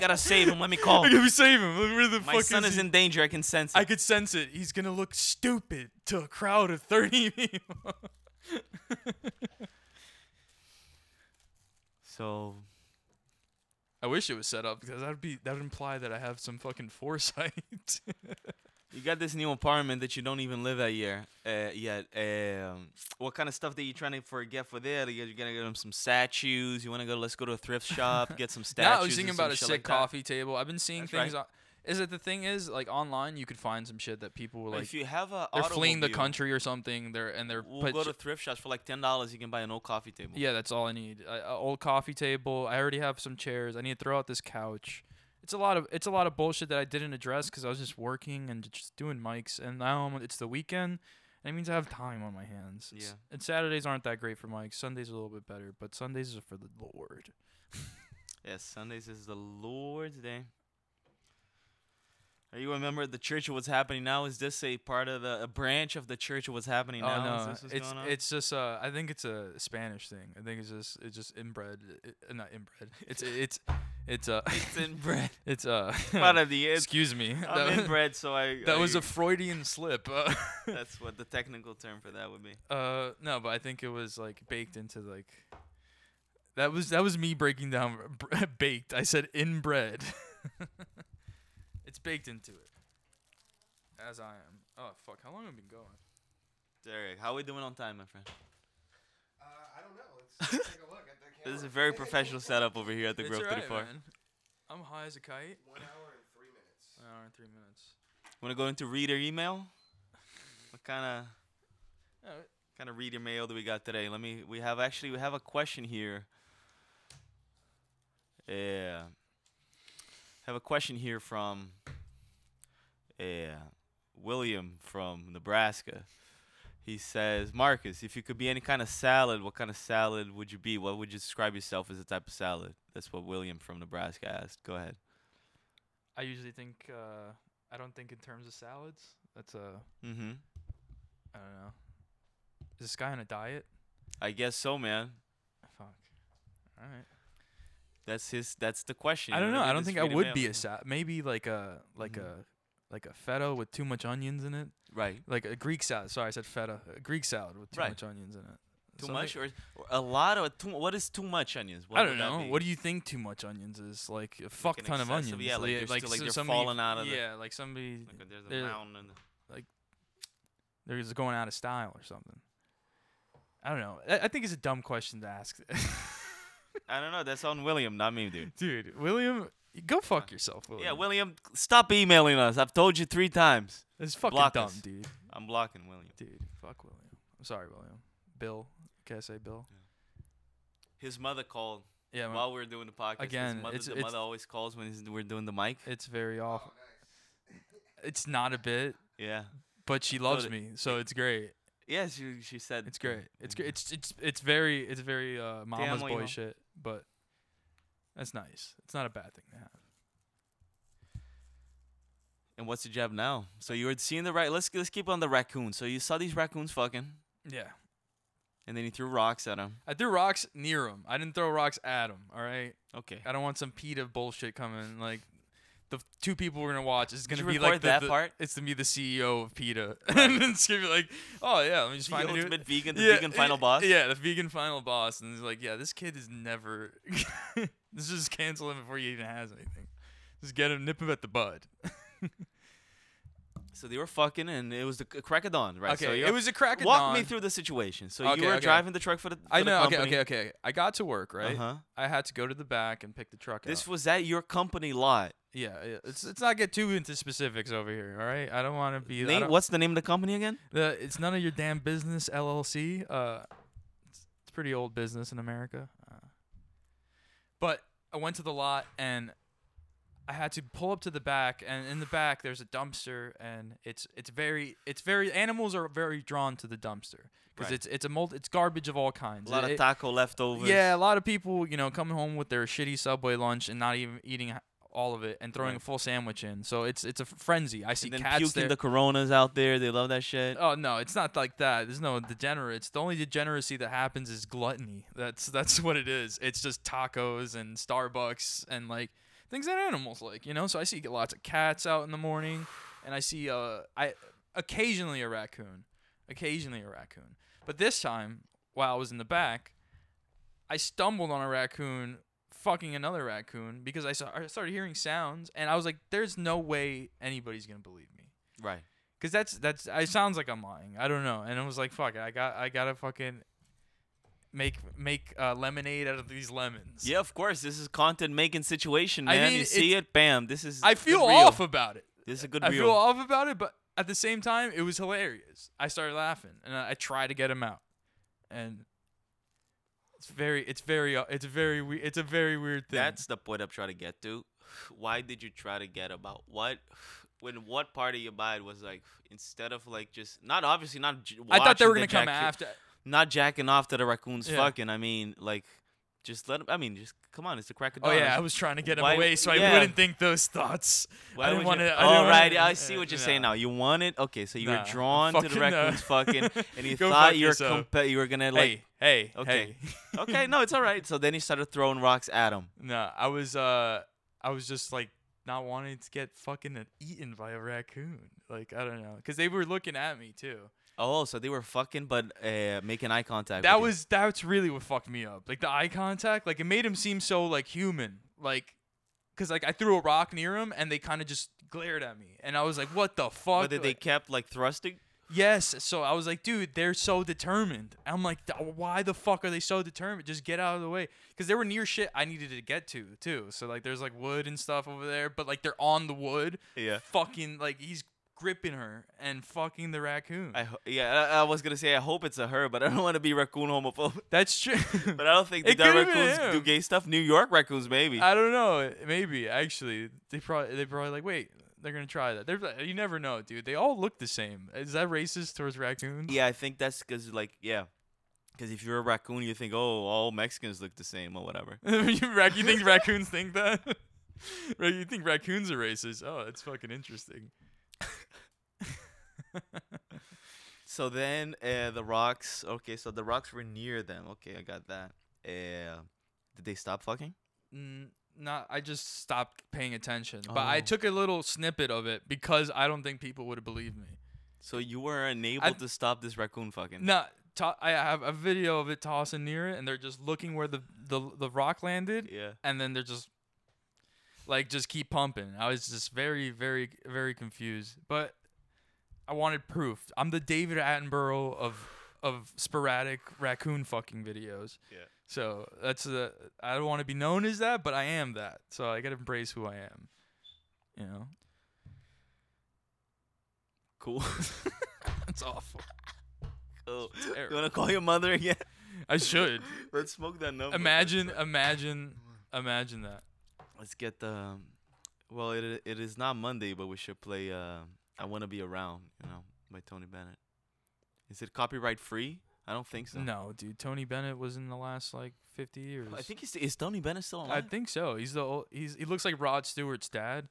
[SPEAKER 3] gotta save him. Let me call.
[SPEAKER 2] I gotta save him. Look, Where the
[SPEAKER 3] My
[SPEAKER 2] fuck
[SPEAKER 3] son is
[SPEAKER 2] he?
[SPEAKER 3] in danger. I can sense it.
[SPEAKER 2] I could sense it. He's gonna look stupid to a crowd of thirty people.
[SPEAKER 3] so
[SPEAKER 2] I wish it was set up because that'd be that would imply that I have some fucking foresight.
[SPEAKER 3] you got this new apartment that you don't even live at year uh, yet. Um, what kind of stuff that you trying to forget for there? You're gonna get him some statues. You wanna go? Let's go to a thrift shop. Get some statues.
[SPEAKER 2] yeah, I was
[SPEAKER 3] and
[SPEAKER 2] thinking
[SPEAKER 3] some
[SPEAKER 2] about a
[SPEAKER 3] shit
[SPEAKER 2] sick
[SPEAKER 3] like that.
[SPEAKER 2] coffee table. I've been seeing
[SPEAKER 3] That's
[SPEAKER 2] things.
[SPEAKER 3] right.
[SPEAKER 2] On, is it the thing is like online you could find some shit that people were like
[SPEAKER 3] if you have a
[SPEAKER 2] they're fleeing the
[SPEAKER 3] automobile,
[SPEAKER 2] country or something. They're and they're
[SPEAKER 3] We'll
[SPEAKER 2] put
[SPEAKER 3] go
[SPEAKER 2] sh-
[SPEAKER 3] to thrift shops for like ten dollars. You can buy an old coffee table.
[SPEAKER 2] yeah. That's all I need. A, a old coffee table. I already have some chairs. I need to throw out this couch. It's a lot of it's a lot of bullshit that I didn't address because I was just working and just doing mics. And now I'm, it's the weekend. And it means I have time on my hands. It's-
[SPEAKER 3] Yeah.
[SPEAKER 2] And Saturdays aren't that great for mics. Sundays are a little bit better, but Sundays are for the Lord.
[SPEAKER 3] Yes, Sundays is the Lord's day. Uh, You remember the church of what's happening now? Is this a part of the a branch of the church of what's happening
[SPEAKER 2] Oh
[SPEAKER 3] now? Is
[SPEAKER 2] no,
[SPEAKER 3] this what's
[SPEAKER 2] it's
[SPEAKER 3] going on?
[SPEAKER 2] it's just uh, I think it's a Spanish thing. I think it's just it's just inbred, i- uh, not inbred. It's it's it's uh
[SPEAKER 3] It's inbred.
[SPEAKER 2] it's uh
[SPEAKER 3] part of the it's
[SPEAKER 2] excuse me.
[SPEAKER 3] I'm
[SPEAKER 2] that,
[SPEAKER 3] inbred, so I.
[SPEAKER 2] that
[SPEAKER 3] I-
[SPEAKER 2] was a Freudian slip. Uh,
[SPEAKER 3] that's what the technical term for that would be.
[SPEAKER 2] uh no, but I think it was like baked into like that was that was me breaking down br- baked. I said inbred. it's baked into it. As I am. Oh fuck! How long have we been going?
[SPEAKER 3] Derek, how we doing on time, my friend?
[SPEAKER 6] Uh, I don't know. Let's let's take a look at the camera.
[SPEAKER 3] This is a very professional setup over here at the
[SPEAKER 2] It's
[SPEAKER 3] Grove
[SPEAKER 2] alright,
[SPEAKER 3] 34.
[SPEAKER 2] man. I'm high as a kite.
[SPEAKER 6] One hour and three minutes.
[SPEAKER 2] An hour and three minutes.
[SPEAKER 3] Want to go into reader email? What kind of
[SPEAKER 2] Oh,
[SPEAKER 3] kind of reader mail do we got today? Let me. We have actually we have a question here. Yeah. Have a question here from. Yeah, William from Nebraska. He says, Marcus, if you could be any kind of salad, what kind of salad would you be? What would you describe yourself as a type of salad? That's what William from Nebraska asked. Go ahead.
[SPEAKER 2] I usually think uh, I don't think in terms of salads. That's a
[SPEAKER 3] Mm-hmm.
[SPEAKER 2] I don't know. Is this guy on a diet?
[SPEAKER 3] I guess so, man.
[SPEAKER 2] Fuck. All right.
[SPEAKER 3] That's his. That's the question.
[SPEAKER 2] I
[SPEAKER 3] you
[SPEAKER 2] don't know.
[SPEAKER 3] Look
[SPEAKER 2] I
[SPEAKER 3] at
[SPEAKER 2] don't
[SPEAKER 3] this
[SPEAKER 2] think I
[SPEAKER 3] freedom
[SPEAKER 2] would
[SPEAKER 3] man.
[SPEAKER 2] be a sa Maybe like a like
[SPEAKER 3] Mhm.
[SPEAKER 2] a like a feta with too much onions in it.
[SPEAKER 3] Right.
[SPEAKER 2] Like a Greek salad. Sorry, I said feta. A Greek salad with too
[SPEAKER 3] Right.
[SPEAKER 2] much onions in it.
[SPEAKER 3] Too
[SPEAKER 2] So I
[SPEAKER 3] much
[SPEAKER 2] think-
[SPEAKER 3] or, or a lot of too, what is too much onions? What
[SPEAKER 2] I don't
[SPEAKER 3] would that
[SPEAKER 2] know.
[SPEAKER 3] be?
[SPEAKER 2] What do you think too much onions is? Like a fuck
[SPEAKER 3] an
[SPEAKER 2] ton of
[SPEAKER 3] excessive-
[SPEAKER 2] onions.
[SPEAKER 3] yeah, like they're still- like
[SPEAKER 2] so
[SPEAKER 3] they're
[SPEAKER 2] somebody-
[SPEAKER 3] falling out of the-
[SPEAKER 2] Yeah, like somebody
[SPEAKER 3] Like, there's a
[SPEAKER 2] there-
[SPEAKER 3] mountain and-
[SPEAKER 2] they're just going out of style or something. I don't know. I, I think it's a dumb question to ask,
[SPEAKER 3] I don't know. That's on William, not me, dude.
[SPEAKER 2] dude. William, go fuck yourself, William.
[SPEAKER 3] Yeah, William, stop emailing us. I've told you three times.
[SPEAKER 2] It's fucking
[SPEAKER 3] block
[SPEAKER 2] dumb,
[SPEAKER 3] us.
[SPEAKER 2] dude.
[SPEAKER 3] I'm blocking William.
[SPEAKER 2] Dude, fuck William. I'm sorry, William. Bill. Can I say Bill?
[SPEAKER 3] His mother called
[SPEAKER 2] Yeah, my-
[SPEAKER 3] while we were doing the podcast.
[SPEAKER 2] Again,
[SPEAKER 3] his mother,
[SPEAKER 2] it's-
[SPEAKER 3] the
[SPEAKER 2] it's-
[SPEAKER 3] mother always calls when he's, we're doing the mic.
[SPEAKER 2] it's very awful. It's not a bit,
[SPEAKER 3] Yeah.
[SPEAKER 2] but she loves
[SPEAKER 3] it-
[SPEAKER 2] me, so it's great.
[SPEAKER 3] Yeah, she, she said.
[SPEAKER 2] It's great. It's great. It's it's it's very it's very uh, mama's
[SPEAKER 3] amo,
[SPEAKER 2] boy
[SPEAKER 3] hijo.
[SPEAKER 2] shit, but that's nice. It's not a bad thing to have.
[SPEAKER 3] And what's the job now? So you were seeing the right. Let's let's keep on the raccoons. So you saw these raccoons fucking,
[SPEAKER 2] Yeah.
[SPEAKER 3] and then you threw rocks at them.
[SPEAKER 2] I threw rocks near him. I didn't throw rocks at him. All right.
[SPEAKER 3] Okay.
[SPEAKER 2] I don't want some PETA bullshit coming. Like the f- two people we're gonna watch is
[SPEAKER 3] Did
[SPEAKER 2] gonna
[SPEAKER 3] you
[SPEAKER 2] be
[SPEAKER 3] record
[SPEAKER 2] like the,
[SPEAKER 3] that
[SPEAKER 2] the-
[SPEAKER 3] part?
[SPEAKER 2] It's gonna be the CEO of PETA, and it's gonna be like, oh yeah, let me just
[SPEAKER 3] The
[SPEAKER 2] find a new-
[SPEAKER 3] ultimate vegan, the
[SPEAKER 2] Yeah,
[SPEAKER 3] vegan final
[SPEAKER 2] y-
[SPEAKER 3] boss.
[SPEAKER 2] Yeah, the vegan final boss, and he's like, yeah, this kid is never. this is cancel him before he even has anything. Just get him, nip him at the bud.
[SPEAKER 3] So they were fucking, and it was the c- crack of dawn, right? so
[SPEAKER 2] Okay,
[SPEAKER 3] you're-
[SPEAKER 2] it was the crack of
[SPEAKER 3] Walk me
[SPEAKER 2] dawn.
[SPEAKER 3] through the situation. So
[SPEAKER 2] Okay,
[SPEAKER 3] you were
[SPEAKER 2] okay.
[SPEAKER 3] driving the truck for the. For
[SPEAKER 2] I
[SPEAKER 3] the
[SPEAKER 2] know. Okay,
[SPEAKER 3] company.
[SPEAKER 2] okay, okay. I got to work, right?
[SPEAKER 3] Uh-huh.
[SPEAKER 2] I had to go to the back and pick the truck up.
[SPEAKER 3] This was at your company lot.
[SPEAKER 2] Yeah, yeah. It's it's not get too into specifics over here, all right? I don't want to be. I
[SPEAKER 3] Name,
[SPEAKER 2] don't-
[SPEAKER 3] what's the name of the company again?
[SPEAKER 2] The, it's none of your damn business, LLC. Uh, it's, it's pretty old business in America. Uh, but I went to the lot and I had to pull up to the back, and in the back there's a dumpster, and it's it's very it's very animals are very drawn to the dumpster because
[SPEAKER 3] Right.
[SPEAKER 2] it's it's a multi, it's garbage of all kinds.
[SPEAKER 3] A lot
[SPEAKER 2] It-
[SPEAKER 3] of
[SPEAKER 2] it-
[SPEAKER 3] taco leftovers.
[SPEAKER 2] yeah, a lot of people, you know, coming home with their shitty Subway lunch and not even eating h- all of it and throwing a
[SPEAKER 3] Right.
[SPEAKER 2] full sandwich in. So it's it's a f- frenzy. I see
[SPEAKER 3] And then
[SPEAKER 2] cats
[SPEAKER 3] puking
[SPEAKER 2] there.
[SPEAKER 3] the Coronas out there. They love that shit.
[SPEAKER 2] oh no, it's not like that. There's no degenerates. The only degeneracy that happens is gluttony. That's that's what it is. It's just tacos and Starbucks and like things that animals like, you know. So I see lots of cats out in the morning, and I see uh I occasionally a raccoon, occasionally a raccoon. But this time, while I was in the back, I stumbled on a raccoon fucking another raccoon because I saw I started hearing sounds and I was like, there's no way anybody's gonna believe me.
[SPEAKER 3] Right.
[SPEAKER 2] Cause that's that's it sounds like I'm lying. I don't know. And I was like, fuck, I got I gotta fucking make make uh, lemonade out of these lemons.
[SPEAKER 3] Yeah, of course. This is content making situation,
[SPEAKER 2] I
[SPEAKER 3] man.
[SPEAKER 2] mean,
[SPEAKER 3] you see
[SPEAKER 2] it's-
[SPEAKER 3] it, bam. This is.
[SPEAKER 2] I
[SPEAKER 3] good
[SPEAKER 2] feel
[SPEAKER 3] reel.
[SPEAKER 2] off about it.
[SPEAKER 3] This is a good
[SPEAKER 2] I
[SPEAKER 3] reel.
[SPEAKER 2] feel off about it, but at the same time, it was hilarious. I started laughing, and I, I try to get him out, and it's very, it's very, uh, it's very, we- it's a very weird thing.
[SPEAKER 3] That's the point I'm trying to get to. Why did you try to get about what? When what part of your mind was like instead of like just not obviously not. j-
[SPEAKER 2] I thought they
[SPEAKER 3] watching
[SPEAKER 2] were
[SPEAKER 3] the
[SPEAKER 2] gonna come
[SPEAKER 3] jack-
[SPEAKER 2] after.
[SPEAKER 3] Not jacking off to the raccoons
[SPEAKER 2] Yeah.
[SPEAKER 3] fucking. I mean, like, just let 'em- I mean, just come on. It's the crack of
[SPEAKER 2] Oh
[SPEAKER 3] dawn.
[SPEAKER 2] yeah,
[SPEAKER 3] it's-
[SPEAKER 2] I was trying to get him
[SPEAKER 3] Why-
[SPEAKER 2] away so
[SPEAKER 3] yeah.
[SPEAKER 2] I wouldn't think those thoughts. I
[SPEAKER 3] Why
[SPEAKER 2] didn't
[SPEAKER 3] would
[SPEAKER 2] want
[SPEAKER 3] you-
[SPEAKER 2] to.
[SPEAKER 3] All right, I see what you're saying now. You wanted okay, so you
[SPEAKER 2] Nah,
[SPEAKER 3] were drawn to the
[SPEAKER 2] fucking no.
[SPEAKER 3] raccoons fucking, and you
[SPEAKER 2] Go
[SPEAKER 3] thought
[SPEAKER 2] fuck
[SPEAKER 3] you were
[SPEAKER 2] yourself.
[SPEAKER 3] compa- you were gonna
[SPEAKER 2] Hey,
[SPEAKER 3] like
[SPEAKER 2] hey,
[SPEAKER 3] okay,
[SPEAKER 2] hey.
[SPEAKER 3] okay, no, it's all right. So then you started throwing rocks at him.
[SPEAKER 2] No, I was uh I was just like not wanting to get fucking eaten by a raccoon. Like I don't know, cuz they were looking at me too.
[SPEAKER 3] Oh, so they were fucking, but uh, making eye contact.
[SPEAKER 2] That
[SPEAKER 3] with you.
[SPEAKER 2] was that's really what fucked me up. Like the eye contact, like it made him seem so like human. Like cuz like I threw a rock near him and they kind of just glared at me. And I was like, "What the fuck?"
[SPEAKER 3] whether they
[SPEAKER 2] Like,
[SPEAKER 3] kept like thrusting.
[SPEAKER 2] yes, so I was like, "Dude, they're so determined." I'm like, "Th- "Why the fuck are they so determined? Just get out of the way." Cuz they were near shit I needed to get to, too. So like there's like wood and stuff over there, but like they're on the wood.
[SPEAKER 3] Yeah.
[SPEAKER 2] fucking like he's gripping her and fucking the raccoon.
[SPEAKER 3] I ho- yeah, I, I was gonna say I hope it's a her, but I don't want to be raccoon homophobe.
[SPEAKER 2] That's true.
[SPEAKER 3] But uh, I don't think
[SPEAKER 2] It
[SPEAKER 3] that
[SPEAKER 2] could've been
[SPEAKER 3] raccoons do
[SPEAKER 2] him.
[SPEAKER 3] gay stuff. New York raccoons, maybe.
[SPEAKER 2] I don't know. Maybe actually, they probably they probably like wait, they're gonna try that. They're like- you never know, dude. They all look the same. Is that racist towards raccoons?
[SPEAKER 3] yeah, I think that's because like yeah, because if you're a raccoon, you think oh all Mexicans look the same or whatever.
[SPEAKER 2] you, rac- you think raccoons think that? right? You think raccoons are racist? Oh, that's fucking interesting.
[SPEAKER 3] So then uh, the rocks. Okay, so the rocks were near them. Okay, I got that. Uh, did they stop fucking?
[SPEAKER 2] N- Mm, not I just stopped paying attention. But I
[SPEAKER 3] Oh.
[SPEAKER 2] took a little snippet of it because I don't think people would have believed me.
[SPEAKER 3] So you were unable to stop this raccoon fucking.
[SPEAKER 2] No, to- I have a video of it tossing near it, and they're just looking where the the, the rock landed,
[SPEAKER 3] Yeah.
[SPEAKER 2] and then they're just like just keep pumping. I was just very, very, very confused, but I wanted proof. I'm the David Attenborough of of sporadic raccoon fucking videos.
[SPEAKER 3] Yeah.
[SPEAKER 2] So that's the I don't want to be known as that, but I am that. So I gotta embrace who I am. You know,
[SPEAKER 3] Cool.
[SPEAKER 2] it's awful.
[SPEAKER 3] cool. You
[SPEAKER 2] terrible.
[SPEAKER 3] wanna call your mother again?
[SPEAKER 2] I should
[SPEAKER 3] Let's smoke that number. first.
[SPEAKER 2] imagine, imagine, imagine that.
[SPEAKER 3] Let's get the. Well, it i- it is not Monday, but we should play. Uh, I wanna be around, you know, by Tony Bennett. Is it copyright free? I don't think so.
[SPEAKER 2] No, dude. Tony Bennett was in the last like 50 years.
[SPEAKER 3] I think he's is Tony Bennett still
[SPEAKER 2] I
[SPEAKER 3] alive?
[SPEAKER 2] think so. He's the old, he's he looks like Rod Stewart's dad.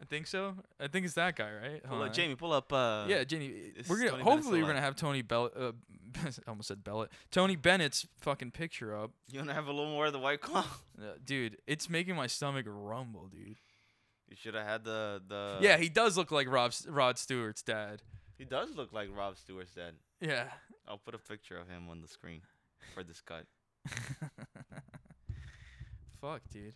[SPEAKER 2] I think so. I think it's that guy, right?
[SPEAKER 3] Pull
[SPEAKER 2] Hold
[SPEAKER 3] up,
[SPEAKER 2] on.
[SPEAKER 3] Jamie, pull up. Uh,
[SPEAKER 2] yeah, Jamie.
[SPEAKER 3] it's
[SPEAKER 2] We're gonna
[SPEAKER 3] Tony Bennett's
[SPEAKER 2] hopefully we're
[SPEAKER 3] alive.
[SPEAKER 2] gonna have Tony Bell. Uh, I almost said Bellet. Tony Bennett's fucking picture up.
[SPEAKER 3] You wanna have a little more of the white claw?
[SPEAKER 2] Uh, dude, it's making my stomach rumble, dude.
[SPEAKER 3] You should have had the the.
[SPEAKER 2] yeah, he does look like Rob S- Rod Stewart's dad.
[SPEAKER 3] He does look like Rob Stewart's dad.
[SPEAKER 2] Yeah.
[SPEAKER 3] I'll put a picture of him on the screen for this cut.
[SPEAKER 2] Fuck, dude.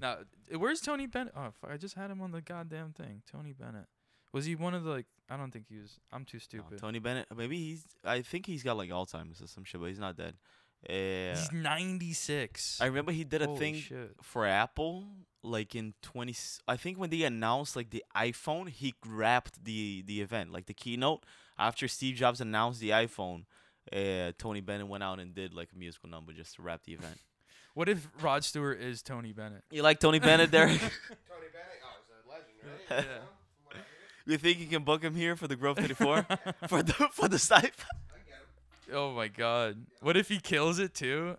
[SPEAKER 2] Now, uh, where's Tony Bennett? Oh, fuck, I just had him on the goddamn thing. Tony Bennett. Was he one of the, like, I don't think he was. I'm too
[SPEAKER 3] No,
[SPEAKER 2] stupid.
[SPEAKER 3] Tony Bennett, maybe he's. I think he's got like Alzheimer's or some shit, but he's not dead. Yeah.
[SPEAKER 2] He's 96.
[SPEAKER 3] I remember he did a
[SPEAKER 2] Holy
[SPEAKER 3] thing
[SPEAKER 2] shit.
[SPEAKER 3] for Apple, like in 20. s- I think when they announced like the iPhone, he grabbed the the event, like the keynote. After Steve Jobs announced the iPhone, uh, Tony Bennett went out and did like a musical number just to wrap the event.
[SPEAKER 2] What if Rod Stewart is Tony Bennett?
[SPEAKER 3] You like Tony Bennett, Derek?
[SPEAKER 6] Tony Bennett, oh, he's a legend, right?
[SPEAKER 2] Yeah.
[SPEAKER 6] You know? From what I hear,
[SPEAKER 3] you think you can book him here for the Grove 34 for the for the stipend?
[SPEAKER 6] I get him.
[SPEAKER 2] Oh, my God. What if he kills it, too?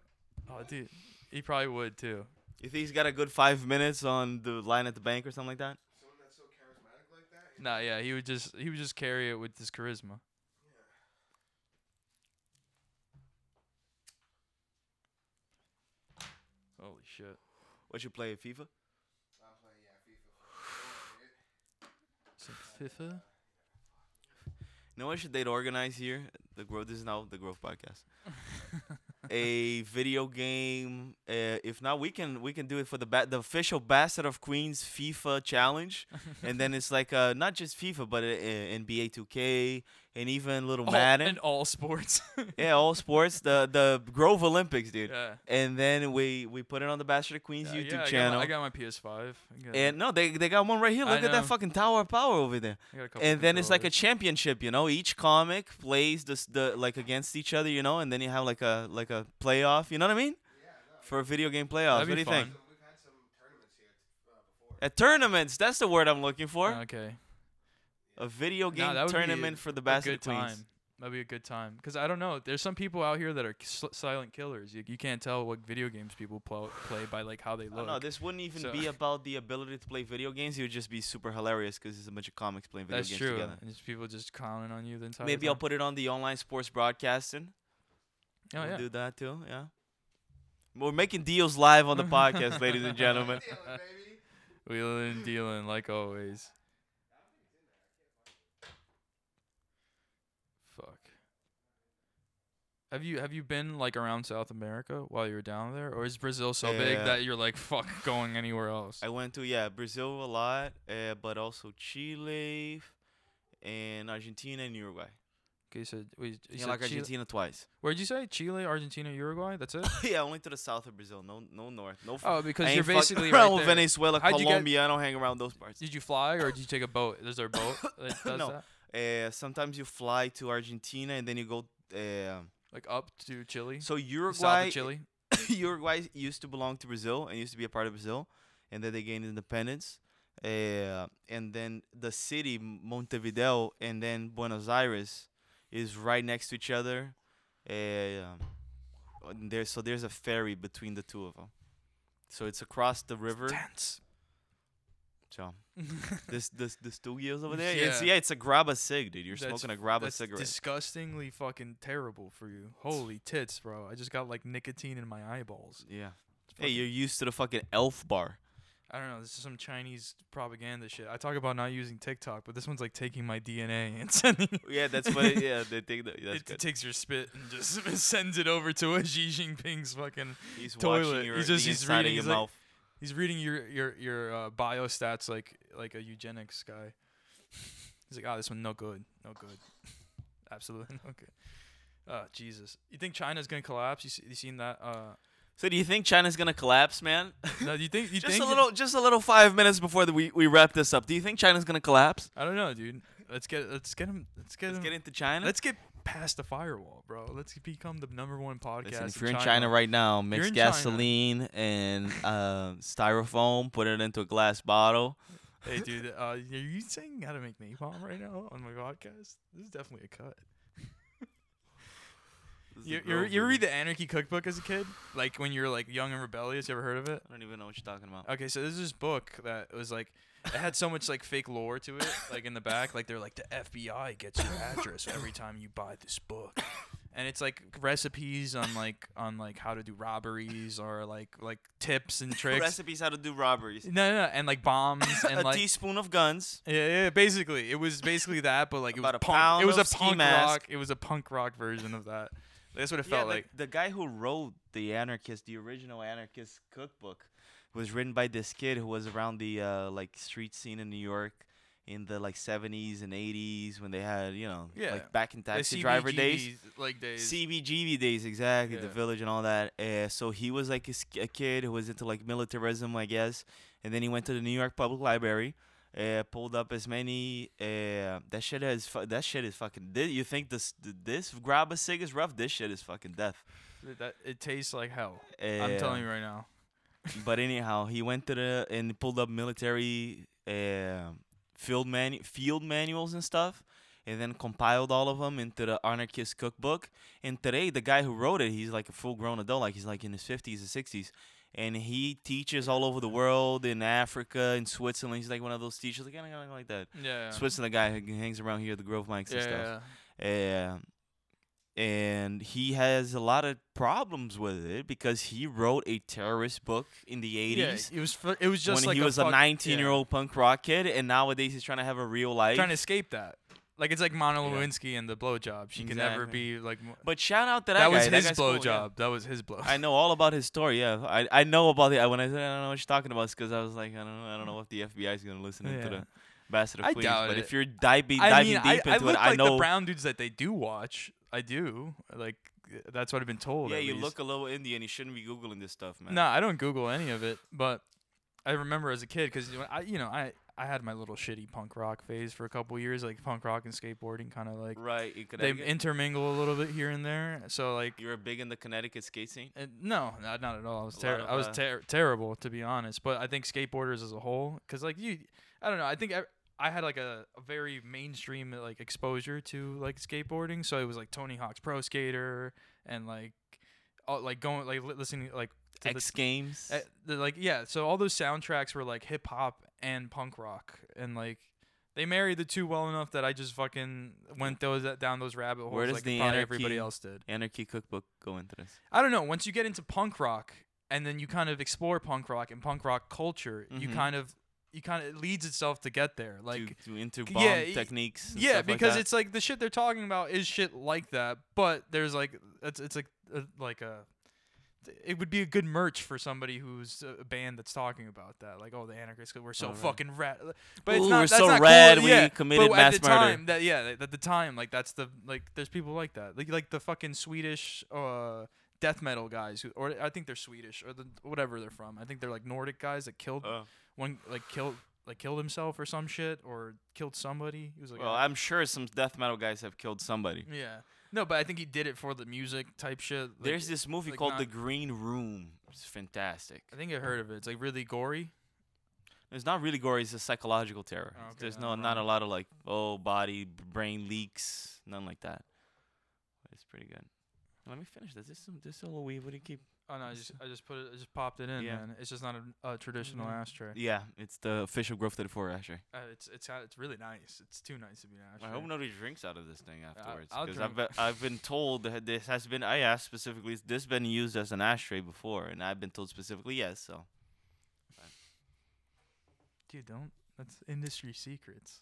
[SPEAKER 2] Oh, dude. He probably would, too.
[SPEAKER 3] You think he's got a good five minutes on the line at the bank or something like that?
[SPEAKER 6] Someone that's so charismatic like that. you
[SPEAKER 2] Nah, yeah, he would just he would just carry it with his charisma. Holy shit.
[SPEAKER 3] What you play FIFA?
[SPEAKER 6] know, I'm playing, yeah,
[SPEAKER 2] Is
[SPEAKER 6] FIFA.
[SPEAKER 2] it FIFA?
[SPEAKER 3] You know what should they organize here? The growth this is now the growth podcast. a video game. Uh, if not, we can we can do it for the ba- the official Bastard of Queens FIFA challenge, and then it's like uh, not just FIFA, but uh, uh, NBA 2K and even little
[SPEAKER 2] All-
[SPEAKER 3] Oh, Madden.
[SPEAKER 2] Oh, and all sports.
[SPEAKER 3] yeah, all sports. The the Grove Olympics, dude.
[SPEAKER 2] Yeah.
[SPEAKER 3] And then we we put it on the Bastard of Queens
[SPEAKER 2] Yeah,
[SPEAKER 3] YouTube
[SPEAKER 2] I got my-
[SPEAKER 3] channel.
[SPEAKER 2] I got my PS5. I got,
[SPEAKER 3] and no, they they got one right here.
[SPEAKER 2] I
[SPEAKER 3] Look at that
[SPEAKER 2] know.
[SPEAKER 3] fucking tower of power over there
[SPEAKER 2] I got a couple
[SPEAKER 3] and then it's like a
[SPEAKER 2] controllers.
[SPEAKER 3] championship, you know. Each comic plays this the like against each other, you know, and then you have like a like a playoff. You know what I mean? For video game playoffs.
[SPEAKER 2] That'd
[SPEAKER 3] what do
[SPEAKER 2] be
[SPEAKER 3] you think?
[SPEAKER 2] fun.
[SPEAKER 6] So we've had some tournaments here uh, before.
[SPEAKER 3] A tournaments. That's the word I'm looking for.
[SPEAKER 2] Okay.
[SPEAKER 3] a video
[SPEAKER 2] Nah,
[SPEAKER 3] game
[SPEAKER 2] that would be
[SPEAKER 3] tournament for the
[SPEAKER 2] a good
[SPEAKER 3] Bastard Queens.
[SPEAKER 2] Time. That'd be a good time. Cause I don't know, there's some people out here that are s- silent killers. You, you can't tell what video games people pl- play by like how they
[SPEAKER 3] Oh,
[SPEAKER 2] look.
[SPEAKER 3] no, this wouldn't even
[SPEAKER 2] So-
[SPEAKER 3] be about the ability to play video games. It would just be super hilarious because it's a bunch of comics playing video
[SPEAKER 2] That's
[SPEAKER 3] games
[SPEAKER 2] true.
[SPEAKER 3] together.
[SPEAKER 2] And just people just clowning on you the entire
[SPEAKER 3] Maybe
[SPEAKER 2] time.
[SPEAKER 3] I'll put it on the online sports broadcasting.
[SPEAKER 2] Oh
[SPEAKER 3] we'll
[SPEAKER 2] yeah.
[SPEAKER 3] do that too. Yeah. We're making deals live on the podcast, ladies and gentlemen.
[SPEAKER 6] Dealing, baby.
[SPEAKER 2] Wheeling and dealing like always. Fuck. Have you have you been like around South America while you were down there, or is Brazil so big
[SPEAKER 3] Yeah.
[SPEAKER 2] that you're like fuck going anywhere else?
[SPEAKER 3] I went to yeah Brazil a lot, uh, but also Chile, and Argentina and Uruguay.
[SPEAKER 2] okay, so wait, you
[SPEAKER 3] Yeah,
[SPEAKER 2] said
[SPEAKER 3] like
[SPEAKER 2] Chile-
[SPEAKER 3] Argentina twice.
[SPEAKER 2] Where'd you say Chile, Argentina, Uruguay? That's it.
[SPEAKER 3] yeah, only to the south of Brazil. No, no north. No. f-
[SPEAKER 2] oh, because
[SPEAKER 3] I
[SPEAKER 2] you're
[SPEAKER 3] ain't fuck
[SPEAKER 2] basically
[SPEAKER 3] around
[SPEAKER 2] right
[SPEAKER 3] with
[SPEAKER 2] there.
[SPEAKER 3] Venezuela,
[SPEAKER 2] How'd you get-
[SPEAKER 3] Colombia. I don't hang around those parts.
[SPEAKER 2] Did you fly or did you take a boat? Is there a boat that does
[SPEAKER 3] No.
[SPEAKER 2] that?
[SPEAKER 3] Uh, sometimes you fly to Argentina and then you go. Uh,
[SPEAKER 2] Like up to Chile,
[SPEAKER 3] so
[SPEAKER 2] south
[SPEAKER 3] Uruguay,
[SPEAKER 2] of Chile.
[SPEAKER 3] Uruguay used to belong to Brazil and used to be a part of Brazil, and then they gained independence. Uh, and then the city Montevideo and then Buenos Aires is right next to each other. Uh, and there, so there's a ferry between the two of them. So it's across the river.
[SPEAKER 2] Tense.
[SPEAKER 3] So this this the studios over there. It's
[SPEAKER 2] Yeah.
[SPEAKER 3] yeah, it's a grab a cig, dude. You're
[SPEAKER 2] That's-
[SPEAKER 3] smoking a grab a
[SPEAKER 2] that's
[SPEAKER 3] cigarette.
[SPEAKER 2] Disgustingly fucking terrible for you. Holy tits, bro! I just got like nicotine in my eyeballs.
[SPEAKER 3] yeah.
[SPEAKER 2] It's
[SPEAKER 3] Hey,
[SPEAKER 2] fucking-
[SPEAKER 3] you're used to the fucking elf bar.
[SPEAKER 2] I don't know. This is some Chinese propaganda shit. I talk about not using TikTok, but this one's like taking my DNA and sending.
[SPEAKER 3] Yeah, that's what. It, yeah, they think that, that's
[SPEAKER 2] it
[SPEAKER 3] good.
[SPEAKER 2] takes your spit and just sends it over to a Xi Jinping's fucking.
[SPEAKER 3] He's
[SPEAKER 2] toilet.
[SPEAKER 3] watching your
[SPEAKER 2] He's
[SPEAKER 3] the
[SPEAKER 2] just- he's
[SPEAKER 3] inside
[SPEAKER 2] reading,
[SPEAKER 3] of
[SPEAKER 2] he's
[SPEAKER 3] your
[SPEAKER 2] like-
[SPEAKER 3] mouth.
[SPEAKER 2] He's reading your your your uh, bio stats like like a eugenics guy. He's like, ah, this one no good, no good, absolutely no good. Oh, Jesus! You think China's gonna collapse? You see, you seen that? Uh,
[SPEAKER 3] So do you think China's gonna collapse, man?
[SPEAKER 2] no, you think you
[SPEAKER 3] just
[SPEAKER 2] think
[SPEAKER 3] a little, just a little five minutes before the, we we wrap this up. Do you think China's gonna collapse?
[SPEAKER 2] I don't know, dude. Let's get let's get him. Let's get
[SPEAKER 3] Let's
[SPEAKER 2] him.
[SPEAKER 3] get into China.
[SPEAKER 2] Let's get past the firewall, bro. Let's become the number one podcast.
[SPEAKER 3] Listen, if you're in China right now, mix
[SPEAKER 2] in China.
[SPEAKER 3] gasoline and uh, styrofoam, put it into a glass bottle.
[SPEAKER 2] hey, dude, uh, are you saying how to make napalm right now on my podcast? This is definitely a cut. You, you, you ever read the Anarchy Cookbook as a kid? Like when you were like young and rebellious. You ever heard of it?
[SPEAKER 3] I don't even know what you're talking about.
[SPEAKER 2] Okay, so there's this book that was like it had so much like fake lore to it, like in the back, like they're like the FBI gets your address every time you buy this book. And it's like recipes on like on like how to do robberies or like like tips and tricks.
[SPEAKER 3] Recipes how to do robberies.
[SPEAKER 2] no, no, no, and like bombs and
[SPEAKER 3] a
[SPEAKER 2] like
[SPEAKER 3] teaspoon of guns.
[SPEAKER 2] yeah, yeah, basically. It was basically that, but like it
[SPEAKER 3] About
[SPEAKER 2] was
[SPEAKER 3] a
[SPEAKER 2] punk,
[SPEAKER 3] pound
[SPEAKER 2] it was
[SPEAKER 3] of
[SPEAKER 2] a
[SPEAKER 3] ski
[SPEAKER 2] punk
[SPEAKER 3] mask.
[SPEAKER 2] rock it was a punk rock version of that. That's what it
[SPEAKER 3] Yeah,
[SPEAKER 2] felt
[SPEAKER 3] the,
[SPEAKER 2] like.
[SPEAKER 3] the guy who wrote the anarchist, the original anarchist cookbook, was written by this kid who was around the uh, like street scene in New York in the like 70s and 80s when they had you know
[SPEAKER 2] Yeah.
[SPEAKER 3] like back in
[SPEAKER 2] The
[SPEAKER 3] taxi driver days.
[SPEAKER 2] CBGBs, like days.
[SPEAKER 3] CBGB days, exactly. The
[SPEAKER 2] Yeah.
[SPEAKER 3] village and all that. Uh, so he was like a, sk- a kid who was into like militarism, I guess. And then he went to the New York Public Library, uh, pulled up as many. Uh, that shit has fu- that shit is fucking. Di- you think this this grab a cig is rough? This shit is fucking death.
[SPEAKER 2] Th- that- it tastes like hell.
[SPEAKER 3] Uh,
[SPEAKER 2] I'm telling you right now.
[SPEAKER 3] But anyhow, he went to the and pulled up military uh, field manu- field manuals and stuff, and then compiled all of them into the anarchist cookbook. And today, the guy who wrote it, he's like a full grown adult, like he's like in his fifties and sixties, and he teaches all over the world in Africa, in Switzerland. He's like one of those teachers, like kind of like that.
[SPEAKER 2] Yeah.
[SPEAKER 3] Switzerland guy who hangs around here, at the Grove Mics and stuff. Um, and he has a lot of problems with it because he wrote a terrorist book in the 80s
[SPEAKER 2] it was fu- it was just
[SPEAKER 3] when
[SPEAKER 2] like
[SPEAKER 3] he was
[SPEAKER 2] fuck-
[SPEAKER 3] a 19
[SPEAKER 2] yeah.
[SPEAKER 3] year old punk rock kid, and nowadays he's trying to have a real life.
[SPEAKER 2] trying to escape that. Like it's like Monica
[SPEAKER 3] Yeah.
[SPEAKER 2] Lewinsky and the blowjob. She could never
[SPEAKER 3] Exactly.
[SPEAKER 2] be like. mo-
[SPEAKER 3] but shout out to that,
[SPEAKER 2] that
[SPEAKER 3] guy.
[SPEAKER 2] was his
[SPEAKER 3] guy's cool,
[SPEAKER 2] blowjob.
[SPEAKER 3] yeah.
[SPEAKER 2] That was his blow.
[SPEAKER 3] I know all about his story. Yeah, I, I know about it. When I said I don't know what you're talking about, because I was like I don't know, I don't know if the FBI is gonna listen
[SPEAKER 2] Yeah.
[SPEAKER 3] into the Bastard of
[SPEAKER 2] I
[SPEAKER 3] Queens.
[SPEAKER 2] doubt
[SPEAKER 3] But
[SPEAKER 2] it.
[SPEAKER 3] if you're diving
[SPEAKER 2] I
[SPEAKER 3] diving
[SPEAKER 2] mean, I,
[SPEAKER 3] deep
[SPEAKER 2] I
[SPEAKER 3] into
[SPEAKER 2] look
[SPEAKER 3] it,
[SPEAKER 2] like
[SPEAKER 3] I know.
[SPEAKER 2] the brown dudes that they do watch. I do. Like that's what I've been told.
[SPEAKER 3] yeah,
[SPEAKER 2] at
[SPEAKER 3] you
[SPEAKER 2] least.
[SPEAKER 3] look a little Indian. You shouldn't be googling this stuff, man.
[SPEAKER 2] No, I don't Google any of it, but I remember as a kid because I, you know, I I had my little shitty punk rock phase for a couple years, like punk rock and skateboarding, kind of like
[SPEAKER 3] right? In
[SPEAKER 2] they
[SPEAKER 3] Connecticut,
[SPEAKER 2] intermingle a little bit here and there. So like
[SPEAKER 3] you were big in the Connecticut skate scene.
[SPEAKER 2] Uh, no, not, not at all. I was
[SPEAKER 3] A lot
[SPEAKER 2] ter-
[SPEAKER 3] of,
[SPEAKER 2] I was
[SPEAKER 3] uh,
[SPEAKER 2] ter- terrible to be honest. But I think skateboarders as a whole, because like you, I don't know. I think I, I had like a, a very mainstream uh, like exposure to like skateboarding. So it was like Tony Hawk's Pro Skater and like, all, like going like li- listening like to the-
[SPEAKER 3] X Games.
[SPEAKER 2] uh, the, like yeah, so all those soundtracks were like hip hop and punk rock, and like they married the two well enough that I just fucking went those uh, down those rabbit holes
[SPEAKER 3] does
[SPEAKER 2] like
[SPEAKER 3] the
[SPEAKER 2] probably everybody
[SPEAKER 3] anarchy-
[SPEAKER 2] else did.
[SPEAKER 3] Anarchy Cookbook go into this.
[SPEAKER 2] I don't know. Once you get into punk rock and then you kind of explore punk rock and punk rock culture, you
[SPEAKER 3] Mhm.
[SPEAKER 2] kind of you kind of it leads itself to get there. Like
[SPEAKER 3] to, to into
[SPEAKER 2] yeah,
[SPEAKER 3] bomb
[SPEAKER 2] y-
[SPEAKER 3] techniques. and
[SPEAKER 2] yeah,
[SPEAKER 3] stuff like
[SPEAKER 2] because
[SPEAKER 3] that.
[SPEAKER 2] it's like the shit they're talking about is shit like that, but there's like it's it's like uh, like a it would be a good merch for somebody who's a band that's talking about that, like oh the anarchists, 'cause we're so
[SPEAKER 3] Oh, right.
[SPEAKER 2] fucking rad. But it's
[SPEAKER 3] Ooh,
[SPEAKER 2] not,
[SPEAKER 3] we're
[SPEAKER 2] that's
[SPEAKER 3] so
[SPEAKER 2] not
[SPEAKER 3] rad,
[SPEAKER 2] Cool.
[SPEAKER 3] we
[SPEAKER 2] yeah,
[SPEAKER 3] committed
[SPEAKER 2] but
[SPEAKER 3] mass
[SPEAKER 2] at the
[SPEAKER 3] murder.
[SPEAKER 2] Time, that yeah, at the time, like that's the like there's people like that, like like the fucking Swedish uh death metal guys who, or I think they're Swedish or the whatever they're from. I think they're like Nordic guys that killed
[SPEAKER 3] Oh.
[SPEAKER 2] one like killed like killed himself or some shit or killed somebody. He was like,
[SPEAKER 3] well,
[SPEAKER 2] a-
[SPEAKER 3] I'm sure some death metal guys have killed somebody.
[SPEAKER 2] yeah, no, but I think he did it for the music type shit. like,
[SPEAKER 3] There's this movie
[SPEAKER 2] like
[SPEAKER 3] called
[SPEAKER 2] not-
[SPEAKER 3] The Green Room. It's fantastic.
[SPEAKER 2] I think I heard of it. It's like really gory.
[SPEAKER 3] It's not really gory. It's a psychological terror.
[SPEAKER 2] Oh, okay,
[SPEAKER 3] There's
[SPEAKER 2] never
[SPEAKER 3] no not
[SPEAKER 2] mind.
[SPEAKER 3] a lot of like oh body b- brain leaks, none like that. But it's pretty good. Let me finish this. This is this is a little weed. What do you keep?
[SPEAKER 2] Oh no, I just I just put it I just popped it in,
[SPEAKER 3] Yeah. Mm-hmm.
[SPEAKER 2] man. It's just not a, a traditional ashtray.
[SPEAKER 3] Yeah, it's the official Growth 34 ashtray.
[SPEAKER 2] Uh, it's it's ha- it's really nice. It's too nice to be an ashtray.
[SPEAKER 3] I hope nobody drinks out of this thing afterwards.
[SPEAKER 2] I'll
[SPEAKER 3] Because I've,
[SPEAKER 2] drink.
[SPEAKER 3] be- I've been told that this has been, I asked specifically, has this been used as an ashtray before? And I've been told specifically yes, so.
[SPEAKER 2] Dude, don't. That's industry secrets.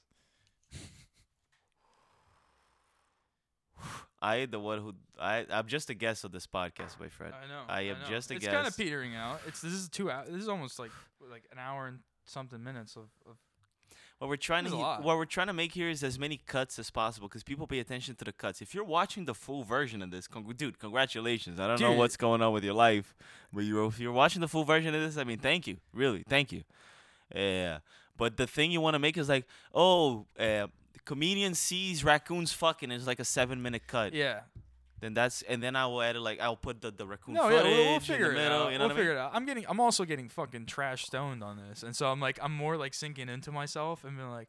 [SPEAKER 3] I, the one who, I, I'm just a guest of this podcast, my friend.
[SPEAKER 2] I know.
[SPEAKER 3] I am
[SPEAKER 2] know.
[SPEAKER 3] just a
[SPEAKER 2] it's kind
[SPEAKER 3] guest.
[SPEAKER 2] of petering out. It's this is two hours. This is almost like like an hour and something minutes of. of
[SPEAKER 3] What we're trying to
[SPEAKER 2] There's a
[SPEAKER 3] he-
[SPEAKER 2] lot.
[SPEAKER 3] what we're trying to make here is as many cuts as possible because people pay attention to the cuts. If you're watching the full version of this, congr dude, congratulations! I don't know
[SPEAKER 2] Dude.
[SPEAKER 3] what's going on with your life, but you're if you're watching the full version of this, I mean, thank you, really, thank you. Yeah, but the thing you want to make is like, oh, uh, comedian sees raccoons fucking is like a seven minute cut.
[SPEAKER 2] yeah.
[SPEAKER 3] Then that's and then I will add it like I'll put the the raccoon
[SPEAKER 2] No, yeah,
[SPEAKER 3] footage
[SPEAKER 2] we'll, we'll
[SPEAKER 3] in
[SPEAKER 2] figure
[SPEAKER 3] the
[SPEAKER 2] it
[SPEAKER 3] middle.
[SPEAKER 2] out.
[SPEAKER 3] You know
[SPEAKER 2] we'll
[SPEAKER 3] what I mean?
[SPEAKER 2] figure it out. I'm getting. I'm also getting fucking trash stoned on this, and so I'm like, I'm more like sinking into myself and being like,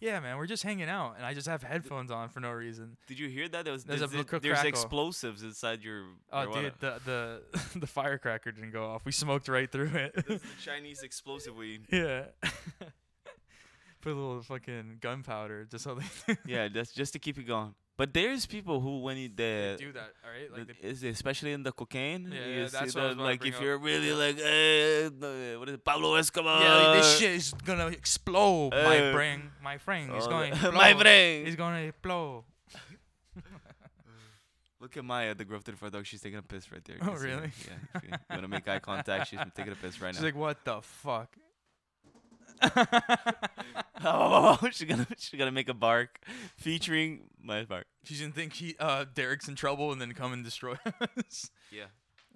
[SPEAKER 2] yeah, man, we're just hanging out, and I just have headphones on for no reason.
[SPEAKER 3] Did you hear that? There was
[SPEAKER 2] There's
[SPEAKER 3] there's,
[SPEAKER 2] a little
[SPEAKER 3] there's
[SPEAKER 2] crackle.
[SPEAKER 3] explosives inside your.
[SPEAKER 2] Oh,
[SPEAKER 3] your water.
[SPEAKER 2] dude, the the the firecracker didn't go off. We smoked right through
[SPEAKER 3] This is
[SPEAKER 2] it.
[SPEAKER 3] the Chinese explosive weed.
[SPEAKER 2] yeah. Put a little fucking gunpowder just so they
[SPEAKER 3] yeah, that's just to keep it going. But there's people who when you the,
[SPEAKER 2] do that. All right, like
[SPEAKER 3] the- is especially in the cocaine.
[SPEAKER 2] Yeah,
[SPEAKER 3] you
[SPEAKER 2] yeah, that's
[SPEAKER 3] see
[SPEAKER 2] what I was
[SPEAKER 3] the-
[SPEAKER 2] about to
[SPEAKER 3] like
[SPEAKER 2] bring
[SPEAKER 3] if
[SPEAKER 2] up.
[SPEAKER 3] you're really like eh, the- what is it, Pablo Escobar.
[SPEAKER 2] Yeah, like, this shit is gonna explode.
[SPEAKER 3] Uh,
[SPEAKER 2] my brain, my brain is
[SPEAKER 3] oh,
[SPEAKER 2] going.
[SPEAKER 3] my
[SPEAKER 2] explode.
[SPEAKER 3] brain.
[SPEAKER 2] is gonna explode.
[SPEAKER 3] Look at Maya, the growth for dog. She's taking a piss right there. You
[SPEAKER 2] Oh,
[SPEAKER 3] can see her.
[SPEAKER 2] really?
[SPEAKER 3] Yeah. If you, want to make eye contact, she's taking a piss right
[SPEAKER 2] She's
[SPEAKER 3] now.
[SPEAKER 2] like, what the fuck?
[SPEAKER 3] oh, she's gonna she's gonna make a bark featuring my bark.
[SPEAKER 2] She's gonna think he, uh, Derek's in trouble and then come and destroy us.
[SPEAKER 3] Yeah.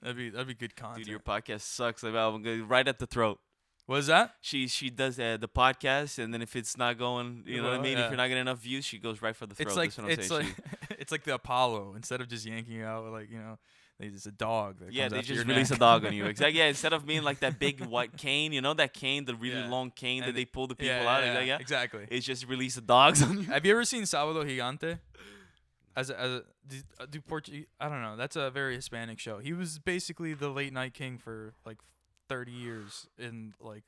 [SPEAKER 2] That'd be that'd be good content.
[SPEAKER 3] Dude, your podcast sucks. Like, I'm gonna right at the throat.
[SPEAKER 2] what is that?
[SPEAKER 3] She she does uh, the podcast, and then if it's not going, you know what I
[SPEAKER 2] Well,
[SPEAKER 3] mean. If
[SPEAKER 2] yeah.
[SPEAKER 3] you're not getting enough views, she goes right for the throat.
[SPEAKER 2] It's like
[SPEAKER 3] That's what I'm
[SPEAKER 2] it's
[SPEAKER 3] saying.
[SPEAKER 2] like
[SPEAKER 3] She-
[SPEAKER 2] it's like the Apollo. Instead of just yanking you out, like you know, they just a dog. That
[SPEAKER 3] Yeah,
[SPEAKER 2] comes
[SPEAKER 3] they
[SPEAKER 2] after
[SPEAKER 3] just
[SPEAKER 2] your
[SPEAKER 3] release
[SPEAKER 2] neck.
[SPEAKER 3] a dog on you. Exactly. Yeah, instead of being like that big white cane, you know that cane, the really
[SPEAKER 2] Yeah.
[SPEAKER 3] long cane that
[SPEAKER 2] And
[SPEAKER 3] they
[SPEAKER 2] the-
[SPEAKER 3] pull the people
[SPEAKER 2] yeah,
[SPEAKER 3] out.
[SPEAKER 2] yeah,
[SPEAKER 3] Yeah, yeah.
[SPEAKER 2] exactly.
[SPEAKER 3] It's just release the dogs on you.
[SPEAKER 2] Have you ever seen Sábado Gigante? As a, as a, do, uh, do Portuguese? I don't know. That's a very Hispanic show. He was basically the late night king for like 30 years in like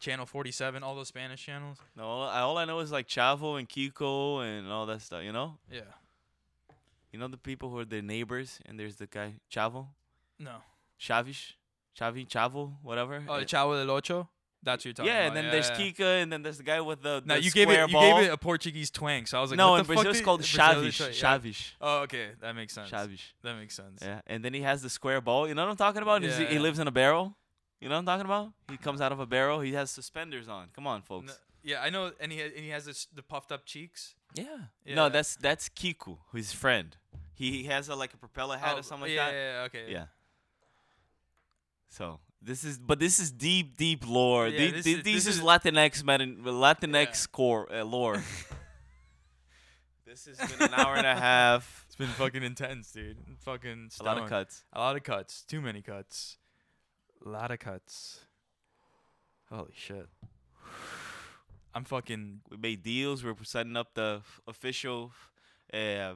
[SPEAKER 2] Channel 47, all those Spanish channels.
[SPEAKER 3] No, all I, all I know is like Chavo and Kiko and all that stuff. You know,
[SPEAKER 2] Yeah.
[SPEAKER 3] you know the people who are their neighbors, and there's the guy Chavo,
[SPEAKER 2] No.
[SPEAKER 3] Chavish, Chavi, Chavo, whatever.
[SPEAKER 2] Oh,
[SPEAKER 3] and-
[SPEAKER 2] Chavo del Ocho. That's what you're talking
[SPEAKER 3] yeah,
[SPEAKER 2] about.
[SPEAKER 3] and then there's
[SPEAKER 2] yeah.
[SPEAKER 3] Kika, and then there's the guy with the,
[SPEAKER 2] Now
[SPEAKER 3] the
[SPEAKER 2] you gave
[SPEAKER 3] square
[SPEAKER 2] it you
[SPEAKER 3] ball.
[SPEAKER 2] gave it a Portuguese twang, so I was like,
[SPEAKER 3] no,
[SPEAKER 2] what the
[SPEAKER 3] in Brazil
[SPEAKER 2] fuck
[SPEAKER 3] it's
[SPEAKER 2] did-
[SPEAKER 3] called
[SPEAKER 2] in Brazil they
[SPEAKER 3] Chavish.
[SPEAKER 2] try- yeah.
[SPEAKER 3] Chavish.
[SPEAKER 2] Oh, okay, that makes sense.
[SPEAKER 3] Chavish.
[SPEAKER 2] That makes sense.
[SPEAKER 3] Yeah, and then he has the square ball. You know what I'm talking about? He's- He
[SPEAKER 2] Yeah.
[SPEAKER 3] lives in a barrel. You know what I'm talking about? He comes out of a barrel. He has suspenders on. Come on, folks.
[SPEAKER 2] No- yeah, I know, and he ha- and he has this, the puffed up cheeks.
[SPEAKER 3] yeah. No,
[SPEAKER 2] Yeah.
[SPEAKER 3] that's that's Kiku, his friend. He, he has a, like a propeller hat
[SPEAKER 2] Oh,
[SPEAKER 3] or something like
[SPEAKER 2] yeah,
[SPEAKER 3] that.
[SPEAKER 2] Yeah, yeah, okay.
[SPEAKER 3] Yeah. So this is, but this is deep, deep lore.
[SPEAKER 2] Yeah,
[SPEAKER 3] The- the-
[SPEAKER 2] this
[SPEAKER 3] this,
[SPEAKER 2] is-
[SPEAKER 3] is,
[SPEAKER 2] this is-
[SPEAKER 3] Latinx metin- Latinx core uh, lore. this has been an hour and a half.
[SPEAKER 2] It's been fucking intense, dude. Fucking
[SPEAKER 3] A lot of
[SPEAKER 2] stoned.
[SPEAKER 3] cuts.
[SPEAKER 2] A lot of cuts. Too many cuts. A lot of cuts. Holy shit. I'm fucking
[SPEAKER 3] We made deals. We're setting up the official. Uh,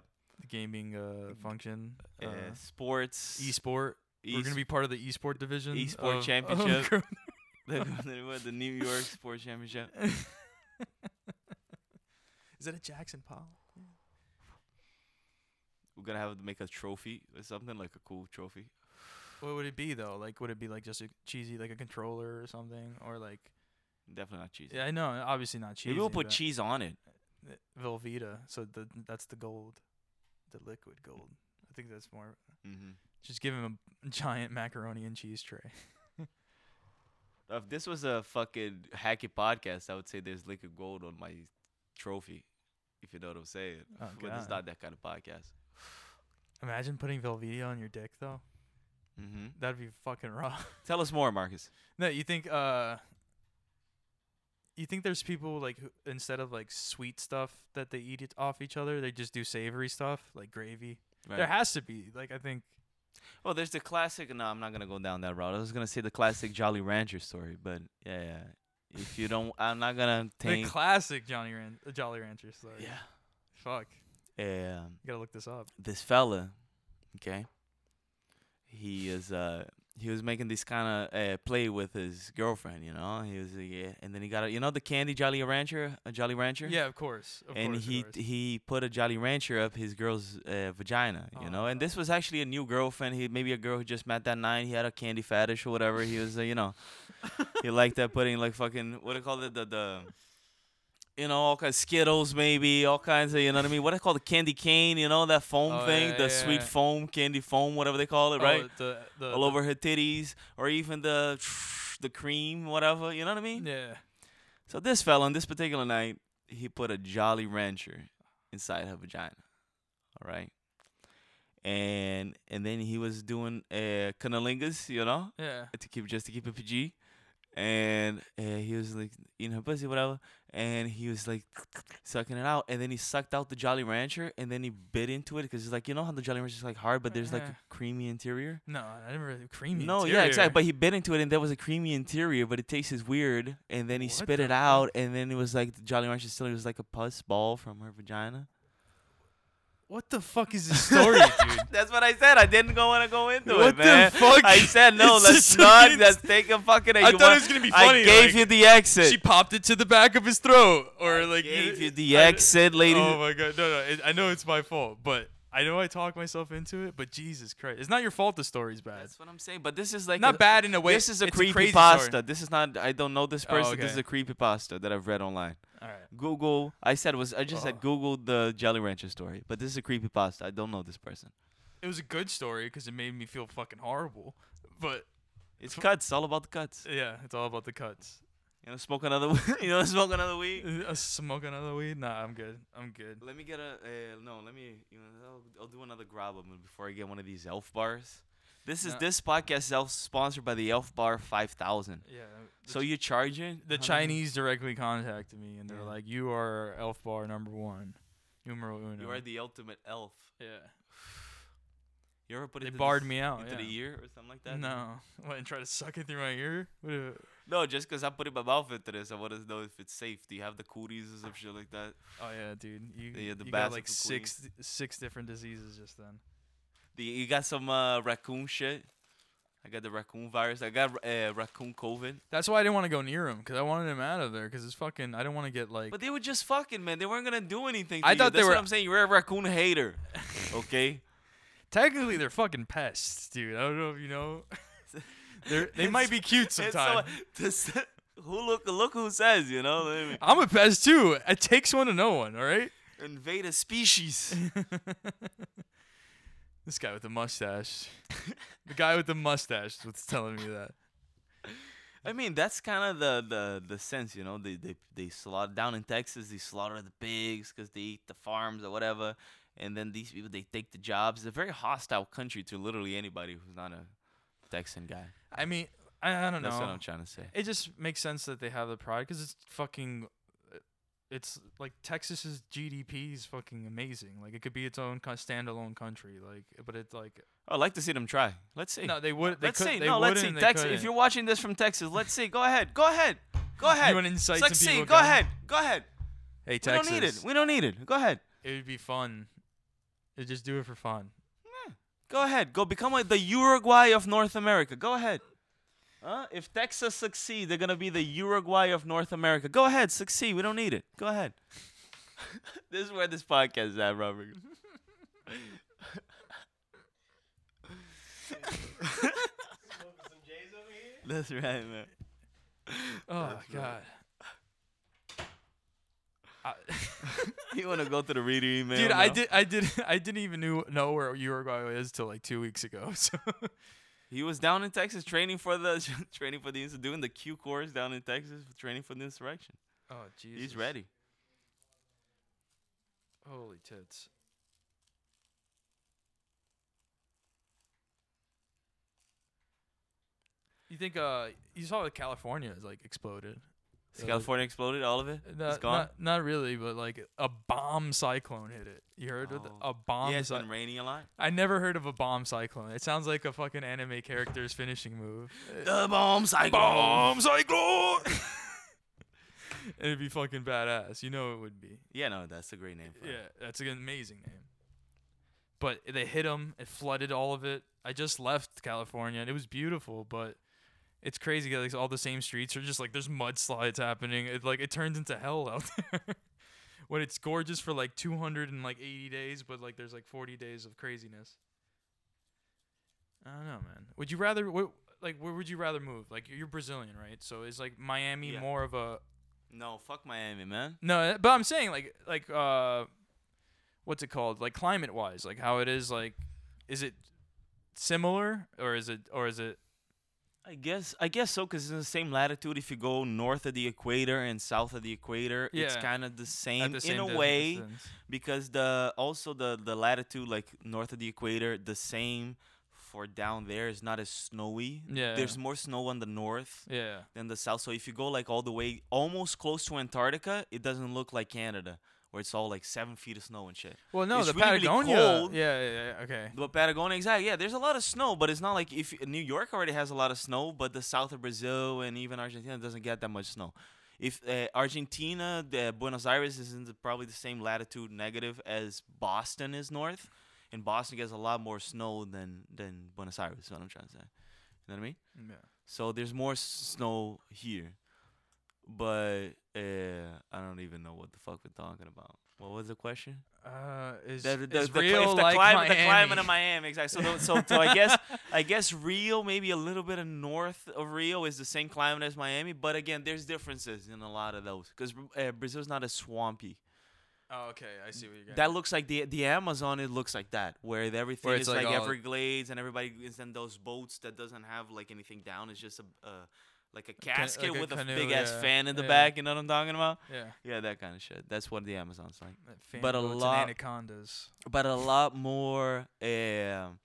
[SPEAKER 2] gaming uh function. Uh,
[SPEAKER 3] uh, sports
[SPEAKER 2] esport. We're gonna be part of the esport division.
[SPEAKER 3] esport
[SPEAKER 2] of- of
[SPEAKER 3] championship.
[SPEAKER 2] Gro-
[SPEAKER 3] the, the New York Sports Championship.
[SPEAKER 2] Is that a Jackson Pollock?
[SPEAKER 3] We're gonna have to make a trophy or something like a cool trophy.
[SPEAKER 2] What would it be though? Like, would it be like just a cheesy, like a controller or something, or like?
[SPEAKER 3] Definitely not cheese.
[SPEAKER 2] Yeah, I know, obviously not cheesy.
[SPEAKER 3] Maybe we'll put
[SPEAKER 2] but-
[SPEAKER 3] cheese on it.
[SPEAKER 2] Uh, Velveeta. So the that's the gold, the liquid gold. I think that's more.
[SPEAKER 3] Mm-hmm.
[SPEAKER 2] Just give him a giant macaroni and cheese tray.
[SPEAKER 3] If this was a fucking hacky podcast, I would say there's liquid gold on my trophy. If you know what I'm saying.
[SPEAKER 2] Oh,
[SPEAKER 3] but it's
[SPEAKER 2] God.
[SPEAKER 3] not that kind of podcast.
[SPEAKER 2] Imagine putting Velveeta on your dick though.
[SPEAKER 3] Mm-hmm.
[SPEAKER 2] That'd be fucking raw.
[SPEAKER 3] Tell us more, Marcus.
[SPEAKER 2] no, you think uh. You think there's people like who, instead of like sweet stuff that they eat it off each other, they just do savory stuff like gravy. There has to be like I think
[SPEAKER 3] Well, there's the classic. No, I'm not gonna go down that route. I was gonna say the classic Jolly Rancher story, but yeah, yeah. If you don't, I'm not gonna
[SPEAKER 2] the
[SPEAKER 3] take.
[SPEAKER 2] classic Johnny Ran- uh, Jolly Rancher story.
[SPEAKER 3] yeah.
[SPEAKER 2] fuck,
[SPEAKER 3] Um,
[SPEAKER 2] you gotta look this up.
[SPEAKER 3] this fella, okay, he is uh he was making this kind of uh, play with his girlfriend, you know. He was like, yeah, and then he got a, you know the candy Jolly Rancher, a Jolly Rancher.
[SPEAKER 2] Yeah, of course. Of
[SPEAKER 3] and
[SPEAKER 2] course, of
[SPEAKER 3] he
[SPEAKER 2] course.
[SPEAKER 3] he put a Jolly Rancher up his girl's uh, vagina,
[SPEAKER 2] Oh,
[SPEAKER 3] you know. And this was actually a new girlfriend. He maybe a girl who just met that night. He had a candy fetish or whatever. He was, uh, you know, he liked that putting like fucking what do you call it the the. You know, all kinds of Skittles, maybe all kinds of, you know what I mean. What I call the candy cane, you know, that foam
[SPEAKER 2] Oh,
[SPEAKER 3] thing,
[SPEAKER 2] yeah,
[SPEAKER 3] the
[SPEAKER 2] yeah,
[SPEAKER 3] sweet
[SPEAKER 2] yeah.
[SPEAKER 3] foam, candy foam, whatever they call it,
[SPEAKER 2] Oh,
[SPEAKER 3] right?
[SPEAKER 2] the, the,
[SPEAKER 3] all
[SPEAKER 2] the-
[SPEAKER 3] over her titties or even the the cream, whatever. You know what I mean?
[SPEAKER 2] Yeah.
[SPEAKER 3] So this fella on this particular night, he put a Jolly Rancher inside her vagina. All right. And and then he was doing uh, cunnilingus, you know,
[SPEAKER 2] Yeah.
[SPEAKER 3] to keep just to keep it PG. And uh, he was like in her pussy, whatever. And he was like sucking it out, and then he sucked out the Jolly Rancher, and then he bit into it because it's like you know how the Jolly Rancher is like hard, but there's like
[SPEAKER 2] Yeah.
[SPEAKER 3] a creamy interior.
[SPEAKER 2] No, I never really creamy.
[SPEAKER 3] No, yeah,
[SPEAKER 2] interior.
[SPEAKER 3] exactly. But he bit into it, and there was a creamy interior, but it tastes weird. And then he
[SPEAKER 2] What
[SPEAKER 3] spit
[SPEAKER 2] the
[SPEAKER 3] it out, and then it was like the Jolly Rancher still. It was like a pus ball from her vagina.
[SPEAKER 2] what the fuck is this story, dude?
[SPEAKER 3] That's what I said. I didn't go want to go into
[SPEAKER 2] What
[SPEAKER 3] it,
[SPEAKER 2] the
[SPEAKER 3] man.
[SPEAKER 2] fuck?
[SPEAKER 3] I said no.
[SPEAKER 2] It's
[SPEAKER 3] let's
[SPEAKER 2] just-
[SPEAKER 3] not. Let's take a fucking.
[SPEAKER 2] I
[SPEAKER 3] you
[SPEAKER 2] thought
[SPEAKER 3] want-
[SPEAKER 2] it was gonna be
[SPEAKER 3] I
[SPEAKER 2] funny,
[SPEAKER 3] gave
[SPEAKER 2] like,
[SPEAKER 3] you the exit.
[SPEAKER 2] she popped it to the back of his throat, or like
[SPEAKER 3] gave you the
[SPEAKER 2] I-
[SPEAKER 3] exit, ladies.
[SPEAKER 2] Oh my god, no, no, it, I know it's my fault, but I know I talk myself into it. But Jesus Christ, it's not your fault. The story's bad.
[SPEAKER 3] That's what I'm saying. But this is like
[SPEAKER 2] Not
[SPEAKER 3] a-
[SPEAKER 2] bad in a way,
[SPEAKER 3] This is a
[SPEAKER 2] it's a crazy
[SPEAKER 3] creepy
[SPEAKER 2] story.
[SPEAKER 3] pasta. This is not. I don't know this
[SPEAKER 2] Oh,
[SPEAKER 3] person. This is
[SPEAKER 2] okay.
[SPEAKER 3] a creepy pasta that I've read online.
[SPEAKER 2] All right.
[SPEAKER 3] Google. I said was I just
[SPEAKER 2] Oh.
[SPEAKER 3] said Google the Jolly Rancher story, but this is a creepy pasta. I don't know this person.
[SPEAKER 2] It was a good story because it made me feel fucking horrible. But
[SPEAKER 3] It's cuts. It's all about the cuts.
[SPEAKER 2] yeah, it's all about the cuts.
[SPEAKER 3] You know, smoke another. w- you know, smoke another weed.
[SPEAKER 2] Uh, smoke another weed? Nah, I'm good. I'm good.
[SPEAKER 3] Let me get a. Uh, no, let me. You know, I'll, I'll do another grab 'em before I get one of these Elf bars. This is
[SPEAKER 2] No.
[SPEAKER 3] this podcast is elf sponsored by the Elf Bar Five Thousand.
[SPEAKER 2] Yeah. the
[SPEAKER 3] So
[SPEAKER 2] Ch-
[SPEAKER 3] you charging
[SPEAKER 2] the Chinese directly contacted me and they're
[SPEAKER 3] Yeah.
[SPEAKER 2] like, "You are Elf Bar number one, numero uno."
[SPEAKER 3] You are the ultimate elf.
[SPEAKER 2] yeah.
[SPEAKER 3] You ever put
[SPEAKER 2] They
[SPEAKER 3] into
[SPEAKER 2] barred
[SPEAKER 3] this-
[SPEAKER 2] me out,
[SPEAKER 3] into
[SPEAKER 2] yeah.
[SPEAKER 3] the ear or something like that?
[SPEAKER 2] No, what, and try to suck it through my ear? What a-
[SPEAKER 3] No, just 'cause I put in my mouth into this, I want to know if it's safe. Do you have the cooties or some shit like that?
[SPEAKER 2] Oh yeah, dude. You,
[SPEAKER 3] Yeah, the
[SPEAKER 2] you
[SPEAKER 3] bass
[SPEAKER 2] got
[SPEAKER 3] of
[SPEAKER 2] like
[SPEAKER 3] the
[SPEAKER 2] six six different diseases just then.
[SPEAKER 3] The, you got some uh, raccoon shit. I got the raccoon virus. I got uh, raccoon COVID.
[SPEAKER 2] That's why I didn't want to go near him because I wanted him out of there because it's fucking. I didn't want to get like.
[SPEAKER 3] But they were just fucking, man. They weren't gonna do anything. To
[SPEAKER 2] I
[SPEAKER 3] you.
[SPEAKER 2] thought they
[SPEAKER 3] That's
[SPEAKER 2] were-
[SPEAKER 3] What I'm saying you're a raccoon hater. Okay.
[SPEAKER 2] technically, they're fucking pests, dude. I don't know if you know. they're, they might be cute
[SPEAKER 3] It's
[SPEAKER 2] sometimes.
[SPEAKER 3] so- this- who look? Look who says. You know. I mean,
[SPEAKER 2] I'm a pest too. It takes one to know one. All right.
[SPEAKER 3] Invade a species.
[SPEAKER 2] this guy with the mustache. the guy with the mustache was telling me that.
[SPEAKER 3] I mean, that's kind of the, the the sense, you know. They they they slaughter down in Texas. They slaughter the pigs because they eat the farms or whatever, and then these people they take the jobs. It's a very hostile country to literally anybody who's not a Texan guy.
[SPEAKER 2] I mean, I, I don't
[SPEAKER 3] That's
[SPEAKER 2] know.
[SPEAKER 3] what I'm trying to say.
[SPEAKER 2] it just makes sense that they have the pride because it's fucking it's like texas's gdp is fucking amazing like it could be its own kind of standalone country like but it's like
[SPEAKER 3] I'd like to see them try. Let's see.
[SPEAKER 2] no they would they
[SPEAKER 3] let's
[SPEAKER 2] could
[SPEAKER 3] see.
[SPEAKER 2] they
[SPEAKER 3] no,
[SPEAKER 2] wouldn't
[SPEAKER 3] let's see.
[SPEAKER 2] they
[SPEAKER 3] Texas. If
[SPEAKER 2] couldn't.
[SPEAKER 3] you're watching this from Texas, let's see. Go ahead. Go ahead. Go ahead.
[SPEAKER 2] wanna incite some
[SPEAKER 3] Succeed.
[SPEAKER 2] people,
[SPEAKER 3] Go
[SPEAKER 2] Kevin?
[SPEAKER 3] ahead. Go ahead.
[SPEAKER 2] hey
[SPEAKER 3] We
[SPEAKER 2] texas
[SPEAKER 3] don't need it. We don't need it. Go ahead.
[SPEAKER 2] it would be fun It'd just do it for fun
[SPEAKER 3] Go ahead. Go become like the Uruguay of North America. Go ahead. Huh? if Texas succeed, they're gonna be the Uruguay of North America. Go ahead, succeed. We don't need it. Go ahead. this is where this podcast is at, Robert.
[SPEAKER 6] Some J's over here.
[SPEAKER 3] That's right, man.
[SPEAKER 2] oh god I,
[SPEAKER 3] You wanna go to the reader email?
[SPEAKER 2] dude i
[SPEAKER 3] now?
[SPEAKER 2] did i did i didn't even knew, know where uruguay is till like two weeks ago so
[SPEAKER 3] He was down in Texas training for the training for the insur- doing the Q course down in Texas training for the insurrection.
[SPEAKER 2] oh jesus
[SPEAKER 3] He's ready.
[SPEAKER 2] holy tits You think uh you saw that California has like exploded?
[SPEAKER 3] Is
[SPEAKER 2] Uh,
[SPEAKER 3] California exploded, all of it. it's
[SPEAKER 2] Not,
[SPEAKER 3] gone.
[SPEAKER 2] not not really, but like a bomb cyclone hit it. You heard of the-
[SPEAKER 3] Oh.
[SPEAKER 2] a bomb?
[SPEAKER 3] yeah, it's
[SPEAKER 2] cy-
[SPEAKER 3] been raining a lot.
[SPEAKER 2] I never heard of a bomb cyclone. It sounds like a fucking anime character's finishing move.
[SPEAKER 3] The bomb cyclone.
[SPEAKER 2] cyclone. It'd be fucking badass. You know it would be.
[SPEAKER 3] Yeah, no, that's a great name. For
[SPEAKER 2] Yeah,
[SPEAKER 3] it.
[SPEAKER 2] that's an amazing name. but they hit them. It flooded all of it. I just left California and it was beautiful, but it's crazy. 'cause, Like all the same streets are just like there's mudslides happening. It like it turns into hell out there. when it's gorgeous for like 280 days, but like there's like 40 days of craziness. I don't know, man. Would you rather wh- like where would you rather move? Like you're Brazilian, right? So is like Miami
[SPEAKER 3] Yeah.
[SPEAKER 2] more of a
[SPEAKER 3] No, fuck Miami, man.
[SPEAKER 2] no, eh, but I'm saying like like uh what's it called? Like climate wise, like how it is like is it similar or is it or is it
[SPEAKER 3] I guess I guess so because it's in the same latitude. If you go north of the equator and south of the equator, it's
[SPEAKER 2] Yeah.
[SPEAKER 3] kind of the
[SPEAKER 2] at
[SPEAKER 3] same
[SPEAKER 2] the same
[SPEAKER 3] in a
[SPEAKER 2] dis-
[SPEAKER 3] way
[SPEAKER 2] distance?
[SPEAKER 3] because the also the the latitude like north of the equator the same for down there is not as snowy.
[SPEAKER 2] Yeah.
[SPEAKER 3] there's more snow on the north
[SPEAKER 2] Yeah.
[SPEAKER 3] than the south. So if you go like all the way almost close to Antarctica, it doesn't look like Canada where it's all like seven feet of snow and shit.
[SPEAKER 2] Well, no,
[SPEAKER 3] It's
[SPEAKER 2] the
[SPEAKER 3] really, really
[SPEAKER 2] Patagonia.
[SPEAKER 3] cold.
[SPEAKER 2] Yeah, yeah, yeah, okay.
[SPEAKER 3] But Patagonia, exactly. Yeah, there's a lot of snow, but it's not like if New York already has a lot of snow, but the south of Brazil and even Argentina doesn't get that much snow. If uh, Argentina, the Buenos Aires is in the, probably the same latitude negative as Boston is north, and Boston gets a lot more snow than than Buenos Aires. Is what I'm trying to say. You know what I mean?
[SPEAKER 2] Yeah.
[SPEAKER 3] So there's more s- snow here, but uh, I don't even know what the fuck we're talking about. What was the question?
[SPEAKER 2] Uh, is,
[SPEAKER 3] the, the,
[SPEAKER 2] is
[SPEAKER 3] the, cli-
[SPEAKER 2] Rio
[SPEAKER 3] if the
[SPEAKER 2] like
[SPEAKER 3] climate, the climate
[SPEAKER 2] Miami?
[SPEAKER 3] of Miami, exactly. So, the- so, so I guess, I guess Rio, maybe a little bit of north of Rio, is the same climate as Miami, but again, there's differences in a lot of those because uh, Brazil's not as swampy.
[SPEAKER 2] Oh, okay. I see what you're getting.
[SPEAKER 3] That looks like the the Amazon. It looks like that, where the- everything
[SPEAKER 2] Where it's
[SPEAKER 3] is
[SPEAKER 2] like
[SPEAKER 3] like,
[SPEAKER 2] all-
[SPEAKER 3] Everglades, and everybody is in those boats that doesn't have like anything down. It's just a uh, like a
[SPEAKER 2] ca-
[SPEAKER 3] casket
[SPEAKER 2] like a
[SPEAKER 3] with a,
[SPEAKER 2] canoe,
[SPEAKER 3] big ass
[SPEAKER 2] yeah,
[SPEAKER 3] fan in the
[SPEAKER 2] yeah.
[SPEAKER 3] back. You know what I'm talking about?
[SPEAKER 2] yeah.
[SPEAKER 3] Yeah, that kind of shit. That's what the Amazon's like
[SPEAKER 2] that fan
[SPEAKER 3] but a
[SPEAKER 2] boats and
[SPEAKER 3] lot-
[SPEAKER 2] anacondas.
[SPEAKER 3] but a lot more um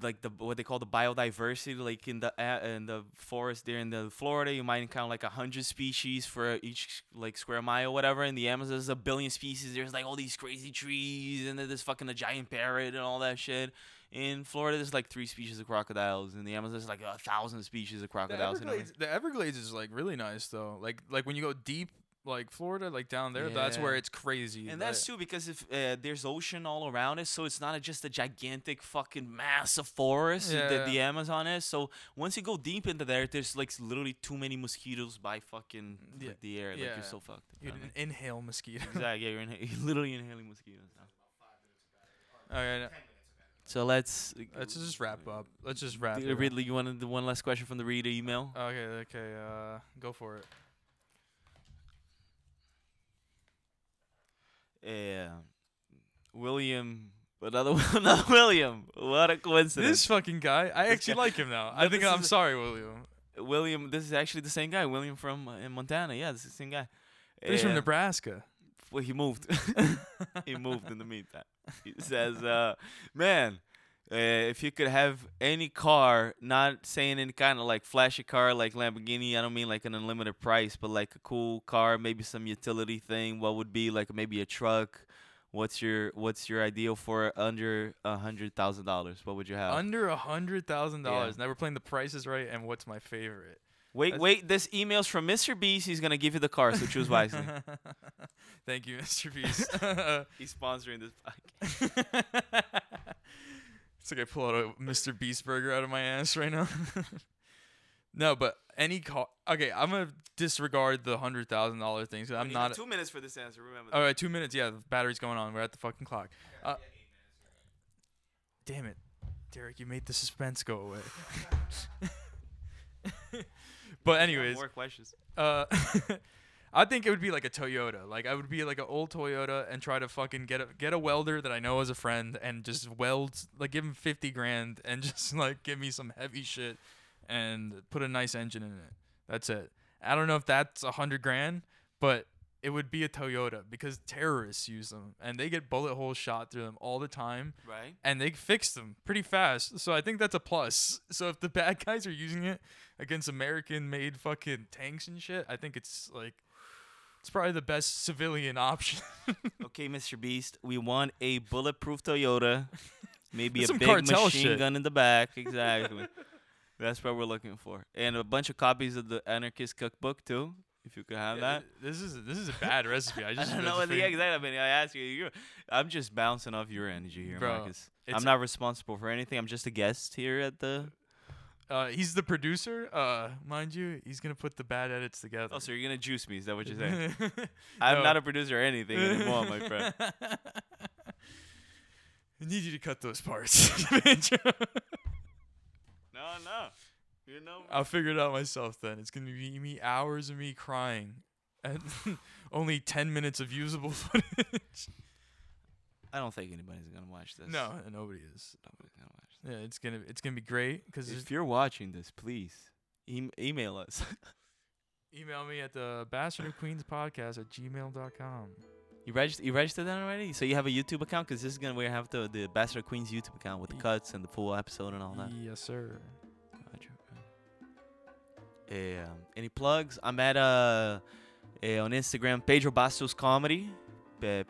[SPEAKER 3] like the what they call the biodiversity like in the a in the forest there in the Florida you might encounter like a hundred species for each like square mile or whatever in the Amazon there's a billion species there's like all these crazy trees and then there's fucking a giant parrot and all that shit in Florida there's like three species of crocodiles in the Amazon there's like a thousand species of
[SPEAKER 2] The
[SPEAKER 3] crocodiles you know what I mean?
[SPEAKER 2] Everglades, the Everglades is like really nice though. Like like when you go deep, like Florida, like down there, that's where
[SPEAKER 3] Yeah.
[SPEAKER 2] it's crazy.
[SPEAKER 3] And that's
[SPEAKER 2] That-
[SPEAKER 3] too because if uh, there's ocean all around it, so it's not a, just a gigantic fucking mass of forest
[SPEAKER 2] Yeah.
[SPEAKER 3] that the Amazon is. So once you go deep into there, there's like s- literally too many mosquitoes by fucking
[SPEAKER 2] Yeah.
[SPEAKER 3] like, the air. Like
[SPEAKER 2] Yeah.
[SPEAKER 3] you're so fucked. you
[SPEAKER 2] you
[SPEAKER 3] know what I mean?
[SPEAKER 2] inhale mosquitoes.
[SPEAKER 3] exactly. Yeah, you're, inha- you're literally inhaling mosquitoes. Now.
[SPEAKER 2] okay,
[SPEAKER 3] So let's
[SPEAKER 2] let's just wrap up. Let's just wrap.
[SPEAKER 3] D-
[SPEAKER 2] it up.
[SPEAKER 3] Ridley, you wanted the one last question from the reader email?
[SPEAKER 2] Okay, okay, uh, go for it. uh.
[SPEAKER 3] Yeah. William. Another one, not William. What a coincidence.
[SPEAKER 2] This fucking guy, I actually
[SPEAKER 3] guy-
[SPEAKER 2] like him now. I
[SPEAKER 3] No,
[SPEAKER 2] think
[SPEAKER 3] this
[SPEAKER 2] I'm
[SPEAKER 3] is-
[SPEAKER 2] sorry, William.
[SPEAKER 3] William, this is actually the same guy. William from uh, in Montana. Yeah, this is the same guy.
[SPEAKER 2] But He's from
[SPEAKER 3] Uh,
[SPEAKER 2] Nebraska.
[SPEAKER 3] Well, he moved. he moved in the meantime. He says, uh, "Man, uh, if you could have any car, not saying any kind of like flashy car like Lamborghini, I don't mean like an unlimited price, but like a cool car, maybe some utility thing. What would be like maybe a truck? What's your What's your ideal for under a hundred thousand dollars? What would you have?
[SPEAKER 2] Under a hundred thousand dollars. Now we're playing The Price is Right, and what's my favorite?
[SPEAKER 3] wait,
[SPEAKER 2] that's-
[SPEAKER 3] wait. This email's from Mr. Beast. He's gonna give you the car, so choose wisely.
[SPEAKER 2] Thank you, Mr. Beast.
[SPEAKER 3] He's sponsoring this podcast.
[SPEAKER 2] It's like I pull out a Mr. Beast burger out of my ass right now. no, but any car. Okay, I'm gonna disregard the hundred thousand dollar things. I'm
[SPEAKER 3] You got
[SPEAKER 2] not. Oh,
[SPEAKER 3] two minutes for this answer. Remember. that.
[SPEAKER 2] All right, two minutes. Yeah, the battery's going on. We're at the fucking clock. Uh, damn it, Derek, you made the suspense go away. but anyways,
[SPEAKER 3] More questions.
[SPEAKER 2] uh, I think it would be like a Toyota. Like I would be like an old Toyota and try to fucking get a get a welder that I know is a friend and just weld like give him fifty grand and just like give me some heavy shit and put a nice engine in it. That's it. I don't know if that's a hundred grand, but it would be a Toyota because terrorists use them and they get bullet holes shot through them all the time
[SPEAKER 3] Right.
[SPEAKER 2] and they fixed them pretty fast. So I think that's a plus. So if the bad guys are using it against American-made fucking tanks and shit, I think it's like it's probably the best civilian option.
[SPEAKER 3] Okay, Mr. Beast, we want a bulletproof Toyota, maybe
[SPEAKER 2] That's
[SPEAKER 3] a
[SPEAKER 2] some
[SPEAKER 3] big
[SPEAKER 2] cartel
[SPEAKER 3] machine
[SPEAKER 2] shit.
[SPEAKER 3] gun in the back. Exactly. That's what we're looking for, and a bunch of copies of the Anarchist Cookbook too. if you could have
[SPEAKER 2] Yeah,
[SPEAKER 3] that.
[SPEAKER 2] th- This is this is a bad recipe. I
[SPEAKER 3] I
[SPEAKER 2] just
[SPEAKER 3] don't
[SPEAKER 2] I
[SPEAKER 3] know what the
[SPEAKER 2] figured-
[SPEAKER 3] exact. I mean, I asked you. you I'm just bouncing off your energy here,
[SPEAKER 2] Bro,
[SPEAKER 3] Marcus.
[SPEAKER 2] it's-
[SPEAKER 3] I'm not responsible for anything. I'm just a guest here at the.
[SPEAKER 2] Uh, he's the producer, uh, mind you. He's gonna put the bad edits together.
[SPEAKER 3] Oh, so you're gonna juice me? Is that what you're saying? I'm
[SPEAKER 2] No.
[SPEAKER 3] not a producer or anything anymore, my friend.
[SPEAKER 2] I need you to cut those parts. Pedro.
[SPEAKER 3] No, no. You know.
[SPEAKER 2] I'll figure it out myself then. It's gonna be me hours of me crying, and only ten minutes of usable footage.
[SPEAKER 3] I don't think anybody's gonna watch this.
[SPEAKER 2] No, nobody is.
[SPEAKER 3] Nobody's gonna watch
[SPEAKER 2] Yeah, it's gonna it's gonna be great because
[SPEAKER 3] this. If you're watching this, please em email us.
[SPEAKER 2] email me at the bastard of queens podcast at gmail.com.
[SPEAKER 3] you registered. You registered that already? So you have a YouTube account? Cause this is gonna we have the the Bastard of Queens YouTube account with the
[SPEAKER 2] Ye-
[SPEAKER 3] cuts and the full episode and all that.
[SPEAKER 2] Yes, sir.
[SPEAKER 3] Yeah. Um, Any plugs? I'm at uh, eh, on Instagram Pedro Bastos comedy. Pe-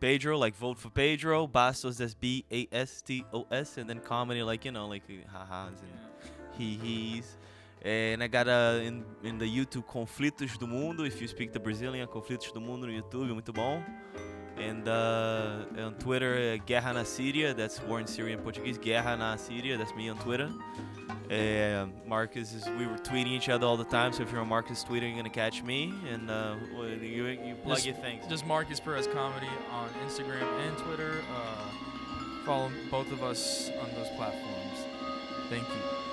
[SPEAKER 3] Pedro like vote for Pedro Bastos. That's B A S T O S and then comedy like you know like eh, ha-has and he he's. And I got uh, in, in the YouTube Conflitos do Mundo. If you speak the Brazilian, Conflitos do Mundo no YouTube, muito bom. And uh, on Twitter, uh, Guerra na Síria. That's war in Syria in Portuguese. Guerra na Síria. That's me on Twitter. Uh, Marcus is. We were tweeting each other all the time. So if you're on Marcus Twitter, you're gonna catch me. And uh, well, you, you plug
[SPEAKER 2] Just-
[SPEAKER 3] your things.
[SPEAKER 2] Just Marcus Perez Comedy on Instagram and Twitter. Uh, follow both of us on those platforms. Thank you.